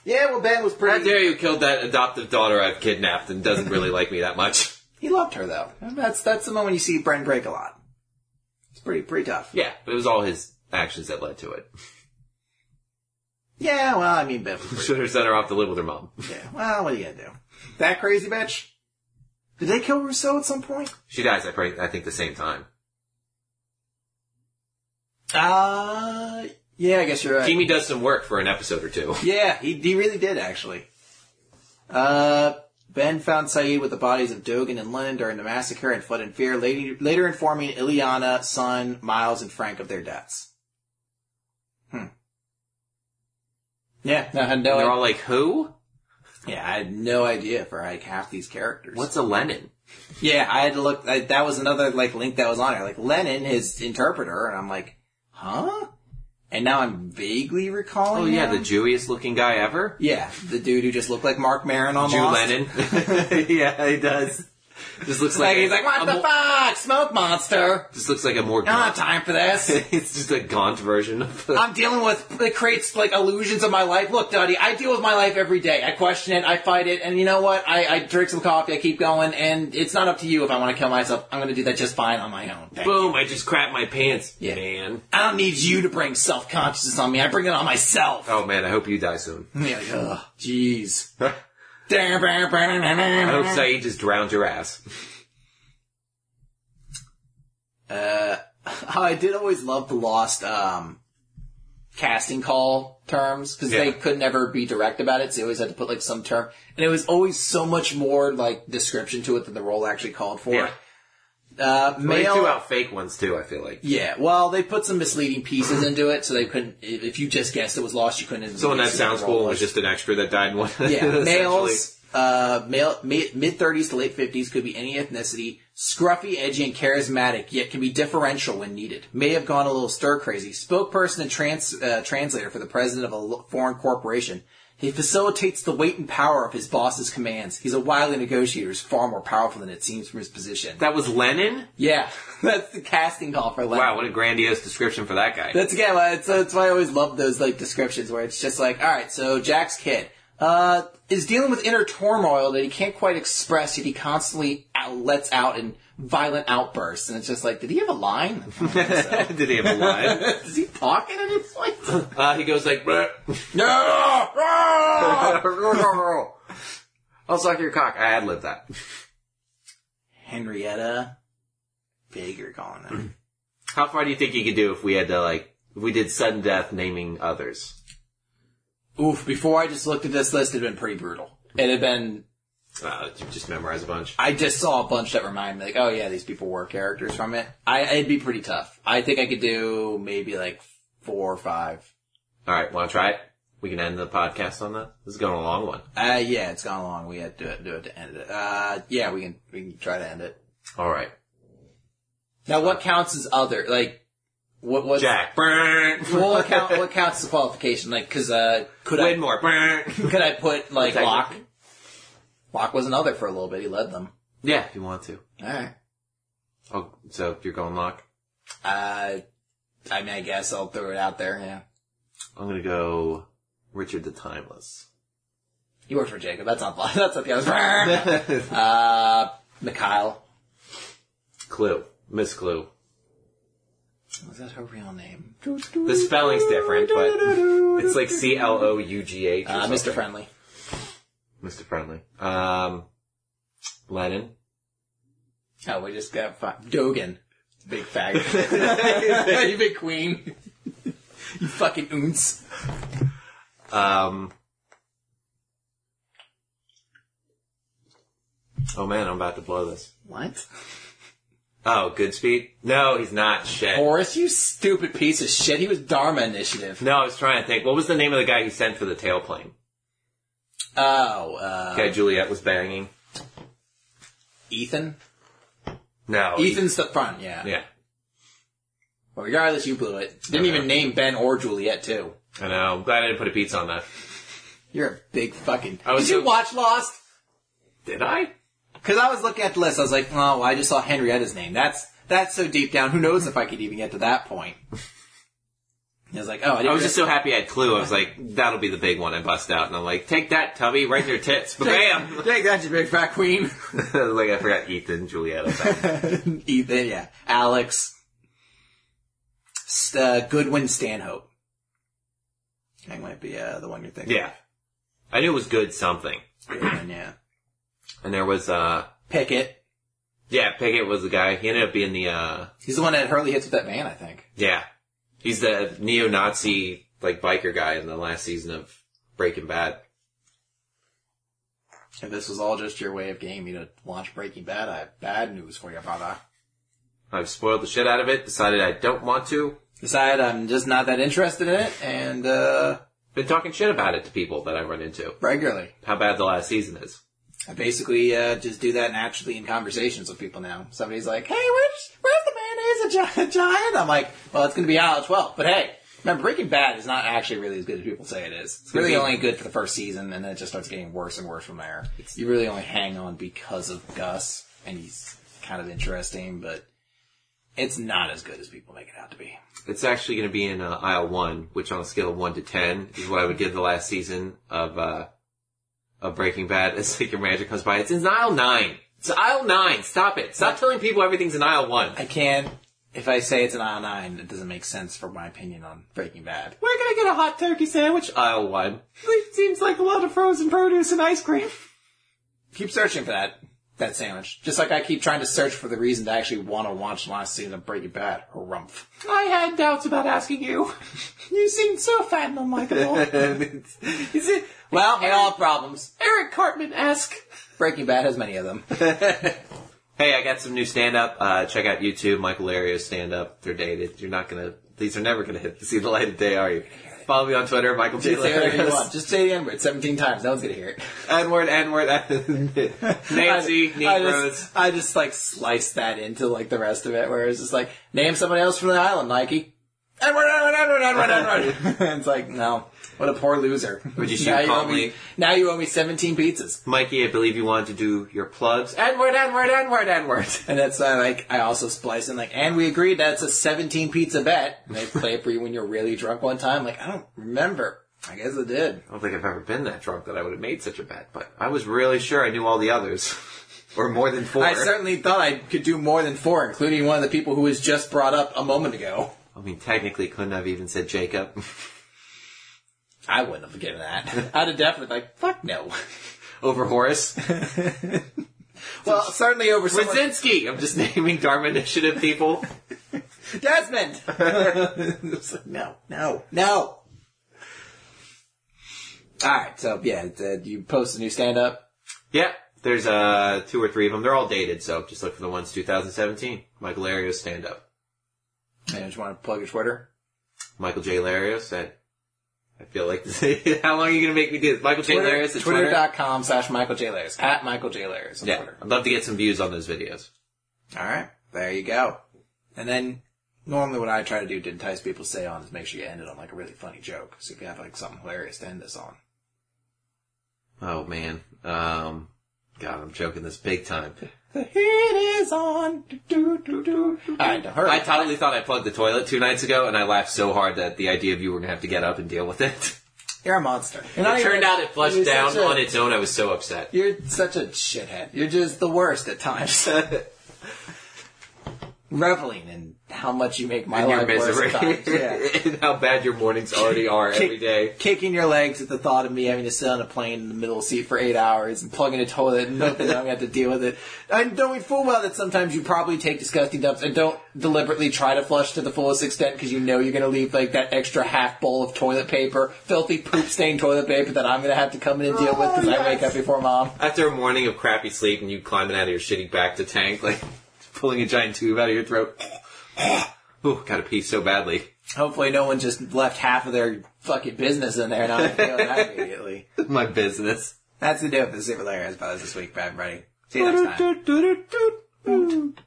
A: Yeah, well, Ben was
C: How
A: pretty.
C: dare you killed that adoptive daughter I've kidnapped and doesn't really like me that much?
A: He loved her though. That's that's the moment you see Bren break a lot. It's pretty pretty tough.
C: Yeah, but it was all his actions that led to it.
A: Yeah, well, I mean, Ben. was pretty-
C: Should have sent her off to live with her mom.
A: Yeah, well, what are you gonna do? That crazy bitch? Did they kill Rousseau at some point?
C: She dies, I, pray, I think, the same time.
A: Uh, yeah, I guess you're right.
C: Kimi does some work for an episode or two.
A: Yeah, he, he really did, actually. Uh, Ben found Saeed with the bodies of Dogan and Lennon during the massacre and fled in fear, later, later informing Ileana, Son, Miles, and Frank of their deaths. Hmm. Yeah, no, I had no
C: and they're
A: idea.
C: all like, who?
A: yeah, I had no idea for like half these characters.
C: What's a Lenin?
A: Yeah, I had to look. I, that was another like link that was on there. Like Lennon, his interpreter, and I'm like, huh? And now I'm vaguely recalling.
C: Oh, yeah, the
A: him.
C: Jewiest looking guy ever?
A: yeah, the dude who just looked like Mark Maron on
C: Jew
A: Lost.
C: Lenin. yeah, he does. Just looks
A: It's
C: like,
A: like he's like, what
C: a
A: the
C: mo-
A: fuck, smoke monster?
C: This looks like a more
A: I don't have time for this.
C: it's just a gaunt version of the
A: I'm dealing with it creates like illusions of my life. Look, Duddy, I deal with my life every day. I question it, I fight it, and you know what? I, I drink some coffee, I keep going, and it's not up to you if I want to kill myself. I'm going to do that just fine on my own. Thank you.
C: boom. I just crap my pants,
A: Yeah.
C: man.
A: I don't need you to bring self consciousness on me. I bring it on myself.
C: Oh man, I hope you die soon.
A: Yeah, like, ugh, jeez.
C: I hope
A: uh,
C: Saeed just drowned your ass.
A: I did always love the Lost um, casting call terms because
P: Yeah.
A: they could never be direct about it. So they always had to put like some term, and it was always so much more like description to it than the role actually called for.
C: Yeah.
A: Uh,
C: They
A: male.
C: threw out fake ones too. I feel like.
A: Yeah, well, they put some misleading pieces into it, so they couldn't. If if you just guessed it was lost, you couldn't.
C: Someone
A: see
C: that
A: what
C: sounds
A: the role
C: cool
A: was.
C: was just an extra that died in one.
A: Yeah,
C: essentially.
A: males, uh, male, mid thirties to late fifties could be any ethnicity, scruffy, edgy, and charismatic, yet can be differential when needed. May have gone a little stir crazy. Spokesperson and trans, uh, translator for the president of a lo- foreign corporation. He facilitates the weight and power of his boss's commands. He's a wily negotiator, who's far more powerful than it seems from his position.
C: That was Lennon.
A: Yeah, that's the casting call for Leonard.
C: Wow, what a grandiose description for that guy.
A: That's again why it's, that's why I always love those like descriptions where it's just like, all right, so Jack's kid uh, is dealing with inner turmoil that he can't quite express, yet he constantly out- lets out in violent outbursts, and it's just like, did he have a line?
C: Did he have a line?
A: Is he talking at any point?
C: Uh, he goes like, "Bleh."
A: I'll
C: suck your cock. I ad lib that.
A: Henrietta Vega calling him.
C: How far do you think you could do if we had to like, if we did sudden death naming others?
A: Oof! Before I just looked at this list, it'd been pretty brutal. It had been.
C: Uh, you just memorize a bunch.
A: I just saw a bunch that remind me, like, oh yeah, these people were characters from it. I it'd be pretty tough. I think I could do maybe like four or five.
C: All right, want to try it? We can end the podcast on that. This is going a long one.
A: Uh, yeah, it's gone long. We had to do it, do it to end it. Uh, yeah, we can we can try to end it.
C: All right,
A: Now, what counts as other? Like, what was
C: Jack.
A: Well, what, count, what counts as qualification? Like, because uh, could I
C: Widmore.
A: could I put like
C: Protect-
A: Locke? Locke was another for a little bit. He led them.
C: Yeah, if you want to.
A: All right.
C: Oh, so you're going lock.
A: Uh, I mean, I guess I'll throw it out there. Yeah,
C: I'm gonna go Richard the Timeless.
A: he worked for Jacob. That's not that's not the other. uh, Mikhail.
C: Clue. Miss Clue.
A: Was that her real name?
C: The spelling's different, but it's like C L O U G H. or
A: Uh, Mr.
C: something.
A: Friendly.
C: Mr. Friendly. Um, Lennon.
A: Oh, we just got fi- Dogan. Big faggot. you big queen. you fucking oonce.
C: Um, oh man, I'm about to blow this.
A: What?
C: Oh, Goodspeed? No, he's not. Shit.
A: Boris, you stupid piece of shit. He was Dharma Initiative.
C: No, I was trying to think. What was the name of the guy he sent for the tail plane?
A: Oh, uh,
C: guy Juliet was banging.
A: Ethan?
C: No.
A: Ethan's the front, Oh, E- yeah.
C: Yeah.
A: Well, regardless, you blew it. Didn't even name Ben or Juliet, too.
C: I know. I'm glad I didn't put a pizza on that.
A: You're a big fucking.
C: I was
A: Did you
C: so-
A: watch Lost?
C: Did I?
A: Because I was looking at the list, I was like, oh, I just saw Henrietta's name. That's that's so deep down. Who knows if I could even get to that point? I was like, oh, I, didn't
C: I was just so happy I had Clue. I was like, that'll be the big one I bust out. And I'm like, take that, Tubby, right in your tits. Bam!
A: Take, take that, you big fat queen.
C: like, I forgot Ethan, Juliet. I thought.
A: Ethan, yeah, Alex, St- uh, Goodwin Stanhope. That might be uh, the one you're thinking.
C: yeah. I knew it was good something.
A: of. Goodwin, yeah.
C: And there was, uh,
A: Pickett.
C: yeah, Pickett was the guy. He ended up being the, uh,
A: He's the one that Hurley hits with that van, I think.
C: yeah. He's the neo-Nazi, like, biker guy in the last season of Breaking Bad.
A: If this was all just your way of getting me to launch Breaking Bad, I have bad news for you, brother.
C: I've spoiled the shit out of it, decided I don't want to.
A: Decided I'm just not that interested in it, and uh
C: Been talking shit about it to people that I run into.
A: regularly.
C: How bad the last season is.
A: I basically uh, just do that naturally in conversations with people now. Somebody's like, "Hey, where's where's the mayonnaise a gi- giant?" I'm like, "Well, it's going to be out at 12." But hey, remember, Breaking Bad is not actually really as good as people say it is. It's really
C: Mhm.
A: only good for the first season, and then it just starts getting worse and worse from there. You really only hang on because of Gus, and he's kind of interesting, but it's not as good as people make it out to be.
C: It's actually going to be in uh, aisle one, which on a scale of one to ten is what I would give the last season of uh, of Breaking Bad. As like your magic comes by, it's in aisle nine. It's aisle nine. Stop it. Stop telling people everything's in aisle one.
A: I can't. If I say it's an aisle nine, it doesn't make sense for my opinion on Breaking Bad.
C: Where can I get a hot turkey sandwich? Aisle one.
A: It seems like a lot of frozen produce and ice cream. Keep searching for that. that sandwich. Just like I keep trying to search for the reason to actually want to watch the last season of Breaking Bad. Harumph.
Q: I had doubts about asking you. you seemed so fat and unlikable.
A: Is it? Well, we all have problems.
Q: Eric Cartman esque.
A: Breaking Bad has many of them.
C: Hey, I got some new stand up. Uh, check out YouTube, Michael Ario's stand up. They're dated. You're not gonna, these are never gonna hit, see the light of day, are you? Follow me on Twitter, Michael J.
A: Just say whatever you
C: Larios.
A: want. Just say the N-word 17 times. No one's gonna hear it.
C: N-word, N-word, N-word. Nancy,
A: I, I
C: Nate Rhodes.
A: just, I just like sliced that into like the rest of it, where it's just like name somebody else from the island, Nike. Edward, Edward, Edward, Edward, Edward. And it's like no, what a poor loser.
C: Would you shoot
A: now owe
C: calmly?
A: me, now you owe me 17 pizzas.
C: Mikey, I believe you wanted to do your plugs.
A: Edward, Edward, Edward, Edward. And that's uh, like I also splice in like, and we agreed that's a 17 pizza bet. And they play it for you when you're really drunk one time. Like I don't remember. I guess it did.
C: I don't think I've ever been that drunk that I would have made such a bet, but I was really sure I knew all the others. or more than four.
A: I certainly thought I could do more than four, including one of the people who was just brought up a moment ago.
C: I mean, technically, couldn't have even said Jacob.
A: I wouldn't have given that. I'd have definitely like, fuck no.
C: Over Horace.
A: Well, certainly over someone.
C: Brzezinski! I'm just naming Dharma Initiative people.
A: Desmond! It's like, no, no, no! Alright, so yeah, uh, you post a new stand up.
C: Yeah, there's uh, two or three of them. They're all dated, so just look for the ones 2017. Michael Larios stand up.
A: And I just want to plug your Twitter.
C: Michael J. Larios said, I feel like this. how long are you going to make me do this? Michael J.
A: Twitter-
C: Larios at Twitter.
A: Twitter.com slash Michael J. Layers. At Michael J. Layers on
C: Yeah,
A: Twitter.
C: I'd love to get some views on those videos.
A: Alright, there you go. And then, normally what I try to do to entice people to stay on is make sure you end it on like a really funny joke. So if you have like something hilarious to end this on.
C: Oh man, um, God, I'm joking this big time.
A: The heat is on. Do, do, do, do. Alright, don't hurry.
C: I totally thought I plugged the toilet two nights ago, and I laughed so hard that the idea of you were gonna have to get up and deal with it.
A: You're a monster. You're not
C: it
A: even-
C: turned out it flushed
A: you're
C: down
A: such a-
C: on its own. I was so upset.
A: You're such a shithead. You're just the worst at times. Reveling in how much you make my
C: in your
A: life worse
C: misery,
A: at times. Yeah.
C: and how bad your mornings already are
A: Kick-
C: every day.
A: Kicking your legs at the thought of me having to sit on a plane in the middle seat for eight hours and plugging a toilet and hoping that I'm going to have to deal with it. And knowing full well that sometimes you probably take disgusting dumps and don't deliberately try to flush to the fullest extent because you know you're going to leave like that extra half bowl of toilet paper, filthy poop stained toilet paper that I'm going to have to come in and deal with because I wake up before mom.
C: After a morning of crappy sleep and you climbing out of your shitty back to tank, like pulling a giant tube out of your throat. Ooh, gotta pee so badly.
A: Hopefully, no one just left half of their fucking business in there and I'm feeling that immediately.
C: My business.
A: That's the deal for the Super Larry Buzz this week, Brad and Buddy. See you next time.